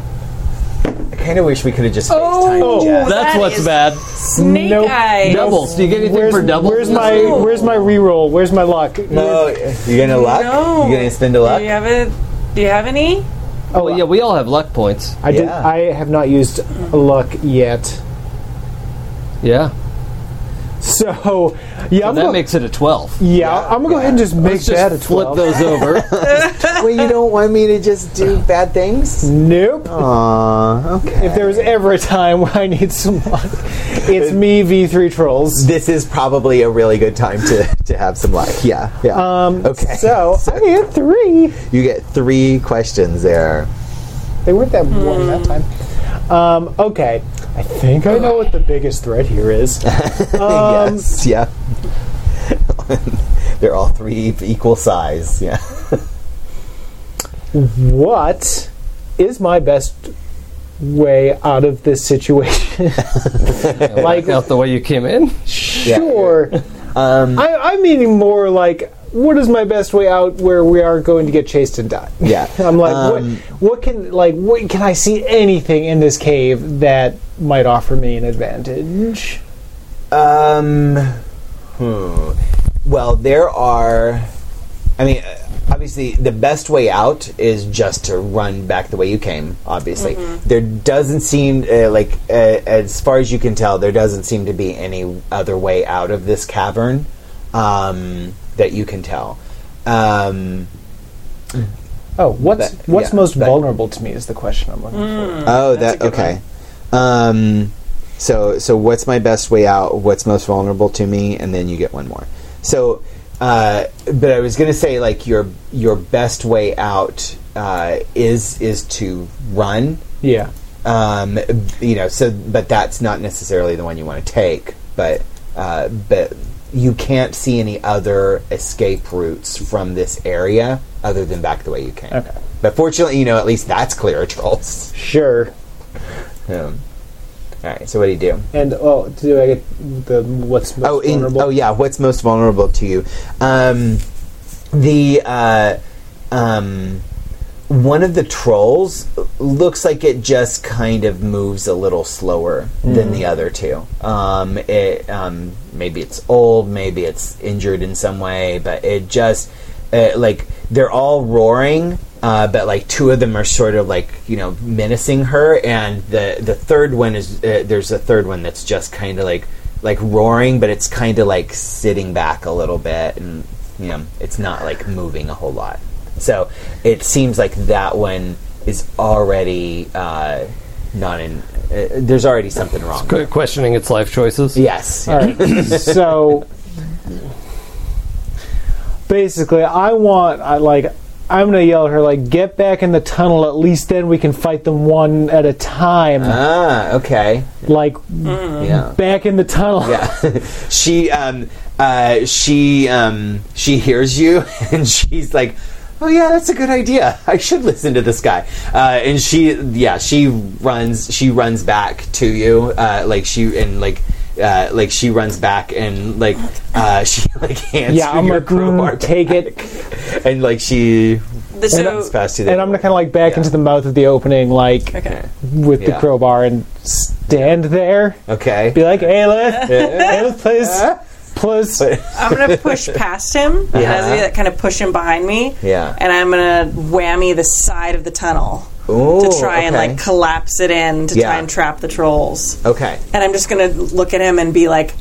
I kind of wish we could have just FaceTimed
Oh,
Jack.
That's
That
what's
is-
bad.
Snake
Nope.
eyes.
Doubles. Do you get anything
where's,
for doubles?
where's
in this
my
game?
where's my reroll? Where's my luck?
No, you're gonna luck.
No.
You're gonna spend a luck.
Do you have a? Do you have any?
Oh yeah, we all have luck points.
I did.
Yeah.
I have not used luck yet.
Yeah,
So yeah, I'm
that
gonna,
makes it a twelve.
yeah, I'm gonna go ahead and just make
Let's
that a
just flip
twelve.
those over.
Well, you don't want me to just do bad things.
Nope.
Oh, Aw, okay.
If there was ever a time where I need some luck, it's me V3 trolls.
this is probably a really good time to, to have some luck. Yeah, yeah.
Um,
okay.
So, I get three.
you get three questions there.
They weren't that warm
Hmm.
that time. Um, okay, I think I know what the biggest threat here is. Um,
yes. Yeah. They're all three of equal size. Yeah.
What is my best way out of this situation? like,
Like out the way you came in.
sure.
Um,
I, I'm meaning more like, what is my best way out where we are going to get chased and die?
Yeah.
I'm like,
Um,
what, what can like, what can I see anything in this cave that might offer me an advantage?
Um, hmm. Well, there are. I mean, uh, obviously, the best way out is just to run back the way you came. Obviously, there doesn't seem uh, like, uh, as far as you can tell, there doesn't seem to be any other way out of this cavern um, that you can tell. Um,
Oh, what's
That-
what's
yeah,
most
that-
vulnerable to me is the question I'm looking for.
oh,
that's
that
a good
okay. Um, so, so what's my best way out? What's most vulnerable to me? And then you get one more. So, uh, but I was gonna say like your your best way out uh, is is to run.
Yeah.
Um, you know, so but that's not necessarily the one you want to take. But uh, but you can't see any other escape routes from this area other than back the way you came.
Okay.
But fortunately, you know, at least that's clear, trolls.
Sure.
Um, all right. So what do you do?
And oh, do I get the what's most
Oh, in,
vulnerable?
oh yeah. What's most vulnerable to you? Um, the uh, um, one of the trolls looks like it just kind of moves a little slower than the other two. Um, it um, maybe it's old, maybe it's injured in some way, but it just uh, like they're all roaring. Uh, but like two of them are sort of like you know menacing her, and the the third one is uh, there's a third one that's just kind of like like roaring, but it's kind of like sitting back a little bit, and you know it's not like moving a whole lot. So it seems like that one is already uh, not in. Uh, there's already something wrong.
Qu- Questioning its life choices.
Yes.
All right. so basically, I want I like I'm gonna yell at her like get back in the tunnel. At least then we can fight them one at a time.
Ah. Okay.
like
Yeah.
back in the tunnel.
Yeah. she um uh she um she hears you and she's like Oh yeah, that's a good idea. I should listen to this guy. Uh, and she, yeah, she runs. She runs back to you, uh, like she and like, uh, like she runs back and like uh, she like hands
Yeah,
you
I'm
your
like, mm,
crowbar
take it.
back. and like she
The,
runs
so,
past you.
And I'm gonna kind of like back into the mouth of the opening, like
okay.
with
Yeah.
the crowbar, and stand there.
okay.
Be like, Aelith, Aelith, please, please.
I'm gonna push past him. And as I do that, kind of push him behind me.
Yeah.
And I'm gonna whammy the side of the tunnel
Ooh,
to try and
okay.
like collapse it in to
Yeah.
try and trap the trolls.
Okay.
And I'm just gonna look at him and be like,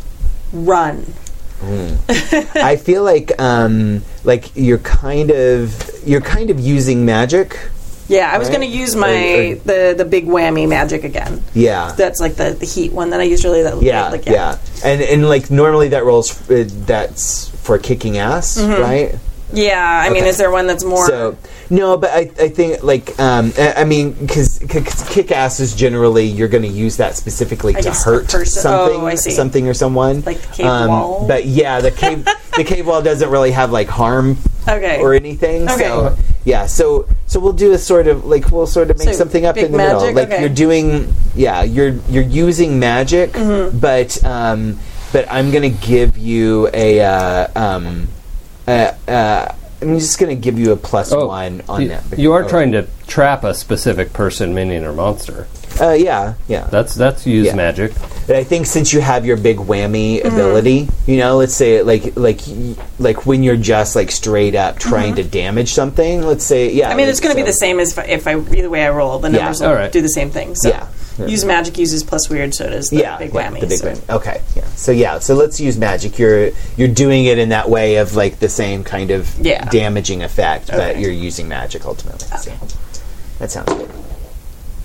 "Run."
I feel like um, like you're kind of you're kind of using magic.
Yeah, I was gonna use my
Or- or-
the the big whammy magic again.
Yeah.
That's like the, the heat one that I use really. That
yeah,
like,
yeah, And and like normally that rolls uh, that's for kicking ass, right?
Yeah, I mean,
Okay.
is there one that's Mm-hmm. more?
So no, but I, I think like um, I, I mean because kick ass is generally you're going to use that specifically to
guess a
hurt
person-
something,
oh, I see.
something or someone, Um,
Like the cave wall?
But yeah, the cave the cave wall doesn't really have like harm
Okay.
or anything. So
Okay.
yeah, so so we'll do a sort of like we'll sort of make
So,
something up
big
in the middle.
magic?
Like
Okay.
you're doing yeah, you're you're using magic,
Mm-hmm.
but um, but I'm gonna give you a uh, um, uh, uh, I'm just gonna give you a plus one on
Oh, you,
that.
you are
Oh.
trying to trap a specific person, minion, or monster.
Uh, yeah, yeah.
That's that's use
Yeah.
magic.
But I think since you have your big whammy
Mm-hmm.
ability, you know, let's say like like y- like when you're just like straight up trying to damage something, let's say yeah.
Mm-hmm. I mean,
like,
it's going to
so-
be the same as if I, if I either way I roll, the
Yeah,
numbers
all
will
right.
do the same thing. So
Yeah.
use magic uses plus weird, so does the
yeah,
big
yeah,
whammy.
The big
so.
whammy. Okay. Yeah. So yeah. So let's use magic. You're you're doing it in that way of like the same kind of
Yeah.
damaging effect, but
Okay.
you're using magic ultimately. So that sounds good.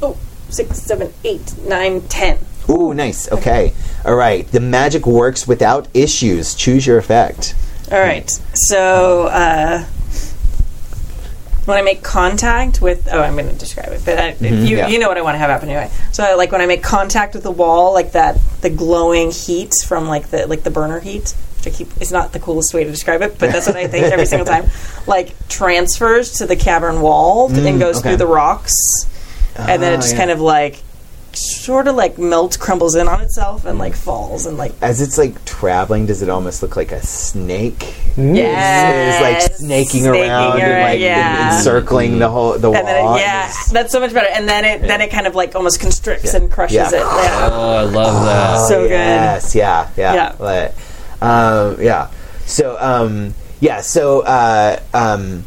Oh, six, seven, eight, nine, ten.
Ooh, nice. Okay. All right. The magic works without issues. Choose your effect.
All right. So uh, when I make contact with, oh, I'm going to describe it, but I, you,
Mm-hmm, yeah.
you know what I want to have happen anyway. So I, like when I make contact with the wall, like that, the glowing heat from like the like the burner heat. Which I keep is not the coolest way to describe it, but that's what I think every single time. Like transfers to the cavern wall and goes
Mm, okay.
through the rocks, and then
Ah,
it just
yeah.
kind of like sort of like melts, crumbles in on itself, and like falls and like
As it's like traveling, does it almost look like a snake? Is
yes,
like snaking around and
around,
like
yeah.
encircling the whole the
and then
wall.
it, yeah, that's so much better. And then it then it kind of like almost constricts and crushes
Yeah. Ah,
it. Yeah.
Oh, I love that.
so good.
Yes, yeah, yeah,
Yeah.
But, um, yeah. So, um, yeah. So, uh, um,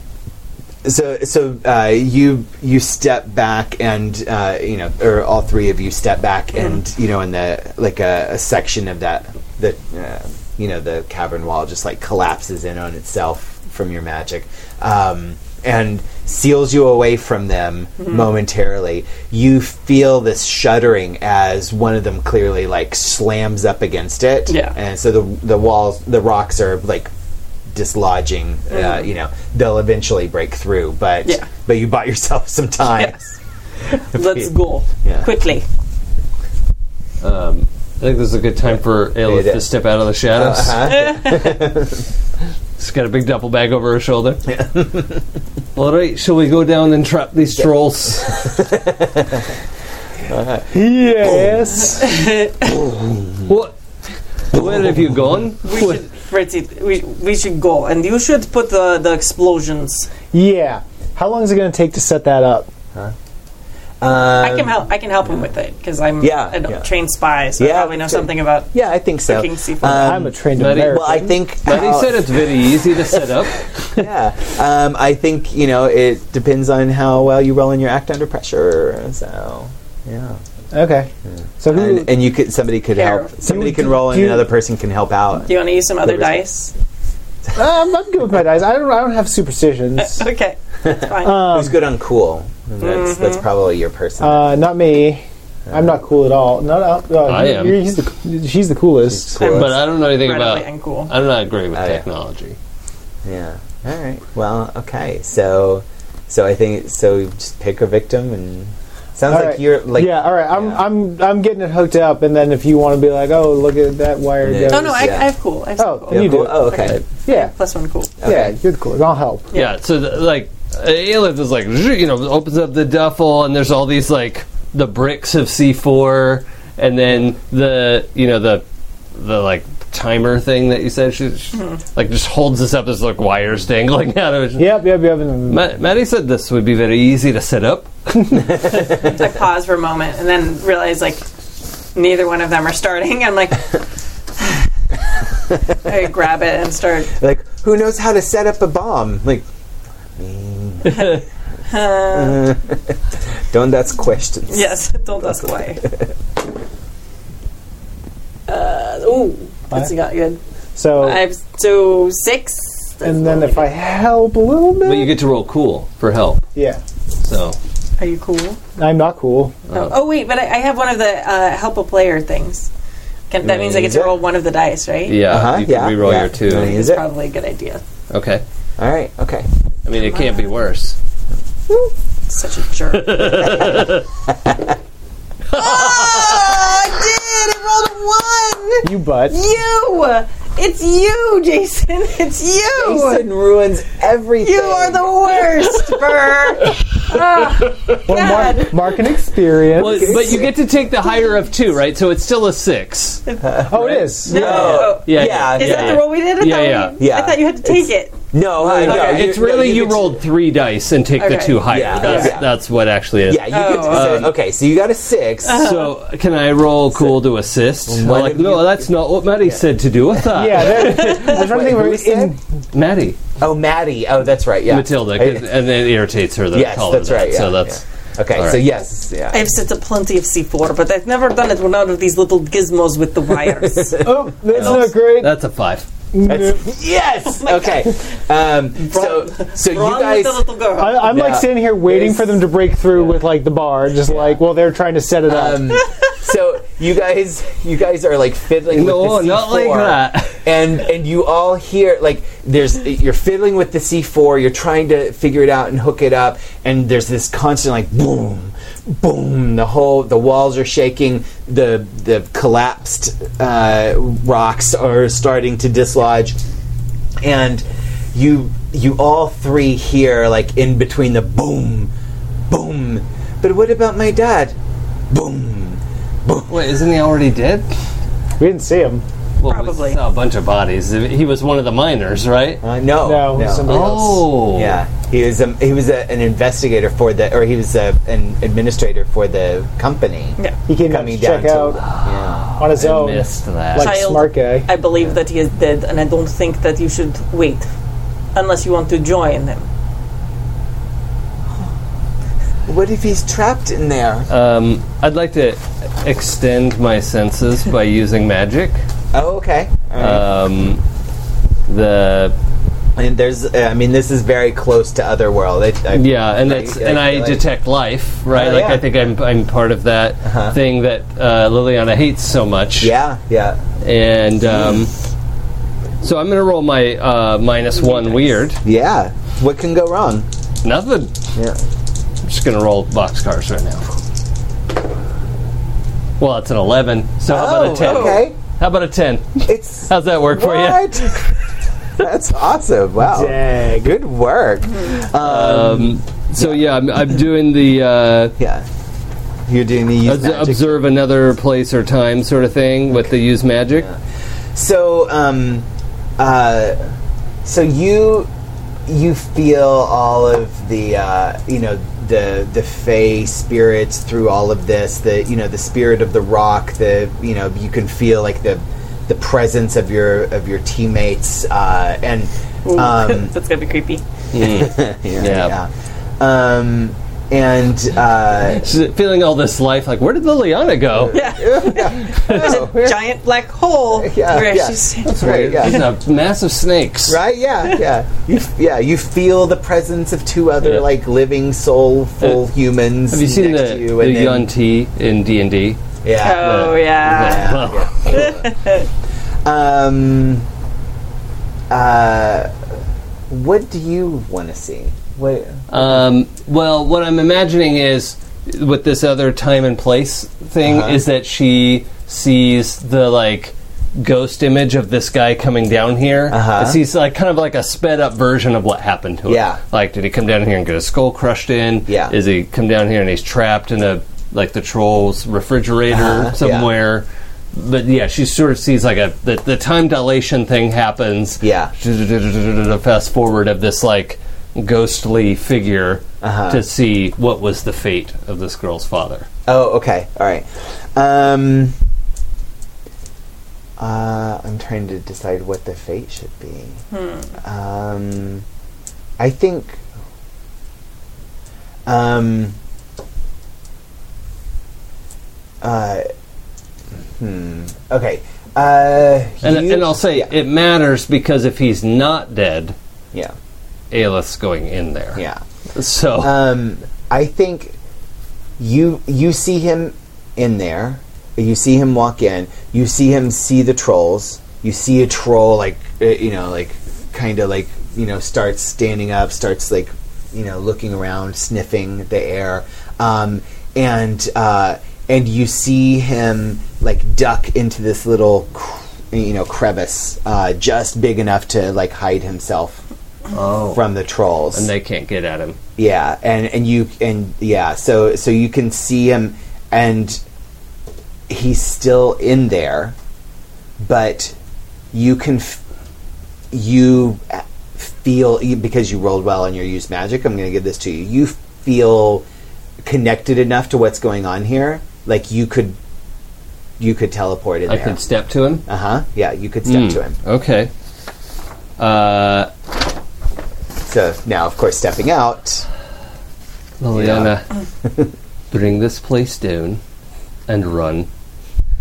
so, so uh, you you step back, and uh, you know, or all three of you step back, and you know, in the like a, a section of that the uh, you know the cavern wall just like collapses in on itself from your magic. Um, and seals you away from them momentarily. You feel this shuddering as one of them clearly like slams up against it.
Yeah.
And so the the walls, the rocks are like dislodging. Uh, you know, they'll eventually break through, but
Mm-hmm. Yeah.
but you bought yourself some time.
Let's go
Yeah.
quickly.
Um, I think this is a good time for
It
Aelith to
is.
step out of the shadows.
Uh-huh.
She's got a big duffel bag over her shoulder. All right, shall we go down and trap these trolls?
Yes.
What? Where have you gone?
We should, Fritzy, we, we should go, and you should put the the explosions.
yeah. How long is it going to take to set that up?
I can help. I can help him with it because I'm
Um, Yeah,
a
yeah.
trained spy, so
Yeah,
I probably know
sure.
something about.
yeah, I think so. Um,
Cooking seafood.
I'm a trained
Letty-
American.
well, I think
But he
how-
said it's very easy to set up.
yeah. Um, I think you know it depends on how well you roll in your act under pressure. So yeah.
okay. So who? um,
and, and you could somebody could
Here.
help. Somebody
Do-
can roll, and
do-
another person can help out.
Do you want to use some other
There was-
dice?
Uh, I'm not good with my dice. I don't. I don't have superstitions.
Okay, that's fine.
Who's good on cool? And That's, that's
Mm-hmm.
probably your person.
Um, Uh, not me. I'm not cool at all. No, no. no,
I
you-
am.
you're- He's the, she's the coolest.
cool.
But I don't know anything
Incredibly
about.
uncool.
I do not agree with
Oh, yeah.
technology.
yeah. All right. Well, okay. So, so I think so. Just pick a victim, and sounds
All
like
right.
you're like
yeah, all right. I'm,
yeah.
I'm, I'm getting it hooked up, and then if you want to be like, oh, look at that wire
Yeah.
goes.
oh no, I,
yeah.
I have cool. I have
Oh,
some
Yeah,
cool.
you
cool.
do.
Oh, okay.
Yeah,
Plus one cool.
yeah, you're the coolest. I'll help.
Yeah. So the, like, Aelith is like, zh, you know, opens up the duffel and there's all these like the bricks of C four, and then the you know the the like timer thing that you said she, she
Mm-hmm.
like just holds this up as like wires dangling out of it.
Yep, yep, yep. and-
Ma- Maddie said this would be very easy to set up.
I pause for a moment and then realize like neither one of them are starting. I'm like, I grab it and start.
Like who knows how to set up a bomb? Like. mm. Don't ask questions.
Yes, don't ask why. Uh, ooh, that's not good.
So,
I've so six. That's
Oh. and then
not
if I help a little
But
bit,
you get to roll cool for help.
yeah,
So
good. are you cool?
I'm not cool.
No. Oh wait, but I, I have one of the uh, help a player things. Can, that means I get to
Yeah.
roll one of the dice, right?
yeah,
Uh-huh,
you can
yeah,
reroll
yeah.
your two.
Nice. Is
It's
it?
probably a good idea.
Okay.
All right. Okay.
I mean, it can't be worse.
Such a jerk. oh, I did! I rolled a one.
You butt.
You! It's you, Jason. It's you.
Jason ruins everything.
You are the worst, Burr. Ah,
Well, mark,
God.
mark an experience.
Well, but you get to take the higher of two, right? So it's still a six.
oh, it is.
No.
Yeah,
yeah,
Is that
Oh, yeah.
the role we did? I
Yeah,
thought
yeah.
we- I
Yeah.
thought you had to take it.
No, I- no,
Okay.
you-
It's really
no,
you,
get to-
rolled three dice and take the
Okay.
two higher.
Yeah,
that's,
yeah.
that's what actually is.
Yeah, you get to,
Oh,
um,
so- okay. So you got a 6
So can I roll cool to assist?
What
Like,
if you-
no, that's not what Maddie said to do with that.
Yeah, that, I was trying to think of
Who
it in,
said?
Maddie
Oh, Maddie. Oh, that's right. Yeah,
Matilda, 'cause-
I-
and then it irritates her. That I
Yes,
called her
that's
that,
right,
so
yeah,
that's
okay,
All
so
right.
yes, yeah.
I've set up plenty of C4, but I've never done it without of these little gizmos with the wires.
oh, that's not great.
that's a five.
That's-
Oh
yes. okay. Um, so, so you
Wrong
guys.
with the little girl.
I, I'm like
Yeah.
standing here waiting
There's-
for them to break through with like the bar, just like well they're trying to set it up.
Um, so you guys, you guys are like fiddling.
No,
with the
not like
C4,
that.
And and you all hear like there's you're fiddling with the C4. You're trying to figure it out and hook it up. And there's this constant like boom, boom. The whole the walls are shaking. The the collapsed uh, rocks are starting to dislodge, and you you all three hear like in between the boom, boom. But what about my dad? Boom.
Wait, isn't he already dead?
we didn't see him.
Well,
Probably.
we saw a bunch of bodies. He was one of the miners, right?
Uh, no,
No, somebody else.
Oh,
Yeah, he was um, he was a, an investigator for the, or he was a, an administrator for the company.
Yeah.
He came down
Coming
to check
down to-
out
Oh, Yeah.
on his
I
own.
missed that.
Like
Child.
smart guy.
I believe that he is dead, and I don't think that you should wait unless you want to join him.
What if he's trapped in there?
um, I'd like to extend my senses by using magic.
oh, okay. All right.
Um, the
and there's, uh, I mean, this is very close to Otherworld. I, I,
yeah, and
I-
it's and I
feel like-
detect life, right?
Oh,
like
yeah. Uh-huh.
I think I'm I'm part of that thing that uh, Liliana hates so much.
Yeah, yeah,
and um, so I'm gonna roll my uh, minus one weird.
yeah. What can go wrong?
Nothing.
Yeah.
I'm just gonna roll boxcars right now. Well, it's an eleven. So how about
Oh,
a ten?
okay.
How about a ten?
It's
How's that work for you?
what? That's awesome! Wow,
Dang.
good work. Uh,
Um, so yeah, I'm, I'm doing the uh,
Yeah, you're doing the use
obs-
magic.
observe another place or time sort of thing with the use magic.
So, um, uh, so you you feel all of the uh, you know the the fey spirits through all of this. The you know the spirit of the rock. The you know you can feel like the the presence of your of your teammates uh, and um,
That's gonna be creepy.
Yeah.
yeah. Um, and uh,
She's feeling all this life, like where did Liliana go? Yeah,
There's a giant black hole
Oh. Yeah,
where
yeah.
she's.
right,
She's
yeah.
a mass of snakes.
Right? Yeah, yeah. You, f- yeah, you feel the presence of two other
Yeah.
like living, soulful
Uh,
humans.
Have you seen
next
the,
to you,
the
and then-
Yun Ti in D and D?
Yeah.
Oh yeah.
Uh,
Um. Uh, what do you want to see? What?
Um, well, what I'm imagining is with this other time and place thing
Uh-huh.
is that she sees the like ghost image of this guy coming down here.
Uh-huh.
And sees like kind of like a sped up version of what happened to him.
Yeah.
Like, did he come down here and get his skull crushed in?
Yeah.
Is he come down here and he's trapped in a like the troll's refrigerator
Uh-huh,
somewhere? But yeah, she sort of sees like a the, the time dilation thing happens
Yeah.
fast forward of this like ghostly figure
Uh-huh.
to see what was the fate of this girl's father.
Oh, okay. All right. Um. Uh, I'm trying to decide what the fate should be. Um, I think. Um. Uh. Hmm. Okay. Uh.
And,
you-
and I'll say
yeah,
it matters because if he's not dead,
yeah.
Aelith's going in there.
Yeah.
So
um, I think you you see him in there. You see him walk in. You see him see the trolls. You see a troll like uh, you know like kind of like you know starts standing up, starts like you know looking around, sniffing the air, um, and uh, and you see him like duck into this little cr- you know crevice, uh, just big enough to like hide himself
Oh.
from the trolls.
And they can't get at him.
Yeah, and and you and yeah, so so you can see him, and he's still in there, but you can f- you uh, feel you- because you rolled well and you used magic. I'm going to give this to you. You feel connected enough to what's going on here, like you could you could teleport in
I
there.
could Hmm. step to him.
uh huh. Yeah, you could step to him.
Okay. Uh,
So now, of course, stepping out.
Liliana, bring this place down and run.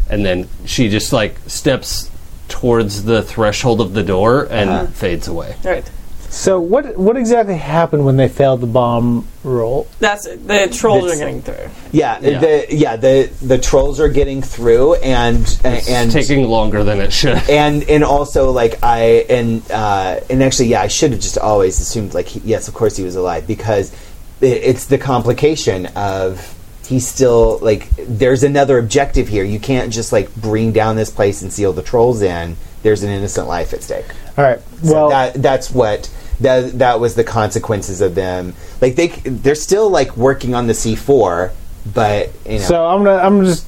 And then she just like steps towards the threshold of the door and
Uh-huh.
fades away.
Right.
So what what exactly happened when they failed the bomb roll?
That's the trolls
That's-
are getting through.
Yeah,
Yeah.
the yeah the the trolls are getting through and
It's
and
taking longer than it should.
and and also like I and uh, and actually yeah I should have just always assumed like he, yes of course he was alive because it, it's the complication of he's still like there's another objective here you can't just like bring down this place and seal the trolls in there's an innocent life at stake
All right. Well,
that that's what that that was the consequences of them like they c- they're still like working on the C four but you know
so I'm gonna I'm just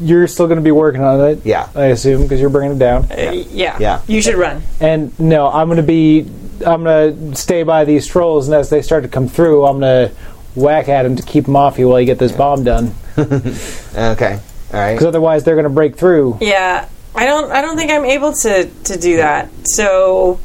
you're still gonna be working on it.
Yeah.
I assume because you're bringing it down.
Uh, yeah.
Yeah.
You should run.
And no, I'm gonna be I'm gonna stay by these trolls, and as they start to come through, I'm gonna whack at him to keep him off you while you get this bomb done.
okay all right
Because otherwise, they're gonna break through.
Yeah, I don't. I don't think I'm able to to do that. So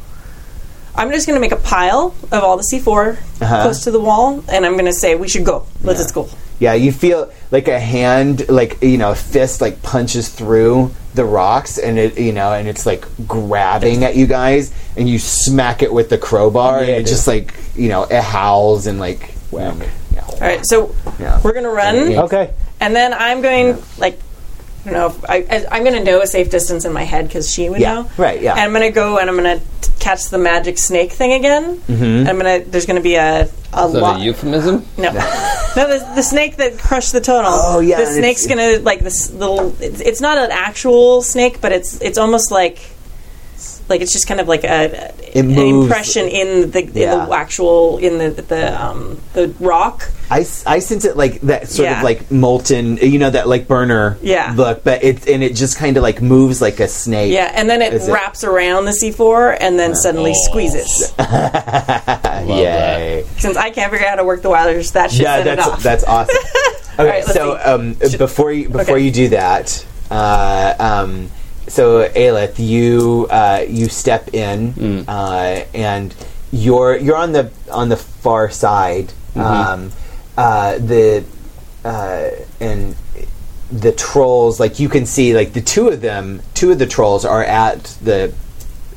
I'm just going to make a pile of all the C4 close to the wall, and I'm going to say we should go. Let's just go.
Uh-huh. Yeah, you feel like a hand, like you know, a fist, like punches through the rocks, and it, you know, and it's like grabbing at you guys, and you smack it with the crowbar, and
Yeah,
it
dude.
just like you know, it howls and like
Whack.
Yeah.
All right, so
Yeah.
we're going to run,
Okay.
and then I'm going like. I don't know. If I, I, I'm going to know a safe distance in my head because she would
Yeah,
know.
right, yeah.
And I'm going to go and I'm going to catch the magic snake thing again. Mm-hmm. And I'm going to. There's going to be a a
Is that
lot.
a euphemism?
No, no, the, the snake that crushed the totem.
Oh, yeah,
the
and
snake's
it's-
gonna like this little. It's, it's not an actual snake, but it's it's almost like like it's just kind of like a
It
an
moves.
impression in the, in
Yeah.
the actual in the the um, the rock.
I, s- I sense it like that sort
Yeah.
of like molten, you know, that like burner
Yeah.
look, but it and it just kind of like moves like a snake.
Yeah, and then it
Is it-
wraps around the C four and then suddenly
Oh.
squeezes.
Love that.
Yay.
Since I can't figure out how to work the wilders, that should
yeah,
set it
that's
off.
that's awesome. Okay,
right, let's
so
see.
um, before you before
okay.
you do that, uh, um, so Aelith, you uh, you step in, uh, and you're you're on the on the far side. Um, uh, the uh, and the trolls, like you can see, like the two of them, two of the trolls are at the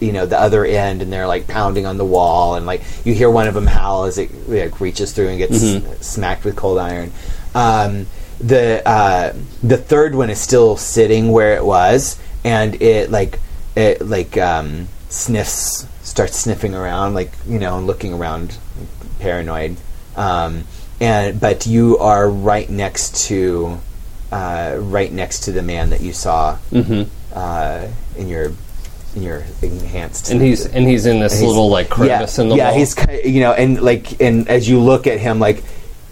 you know the other end and they're like pounding on the wall and like you hear one of them howl as it like reaches through and gets smacked with cold iron um, the uh, the third one is still sitting where it was and it like it like um, sniffs starts sniffing around like you know and looking around paranoid um, and but you are right next to uh, right next to the man that you saw uh, in your in your enhanced
And he's and he's in this
He's-
little like crevice
yeah,
in the
yeah
wall.
he's ki you know and like and as you look at him like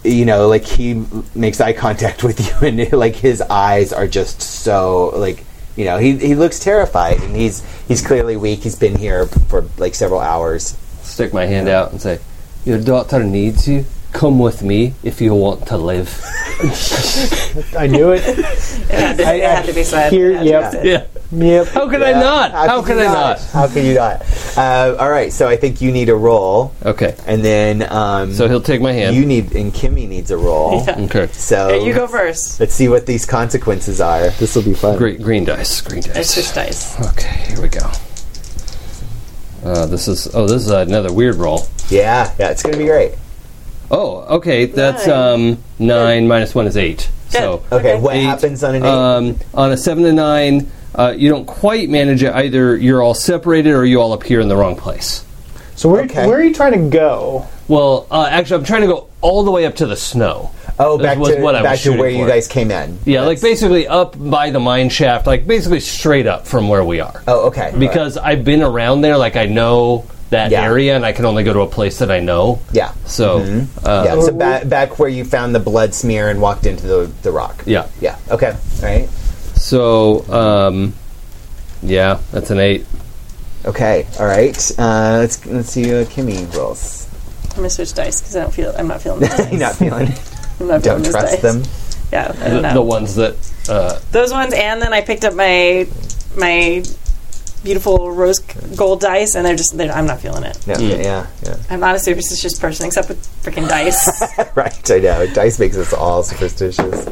you know like he makes eye contact with you and like his eyes are just so like you know he, he looks terrified and he's he's clearly weak he's been here for like several hours
Stick my hand out and say, "Your daughter needs you. Come with me if you want to live."
I knew it.
it, had to, it had to be said.
Here-
It had to be
yeah.
said.
yeah.
yep.
How could I not? How, could I
you
not?
how could you not uh, all right so i think you need a roll
Okay.
and then um
So he'll take my hand.
you need and kimmy needs a roll
okay.
so
Okay, you go first.
let's see what these consequences are this will be fun
Green, green dice. Green
I
dice.
switched dice.
Okay, here we go. Uh, this is oh, this is another weird roll.
yeah yeah it's gonna be great
Oh, okay, that's
Nine.
um, nine minus one is eight. So
Okay,
Okay.
what
Eight.
happens on an eight?
um, on a seven to nine, uh, you don't quite manage it. Either you're all separated or you all appear in the wrong place.
So where
Okay.
where are you trying to go?
Well, uh, actually, I'm trying to go all the way up to the snow.
Oh, back
was
to
what I was
back to
shooting
where you
for.
guys came in.
Yeah, like basically up by the mine shaft, like basically straight up from where we are.
Oh, okay.
because I've been around there, like I know that
Yeah.
area, and I can only go to a place that I know.
yeah, Mm-hmm.
So, uh,
yeah. So ba- back where you found the blood smear and walked into the the rock.
yeah.
Yeah. Okay. All right.
So, um, yeah, that's an eight.
Okay. All right. Uh, let's let's see uh, Kimmy rolls.
I'm gonna switch dice because I don't feel. I'm not feeling. This dice.
You're not feeling.
I'm not feeling
Don't
this dice.
trust them.
Yeah, I
The,
don't know.
the ones that uh,
Those ones, and then I picked up my my beautiful rose c- gold dice, and they're just. They're, I'm not feeling it.
No, Yeah. Yeah.
I'm not a superstitious person, except with freaking dice.
Right. I know. Dice makes us all superstitious.
is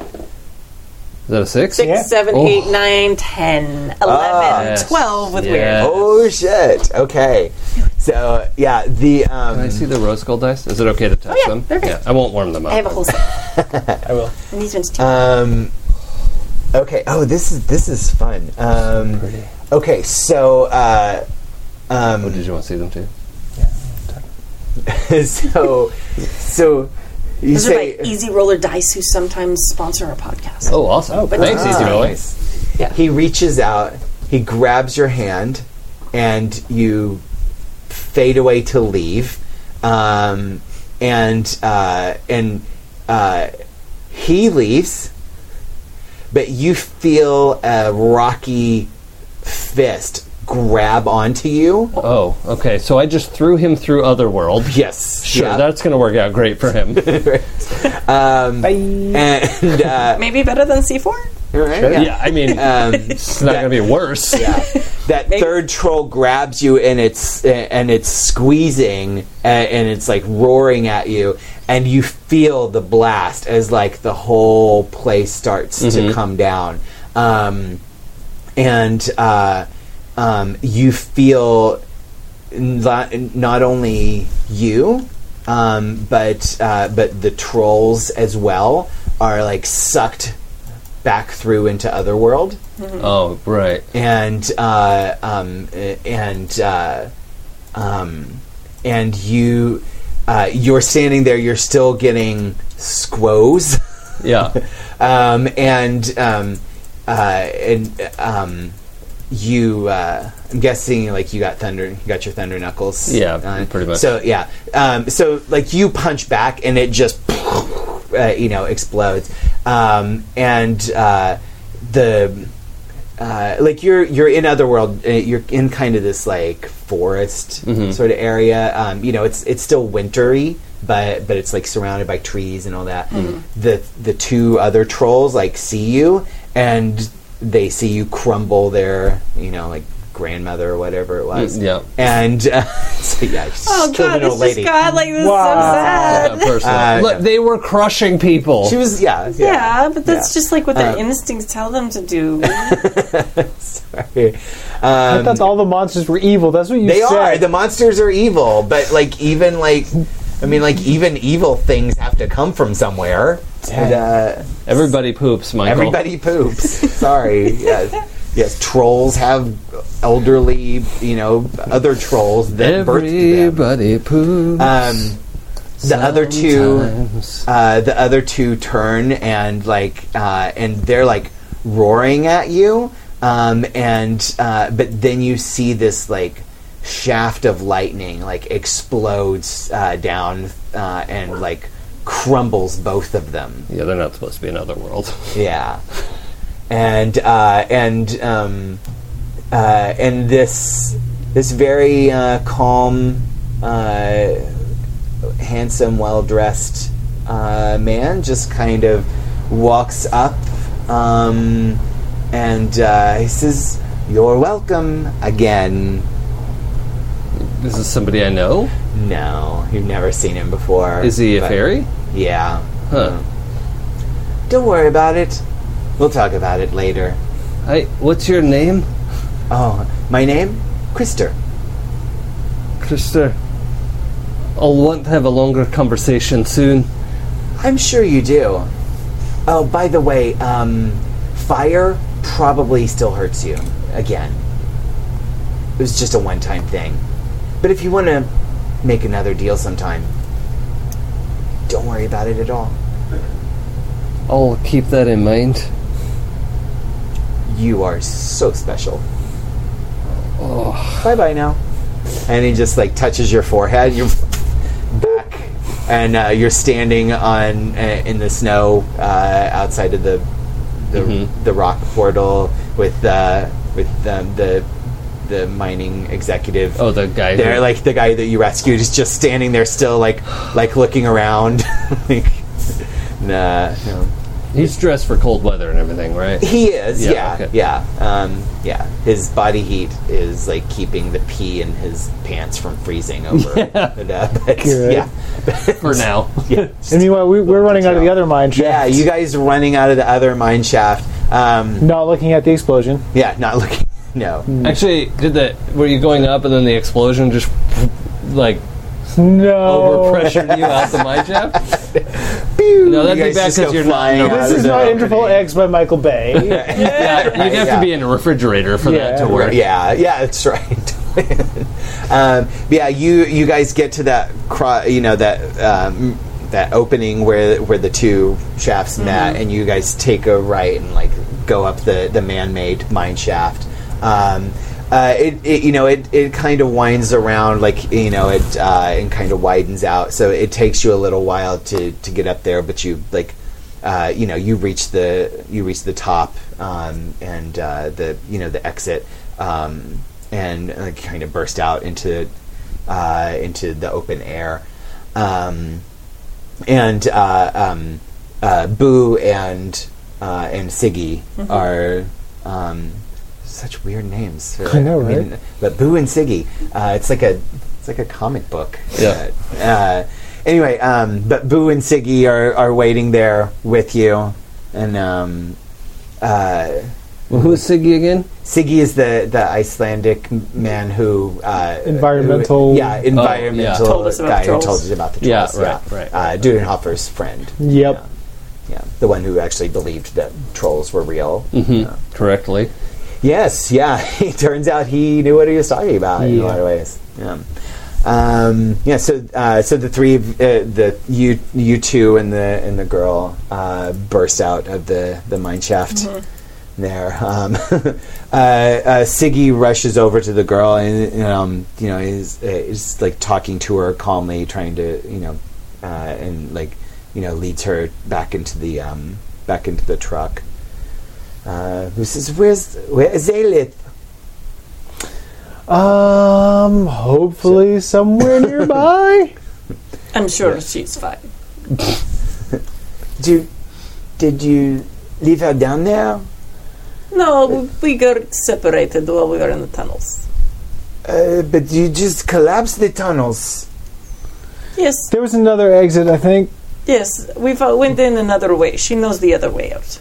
that a six?
Yeah.
Six, seven,
Oh.
eight, nine, ten, eleven,
Ah.
Yes.
twelve with weird.
Yeah.
Oh shit. Okay. So yeah, the
Can I
um,
see the rose gold dice? Is it okay to touch
Oh,
yeah,
them?
they're okay.
Yeah, I won't warm them up.
I have a whole set.
I will.
And these ones too.
um, okay. Oh, this is this is fun. Um,
Pretty.
okay. So uh,
Oh,
um,
did you want to see them too?
so so you
Those are my
say
Easy Roller Dice, who sometimes sponsor our podcast.
Oh, awesome! Thanks,
Ah,
Easy Rolling.
nice.
Yeah.
He reaches out, he grabs your hand, and you fade away to leave. Um, and uh, and uh, he leaves, but you feel a rocky fist grab onto you.
Oh, okay. So I just threw him through Otherworld.
Yes,
Sure,
yeah.
that's going to work out great for him.
and uh,
Maybe better than C4?
all right, yeah.
yeah, I mean,
Um,
it's not going to be worse.
that third troll grabs you and it's and it's squeezing and, and it's like roaring at you and you feel the blast as like the whole place starts to come down um, and uh, um, you feel not, not only you, um, but uh, but the trolls as well are like sucked back through into otherworld,
Oh, right.
and uh, um, eh, and uh, um, and you uh, you're standing there. You're still getting squoze.
Yeah.
um, and um, uh, and um, you. Uh, I'm guessing like you got thunder, you got your thunder knuckles.
Yeah,
uh,
pretty much.
So yeah, um, so like you punch back and it just uh, you know explodes, um, and uh, the. Uh, like you're you're in other world uh, you're in kind of this like forest
Mm-hmm.
sort of area um, you know it's it's still wintry but but it's like surrounded by trees and all that the the two other trolls like see you and they see you crumble their you know like grandmother or whatever it was
Mm, yeah.
and uh, so yeah she's
Oh,
killed
God,
an
this
old lady
just got like this is
Wow.
so sad.
That person.
Uh,
Look,
yeah.
they were crushing people.
she was yeah
Yeah, but that's
Yeah. Uh,
just like what their instincts tell them to do.
I thought all the monsters were evil. That's what you
Um, They
said.
are. The monsters are evil, but like even like I mean like even evil things have to come from somewhere. And, uh,
Everybody poops, Michael.
everybody poops. Sorry. Yes. Yes, trolls have elderly, you know, other trolls that birth them.
Everybody poops.
Um, the other two
sometimes.
uh, the other two turn and like uh, and they're like roaring at you um, and uh, but then you see this like shaft of lightning like explodes uh, down uh, and like crumbles both of them
Yeah, they're not supposed to be in other world.
yeah and uh, and um, uh, and this this very uh, calm uh, handsome well dressed uh, man just kind of walks up um, and uh, he says you're welcome again
This is somebody I know.
no you've never seen him before
Is he a
but-
fairy?
yeah
Huh.
don't worry about it we'll talk about it later
Hey, what's your name?
oh my name Krister
Krister. I'll want to have a longer conversation soon.
I'm sure you do. Oh, by the way, um, fire probably still hurts you again. It was just a one time thing. But if you want to make another deal sometime, don't worry about it at all.
I'll keep that in mind.
You are so special. Bye bye now. And he just like touches your forehead. You're back, and uh, you're standing on uh, in the snow uh, outside of the the, the rock portal with uh, with um, the the mining executive.
Oh, the guy. who-
there, like the guy that you rescued is just standing there, still like like looking around. like, nah, no.
he's dressed for cold weather and everything, right?
He is,
Yeah,
yeah, yeah,
okay.
um, yeah. His body heat is like keeping the pee in his pants from freezing over. But, uh, but,
Good.
yeah,
For now.
And meanwhile, we, we're running out of the other mine
yeah.
shaft.
You guys running out of the other mine shaft. Um,
Not looking at the explosion.
yeah, not looking. No,
Actually, did that? Were you going up and then the explosion just like
No.
overpressured you out the mine shaft? No, that'd
You
be
guys
bad
just go
because you're not.
flying
in a-
out
This is
Yeah.
not Interpol X by Michael Bay.
Yeah, you'd have
yeah.
to be in a refrigerator for that
Yeah.
to work.
Yeah, yeah, that's right. um, but yeah, you you guys get to that cro- you know that um, that opening where where the two shafts met, and you guys take a right and like go up the the man made mine shaft. Um, uh, it, it you know it, it kind of winds around like you know it uh, and kind of widens out, so it takes you a little while to to get up there, but you like uh, you know, you reach the you reach the top um, and uh, the you know the exit um, and uh, kind of burst out into uh, into the open air. Um, and uh, um, uh, Boo and uh, and Siggy are um, such weird names. For,
I know, right?
but Boo and Siggy, uh, it's like a it's like a comic book.
Yeah.
Uh, anyway, um, but Boo and Siggy are, are waiting there with you, and um, uh,
Well, who's Siggy again?
Siggy is the, the Icelandic m- man who uh,
Environmental-
who- yeah, environmental
Told us about
guy
the
who told
trolls.
us about the
Yeah,
trolls.
right, right,
Uh, Dudenhofer's friend.
Yep.
Yeah, the one who actually believed that trolls were real. Yeah.
Correctly.
Yes, yeah. It turns out he knew what he was talking about in a
Yeah.
lot of ways. Yeah. Um, yeah. So, uh, so the three, of, uh, the you, you two, and the and the girl uh, burst out of the the mine shaft. There, um, uh, uh, Siggy rushes over to the girl and, and, um, you know is is like talking to her calmly, trying to you know uh, and like you know leads her back into the um, back into the truck. Uh, who says, "Where's where's Aelith?"
Um, hopefully somewhere nearby.
I'm sure she's fine.
Do did you leave her down there?
No, we got separated while we were in the tunnels.
Uh, but you just collapsed the tunnels.
Yes,
There was another exit, I think.
yes, we fo- went in another way. She knows the other way out.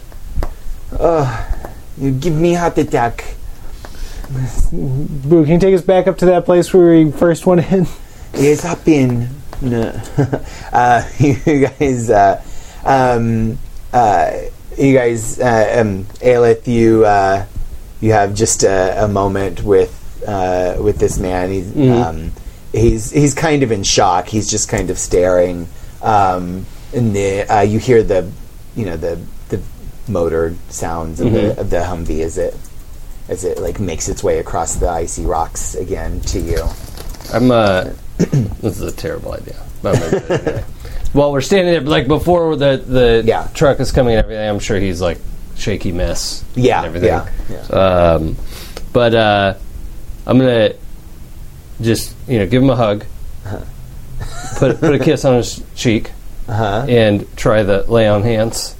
You give me heart attack.
Boo, can you take us back up to that place where we first went in?
Yes, up in. No. uh, you guys, uh, um, uh, you guys, uh, um, Aelith, you, uh, you have just a, a moment with, uh, with this man. He's,
Mm-hmm.
um, he's, he's kind of in shock. He's just kind of staring. Um, and the, uh, you hear the, you know, the, the motor sounds of,
Mm-hmm.
the, of the Humvee as it, as it like makes its way across the icy rocks again to you.
I'm. Uh, this is a terrible idea. But I'm gonna do it anyway. While we're standing there, like before the the
Yeah.
truck is coming and everything, I'm sure he's like shaky mess.
Yeah,
and everything.
yeah, yeah.
Um, but uh, I'm gonna just you know give him a hug, put put a kiss on his cheek,
Uh-huh.
and try the lay on hands,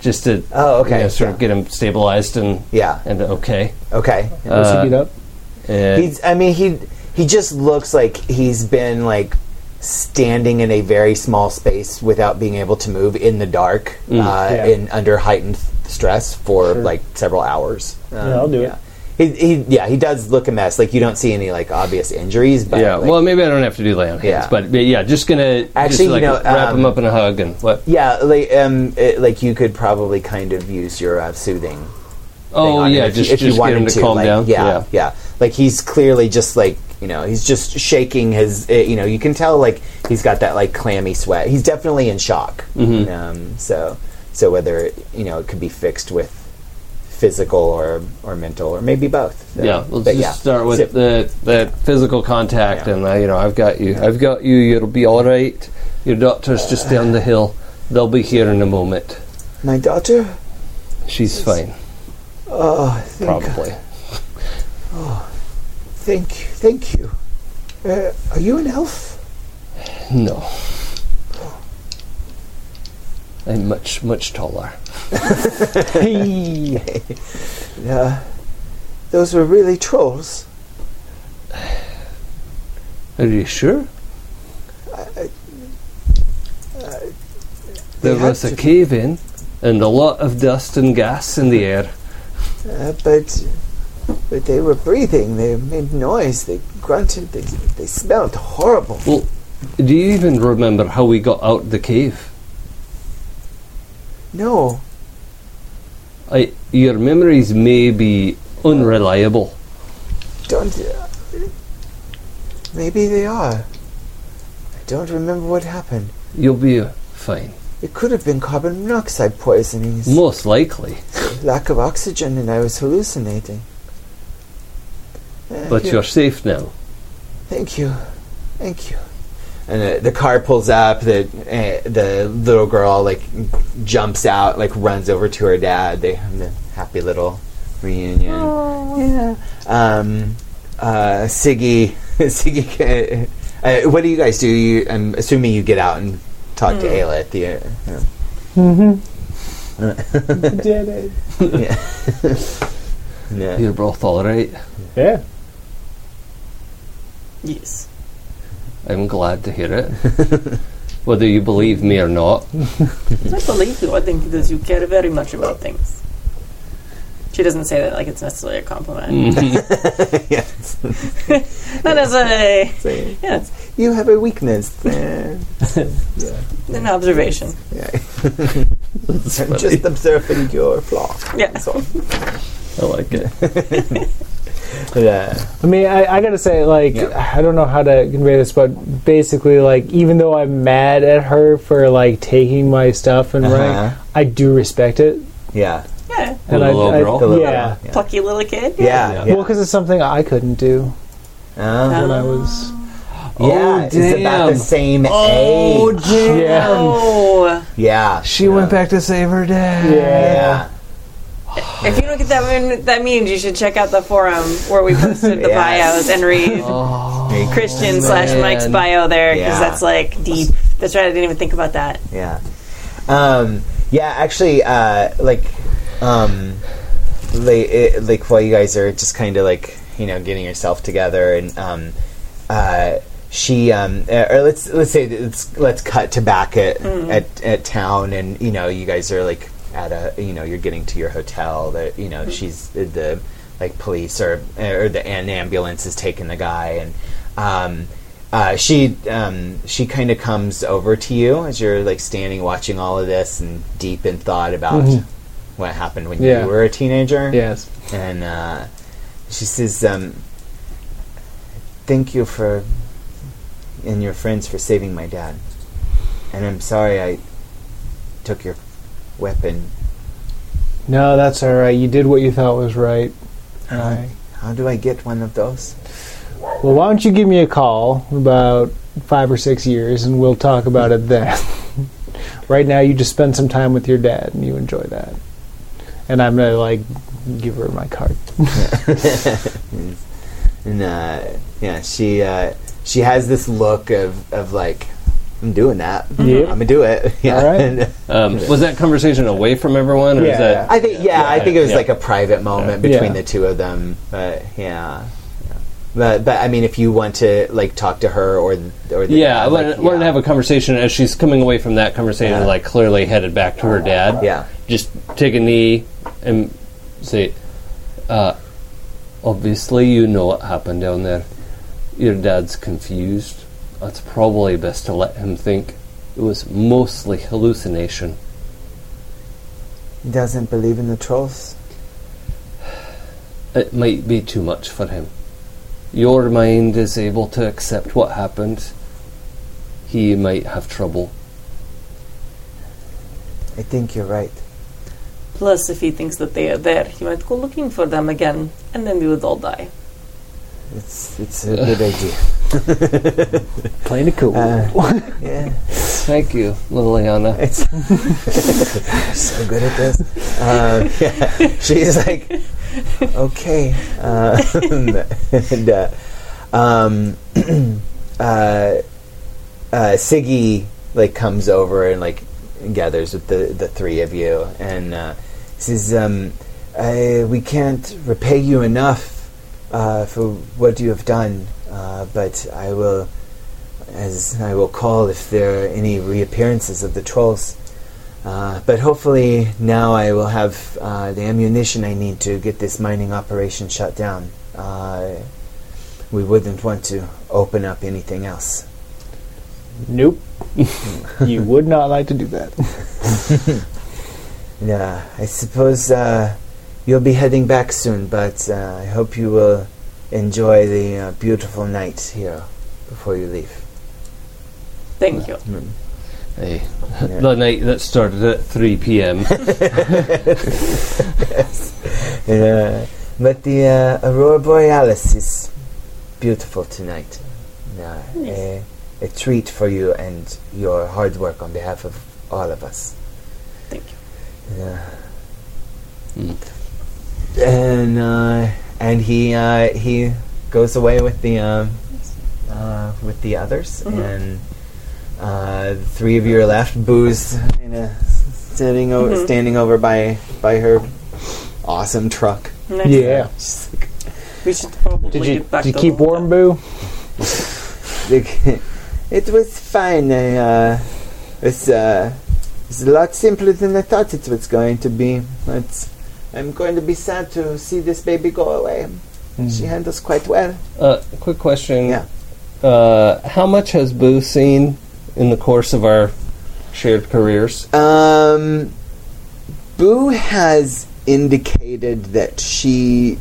just to
Oh, okay,
you know, sort of
yeah.
get him stabilized and
Yeah.
and okay.
Okay.
Was
Uh,
he beat up?
And
He's. I mean, he he just looks like he's been like standing in a very small space without being able to move in the dark
Mm.
uh,
Yeah.
in under heightened stress for like several hours. Um,
Yeah, I'll do it.
yeah. He, he, yeah, he does look a mess. Like you don't see any like obvious injuries, but
yeah,
like-
well, maybe I don't have to do lay on hands,
Yeah.
but, but yeah, just gonna just,
Actually, you
like,
know,
wrap
um,
him up in a hug and what?
yeah, like um, it, like you could probably kind of use your uh, soothing thing
Oh
on him
yeah,
if you-
just
if you
just get
wanted
him to, calm
like,
down.
Yeah, yeah, Like he's clearly just like you know he's just shaking his. Uh, you know
Mm-hmm.
you can tell like he's got that like clammy sweat. He's definitely in shock. Um, so So whether it, you know it could be fixed with physical or or mental or maybe both. So-
yeah,
but
let's just
yeah.
start with
So-
the the physical contact,
Yeah.
and uh, you know, I've got you, I've got you. You'll be all right. Your doctor's just down the hill. They'll be here in a moment.
my daughter.
She's fine,
Oh, thank
probably.
Thank you, thank you. Uh, are you an elf?
No, I'm much much taller.
Hey.
Uh, those were really trolls.
Are you sure? there
they had
was a
to be.
cave in, and a lot of dust and gas in the air.
Uh, but but they were breathing. They made noise. They grunted. They they smelled horrible.
Well, do you even remember how we got out the cave?
No,
I, your memories may be unreliable.
don't. Uh, maybe they are. I don't remember what happened.
You'll be fine.
It could have been carbon monoxide poisoning, s-
Most likely.
lack of oxygen, and I was hallucinating. Uh,
But
here.
you're safe now.
Thank you, thank you. And uh, the car pulls up. The uh, the little girl like jumps out, like runs over to her dad. They have the happy little reunion. Yeah. Um, uh, Siggy, Siggy. uh, Uh, what do you guys do? You, I'm assuming you get out and talk to Ayla at the. Uh, uh,
Did it.
yeah.
You're both alright.
Yeah.
Yes.
I'm glad to hear it. Whether you believe me or not,
I believe you. I think that you care very much about things. She doesn't say that like it's necessarily a compliment.
Yes.
Not as a
So, yeah.
yeah, it's
You have a weakness there.
an observation.
Yeah. I'm just observing your flaw.
Yeah.
That's all.
I like it.
Yeah.
I mean, I, I gotta say, like,
Yeah.
I don't know how to convey this, but basically, like, even though I'm mad at her for like taking my stuff and
Uh-huh.
running, I do respect it.
Yeah.
Yeah,
And
The
I,
little
I-
girl? The
little
yeah.
girl.
plucky little kid.
Yeah.
Well, because it's something I couldn't do
Uh,
when I was.
Oh,
yeah, it's about the
damn.
same
Oh,
age.
damn.
Yeah.
Oh,
Yeah.
She went back to save her dad.
Yeah.
if you don't get that, one, that means you should check out the forum where we posted the
Yes.
bios and read
Oh,
Very cr-
Christian slash
man.
Mike's bio there because
Yeah.
that's like deep. That's right. I didn't even think about that.
Yeah. Um, yeah, actually, uh, like, um, like, it, like while you guys are just kind of like, you know, getting yourself together and, um, uh, she um, uh, or let's let's say that it's, let's cut to back at, at at town and you know you guys are like at a you know you're getting to your hotel that you know she's uh, the like police or or the an ambulance is taking the guy and um, uh, she um, she kind of comes over to you as you're like standing watching all of this and deep in thought about what happened when
Yeah.
you were a teenager
Yes.
and uh, she says, um, "Thank you for and your friends for saving my dad, and I'm sorry I took your weapon.
No, that's all right. You did what you thought was right. And I-
How do I get one of those?
Well, why don't you give me a call in about five or six years, and we'll talk about it then. right now, you just spend some time with your dad, and you enjoy that. And I'm gonna like give her my card.
And uh, yeah, she uh, she has this look of of like." I'm doing that.
Yep.
I'm gonna do it. Yeah. uh,
All right.
Um, was that conversation away from everyone, or
Yeah.
is that?
I think. Yeah, I think it was
Yeah.
like a private moment between
Yeah.
the two of them. But yeah. Yeah. But, but I mean, if you want to like talk to her or th- or the
Yeah, I
dad, like,
wanted, wanted to have a conversation as she's coming away from that conversation,
Yeah.
like clearly headed back to her dad.
Yeah.
Just take a knee and say, uh, obviously, you know what happened down there. Your dad's confused. It's probably best to let him think it was mostly hallucination.
doesn't believe in the trolls.
It might be too much for him. Your mind is able to accept what happened. He might have trouble.
I think you're right.
Plus, if he thinks that they are there, he might go looking for them again, and then we would all die.
It's it's a good idea.
Playing it cool.
Uh, Yeah,
Thank you, Liliana.
it's so good at this. Um, yeah, she's like, okay, uh, and uh, um, uh, uh, Siggy like comes over and like gathers with the the three of you and uh, says, um, I, "We can't repay you enough uh, for what you have done, uh, but I will, as I will call if there are any reappearances of the trolls." Uh, but hopefully now I will have uh, the ammunition I need to get this mining operation shut down. Uh, we wouldn't want to open up anything else.
Nope. you would not like to do that.
Yeah, I suppose uh, you'll be heading back soon, but uh, I hope you will enjoy the uh, beautiful night here before you leave.
Thank you.
Hey, the night that started at 3 p.m.
Uh, but the uh, Aurora Borealis is beautiful tonight. Yeah, a, a treat for you and your hard work on behalf of all of us.
Thank you.
Yeah. And uh, and he uh, he goes away with the um, uh, with the others, and uh, the three of you are left. Boo's kind of standing over standing over by by her awesome truck.
Next,
She's like,
We should probably
Did you,
get back
did you
to
keep
the
warm, Boo?
like, it was fine. I, uh, it's uh, it's a lot simpler than I thought it was going to be. It's, I'm going to be sad to see this baby go away. She handles quite well.
Uh, quick question.
Yeah.
Uh, how much has Boo seen in the course of our shared careers?
Um, Boo has indicated that she,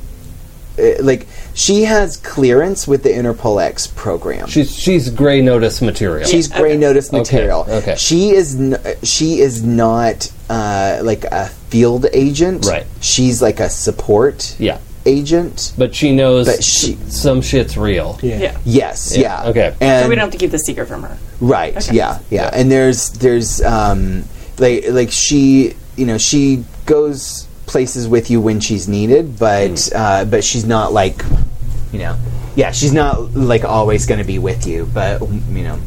uh, like, she has clearance with the Interpol X program.
She's she's gray notice material.
She's
Yeah,
gray
okay.
notice material.
okay.
She is n- she is not uh, like a field agent.
Right.
She's like a support
yeah,
agent.
but she knows
But she-
s- some shit's real.
Yeah.
Yes. Yeah.
okay.
And
So we don't have to keep the secret from her.
Right. Yeah, yeah. And there's there's um like like she you know she goes places with you when she's needed, but uh, but she's not like you know yeah she's not like always going to be with you, but you know.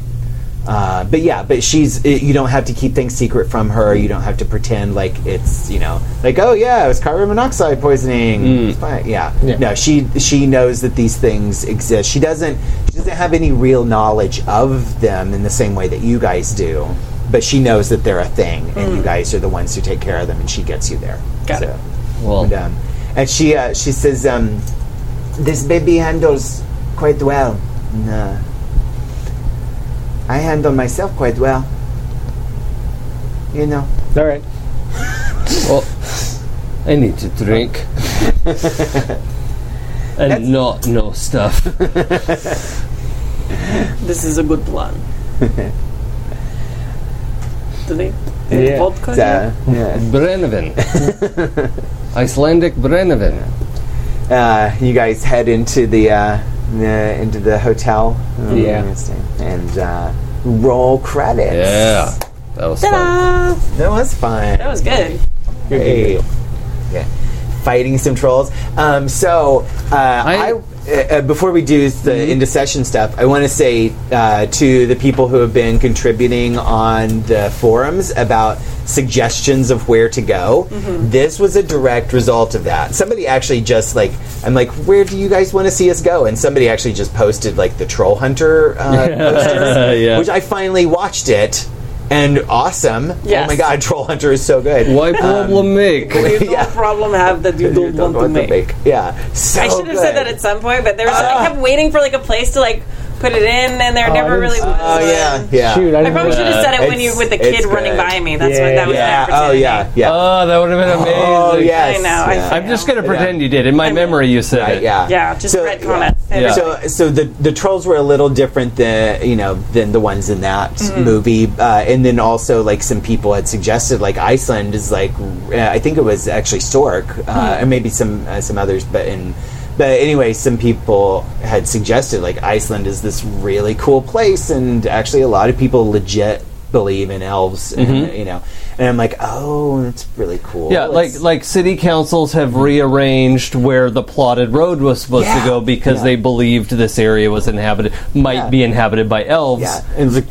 Uh, but yeah, but she's. It, you don't have to keep things secret from her. You don't have to pretend like it's you know like oh yeah, it was carbon monoxide poisoning.
Hmm.
It's fine. Yeah.
Yeah.
no, she she knows that these things exist. She doesn't she doesn't have any real knowledge of them in the same way that you guys do, but she knows that they're a thing, and you guys are the ones who take care of them, and she gets you there.
Hmm. Got it.
Well,
And, um, and she uh, she says, um, "This baby handles quite well. And, uh, I handle myself quite well. You know."
All right.
well, I need to drink and not know stuff.
This is a good plan. Do they?
Yeah.
Vodka?
So, yeah.
Brennevin, Icelandic Brennevin.
Uh, you guys head into the, uh, the into the hotel. Um,
Yeah.
And uh, roll credits.
Yeah, that was fun.
Ta-da!
That was fun.
That was good.
Hey. Yeah. Fighting some trolls. Um, so, uh, I,
I-
uh, uh, before we do the into session stuff, I want to say uh, to the people who have been contributing on the forums about suggestions of where to go. This was a direct result of that. Somebody actually just like, I'm like, where do you guys want to see us go? And somebody actually just posted like the troll hunter uh, posters,
Yeah.
which I finally watched it. And awesome! Oh
Yes.
my god, Troll Hunter is so good.
Why problem make?
You don't problem have that you don't, want, to make.
Yeah. So
I should have said that at some point, but there was I kept waiting for like a place to like put it in, and there
Oh, I
never
didn't
really
see-
was.
Oh yeah, yeah.
Shoot, I
I
didn't
probably
know
should
that.
have said it when
It's-
you with the
it's
kid running
good.
by me. That's
Yeah,
what that was.
yeah.
An
Oh
opportunity.
yeah, yeah.
Oh, that would have been amazing.
oh yes.
I know, I
Yeah.
I'm just gonna pretend you did. In my
I-
memory, you said
Right,
it.
yeah.
Yeah, just
So-
retcon it.
Yeah.
So, so the the trolls were a little different than you know than the ones in that movie, uh, and then also like some people had suggested like Iceland is like uh, I think it was actually Stork uh, and maybe some uh, some others, but in but anyway, some people had suggested like Iceland is this really cool place, and actually a lot of people legit believe in elves, and, you know, and I'm like, oh, that's really cool.
Mm-hmm. Yeah,
Let's-
like like city councils have rearranged where the plotted road was supposed
Yeah.
to go because
Yeah.
they believed this area was inhabited, might
Yeah.
be inhabited by elves.
yeah, and it's like.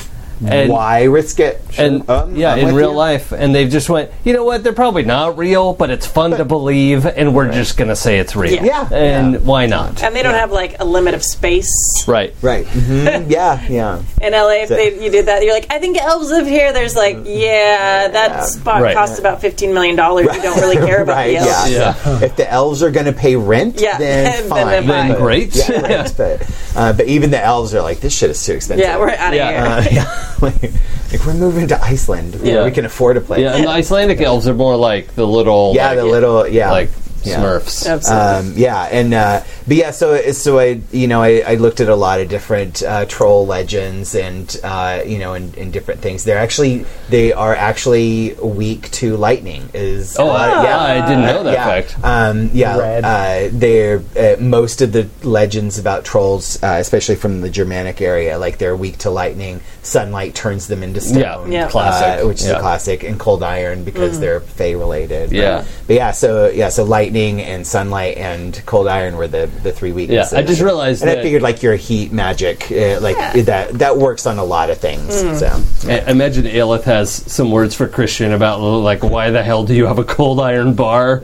And-
why risk it? Sure.
And
Um,
yeah,
I'm
in
with
real
you.
life, and they've just went. You know what? They're probably not real, but it's fun to believe, and we're just gonna say it's real.
Yeah.
Yeah.
and
Yeah.
why not?
And they don't have like a limit of space
Right.
Right.
Mm-hmm.
Mhm. yeah. Yeah.
in LA. If they, you did that, you're like, I think elves live here. There's like, yeah, that spot
Right.
costs about fifteen million dollars. You don't really care about
Right.
the elves.
Yeah. If the elves are going to pay rent,
Yeah,
then
then
fine.
they're fine.
Then
But-
great.
Yeah, right, But, uh, but even the elves are like, this shit is too expensive.
Yeah, we're out of
Yeah.
here.
Uh, yeah. like, like, we're moving to Iceland. where
Yeah.
We can afford a place.
Yeah, and the Icelandic elves are more like the little,
Yeah, the little. Yeah.
like
yeah.
Smurfs.
Absolutely.
Um, yeah, and uh, but yeah, so so I you know I, I looked at a lot of different uh, troll legends and uh, you know and, and different things. They're actually they are actually weak to lightning. Is
Oh,
a lot of-
I,
yeah,
I didn't know Oh, that
yeah.
fact.
Um,
Red.
yeah, uh, they're uh, most of the legends about trolls, uh, especially from the Germanic area, like they're weak to lightning. Sunlight turns them into stone.
Yeah. Yeah.
Classic.
uh, which is
Yeah.
a classic, and cold iron because they're fey related.
Yeah.
but yeah, so yeah, so lightning and sunlight and cold iron were the the three weaknesses.
I just realized
and I
that-
figured like your heat magic, uh, like that that works on a lot of things. So
I I imagine Aelith has some words for Christian about like why the hell do you have a cold iron bar?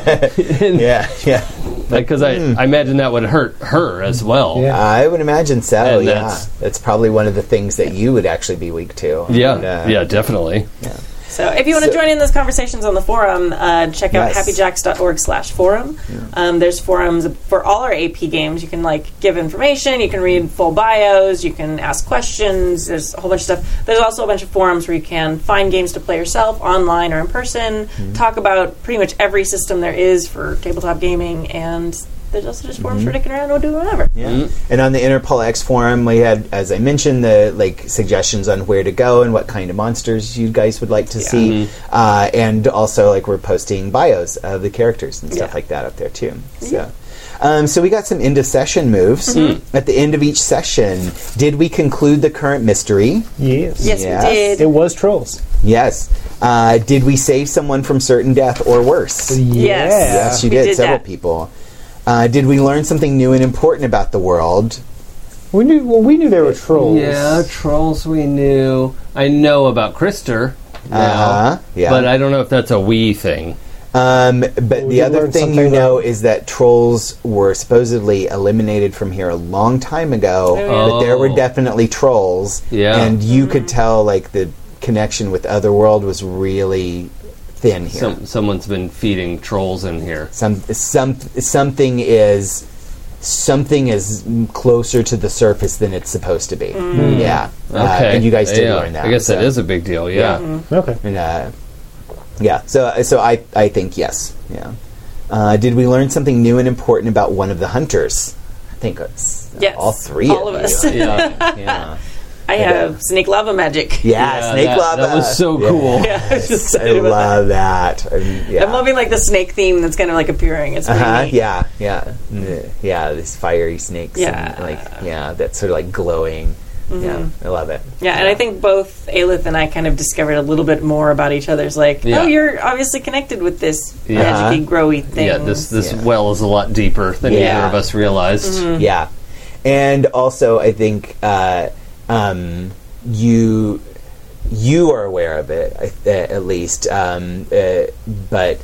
yeah, yeah.
Because I, I imagine that would hurt her as well.
Yeah.
I would imagine so.
And
yeah,
that's-
that's, probably one of the things that you would actually be weak to.
Yeah,
And, uh,
yeah, definitely.
So if you want to
So-
join in those conversations on the forum, uh, check out
Yes.
happyjacks.org slash forum. Um, there's forums for all our AP games. You can like give information, you can read full bios, you can ask questions. There's a whole bunch of stuff. There's also a bunch of forums where you can find games to play yourself online or in person,
Mm-hmm.
talk about pretty much every system there is for tabletop gaming, and there's also just forums for dicking around or doing whatever.
Mm-hmm. Yeah.
Mm-hmm.
And on the Interpol X forum, we had, as I mentioned, the like suggestions on where to go and what kind of monsters you guys would like to see,
Mm-hmm.
uh, and also like we're posting bios of the characters and stuff
Yeah.
like that up there too. So. Um, so we got some end of session moves.
Mm-hmm.
At the end of each session, did we conclude the current mystery?
Yes.
Yes,
Yes.
we did.
It was trolls.
Yes. Uh, did we save someone from certain death or worse? Yes, you
We
did.
did
Several
that.
people. Uh, did we learn something new and important about the world?
We knew. Well, we knew there were trolls.
Yeah, trolls we knew. I know about Krister. now,
Uh-huh, yeah.
But I don't know if that's a we thing.
Um, but
we
the
did
other
learn
thing
something
you know
about-
is that trolls were supposedly eliminated from here a long time ago, but there were
Oh.
definitely trolls.
Yeah. Mm-hmm.
And you could tell, like, the connection with Otherworld was really thin here.
Some, someone's been feeding trolls in here.
some, some, something is. Something is closer to the surface than it's supposed to be.
Mm.
Yeah. Uh,
Okay.
and you guys did
Yeah,
learn that.
I guess
so.
that is a big deal. Yeah.
Okay.
And, uh, yeah. So so I I think yes. Yeah. Uh, did we learn something new and important about one of the hunters? I think it's uh,
Yes,
all three
all
of,
of
you.
us.
Yeah. yeah.
I have snake lava magic.
Yeah,
Yeah,
snake
that,
lava.
That was so
Yeah.
cool.
Yeah, I was just
I
excited about that.
love that. Um, yeah.
I'm loving like the snake theme that's kind of like appearing. It's pretty
Uh-huh,
neat.
yeah, yeah, Mm, yeah. These fiery snakes,
Yeah.
and like yeah, that's sort of like glowing. Yeah, I love it.
Yeah, and I think both Aelith and I kind of discovered a little bit more about each other's like,
Yeah.
oh, you're obviously connected with this
Yeah.
magic magicy growy thing.
Yeah, this this
Yeah.
well is a lot deeper than
Yeah.
either of us realized.
Mm-hmm.
Yeah, and also I think uh, um, you you are aware of it I th- uh, at least, um, uh, but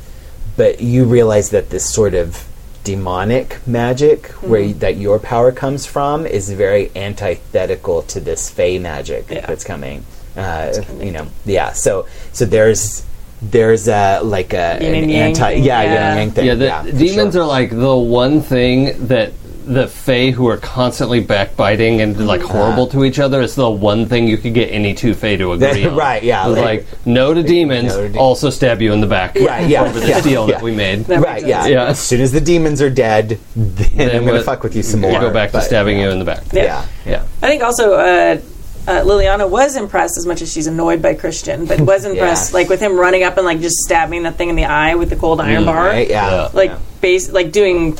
but you realize that this sort of demonic magic where
Mm-hmm.
that your power comes from is very antithetical to this fey magic
Yeah.
that's coming. Uh, you know, yeah. So so there's. There's a like a
Yin
an
and yang
anti
thing,
yeah,
yeah.
yin and yang thing
Yeah, the
for
demons
sure.
are like the one thing that the Fae who are constantly backbiting and like
Mm-hmm.
horrible to each other is the one thing you could get any two Fae to agree on.
Right, yeah,
It was
like-
like, no to demons,
No to de-
also stab you in the back.
Right, yeah,
Over this
yeah,
deal
yeah.
that we made.
That
right,
makes
yeah.
sense.
Yeah.
As soon as the demons are dead, then, I'm going to
what-
fuck with you some
we'll
more.
Go back
but-
to stabbing you in the back.
Yeah.
Yeah.
Yeah.
I think also uh, uh, Liliana was impressed as much as she's annoyed by Christian, but was impressed like with him running up and like just stabbing that thing in the eye with the cold iron bar,
Mm, Right, yeah.
like base like doing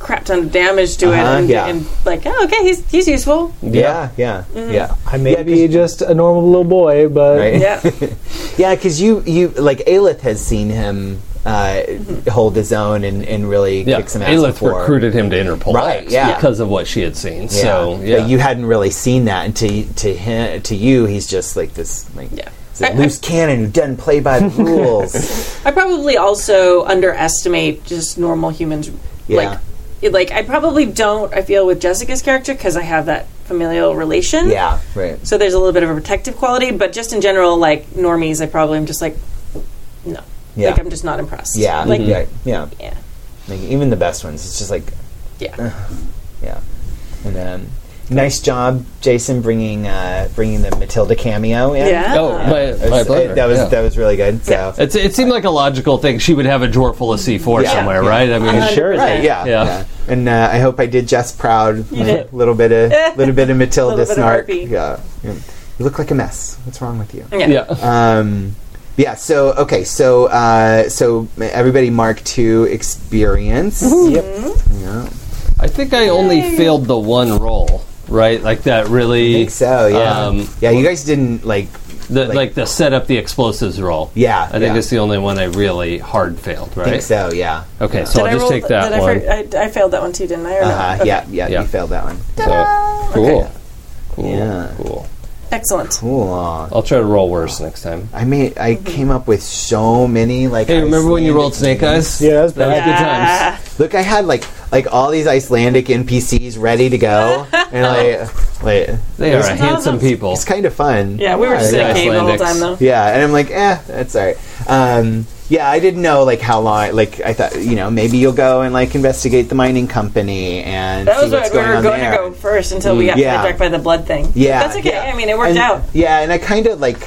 crap ton of damage to it,
Uh-huh,
and,
yeah.
and like oh okay he's he's useful,
Yeah, yeah,
Mm-hmm.
yeah.
I may
Yeah,
be just a normal little boy, but
Right?
yeah,
Yeah, because you, you like Aelith has seen him uh,
Mm-hmm.
hold his own and, and really
Yeah.
kick some ass
Aelith
before.
recruited him to Interpol
Right,
X
yeah.
because of what she had seen.
Yeah.
So yeah.
But you hadn't really seen that, and to to him, to you, he's just like this like
Yeah.
he's a
I-
loose cannon who doesn't play by the rules.
I probably also underestimate just normal humans.
Yeah.
Like, it- like I probably don't. I feel with Jessica's character because I have that familial relation.
yeah, right.
So there's a little bit of a protective quality, but just in general, like normies, I probably am just like, no.
Yeah.
Like I'm just not impressed.
Yeah,
Like
Mm-hmm.
yeah, yeah.
yeah.
Like, even the best ones, it's just like
Yeah.
yeah. And um, nice job, Jason, bringing uh, bringing the Matilda cameo in.
Yeah.
oh, my,
It was-
my pleasure.
it- that was
yeah.
that was really good. So
It's, it seemed like a logical thing. She would have a dwarf full of C4
Yeah.
somewhere, right? I mean,
Uh,
sure.
Right, yeah,
Yeah.
yeah. And uh, I hope I did Jess proud.
You did.
little bit of little bit of Matilda
Little bit of
snark.
harpy.
yeah. You look like a mess. What's wrong with you?
Yeah.
Yeah.
Um, yeah. So okay. So uh, so everybody, mark two experience.
yep.
Mm-hmm.
Yeah.
I think I only failed the one roll, right? Like that really.
I think so. Yeah.
Um,
yeah. You guys didn't like.
The,
Like-
like, the set up the explosives roll.
Yeah,
I think
yeah.
it's the only one I really hard failed,
I
right?
think so. Yeah.
Okay, so I'll
I
just
roll-
take that
did I
one.
for- I, I failed that one too, didn't I? Or
Uh,
no? Okay.
yeah, yeah.
Uh-huh. Yeah.
You failed that one.
So, cool. Cool.
Yeah.
Cool.
Excellent.
Cool.
I'll try to roll worse next time.
I mean, I came up with so many like.
Mm-hmm. Hey, remember when you
Icelandic
rolled Snake
names?
Eyes?
Yeah, that's
That was
bad.
good times.
Ah,
Look, I had like like all these Icelandic NPCs ready to go, and like, like
They are a
Sometimes
handsome
I'm-
people.
it's kind of fun.
yeah, we were just in
Yeah.
a cave the whole time though.
Icelandics.
Yeah, and I'm like, eh, that's all right. Um, yeah, I didn't know like how long. Like I thought, you know, maybe you'll go and like investigate the mining company and
That
see
was
what's
what we
going
were
on
going
there.
to go first until we got
Mm, yeah.
hijacked by the blood thing.
Yeah,
That's okay.
yeah.
I mean, it worked
And-
out.
Yeah, and I kind of like,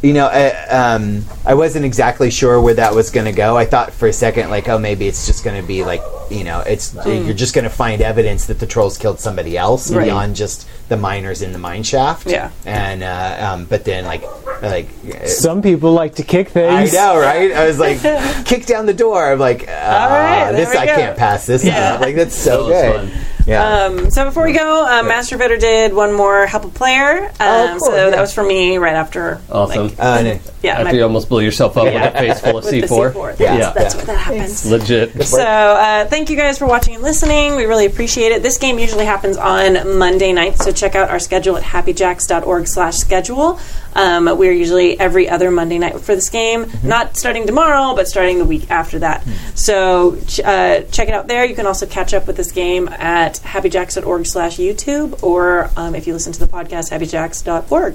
you know, I, um, I wasn't exactly sure where that was going to go. I thought for a second, like, oh, maybe it's just going to be like, you know, it's you're just going to find evidence that the trolls killed somebody else
Hmm. Right.
beyond just the miners in the mine shaft.
Yeah.
and uh, um, but then like, like. uh,
Some people like to kick
I
things.
know, right? I was like, kick down the door. I'm like, uh,
right, there
this
we
I
go.
can't pass this.
Yeah.
up. Like that's so
That was
good. Yeah.
Um, so before we go, uh, Master Vitter did one more help a player. Um,
Oh, cool,
so
yeah.
that was for me right after.
Awesome.
Like,
Uh, no.
yeah,
After you almost blew yourself up
Yeah.
with a face full of
with the
C4.
C4.
Yeah.
Yeah,
Yeah.
that's, that's where that happens.
Legit.
So uh, thank you guys for watching and listening. We really appreciate it. This game usually happens on Monday night, so check out our schedule at happyjacks.org slash schedule. Um, we're usually every other Monday night for this game, not starting tomorrow, but starting the week after that. So ch- uh, check it out there. You can also catch up with this game at happyjacks.org slash YouTube, or um, if you listen to the podcast, happyjacks.org.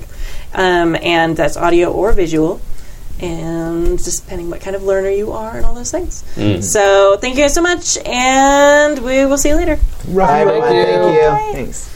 Um, and that's audio or visual and just depending what kind of learner you are and all those things. So thank you guys so much, and we will see you later.
Bye,
Right.
everyone. Thank you.
Bye.
Thanks.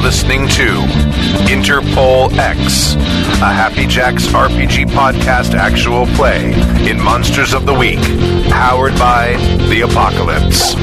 listening to Interpol X, a Happy Jacks RPG podcast actual play in Monsters of the Week, powered by The Apocalypse.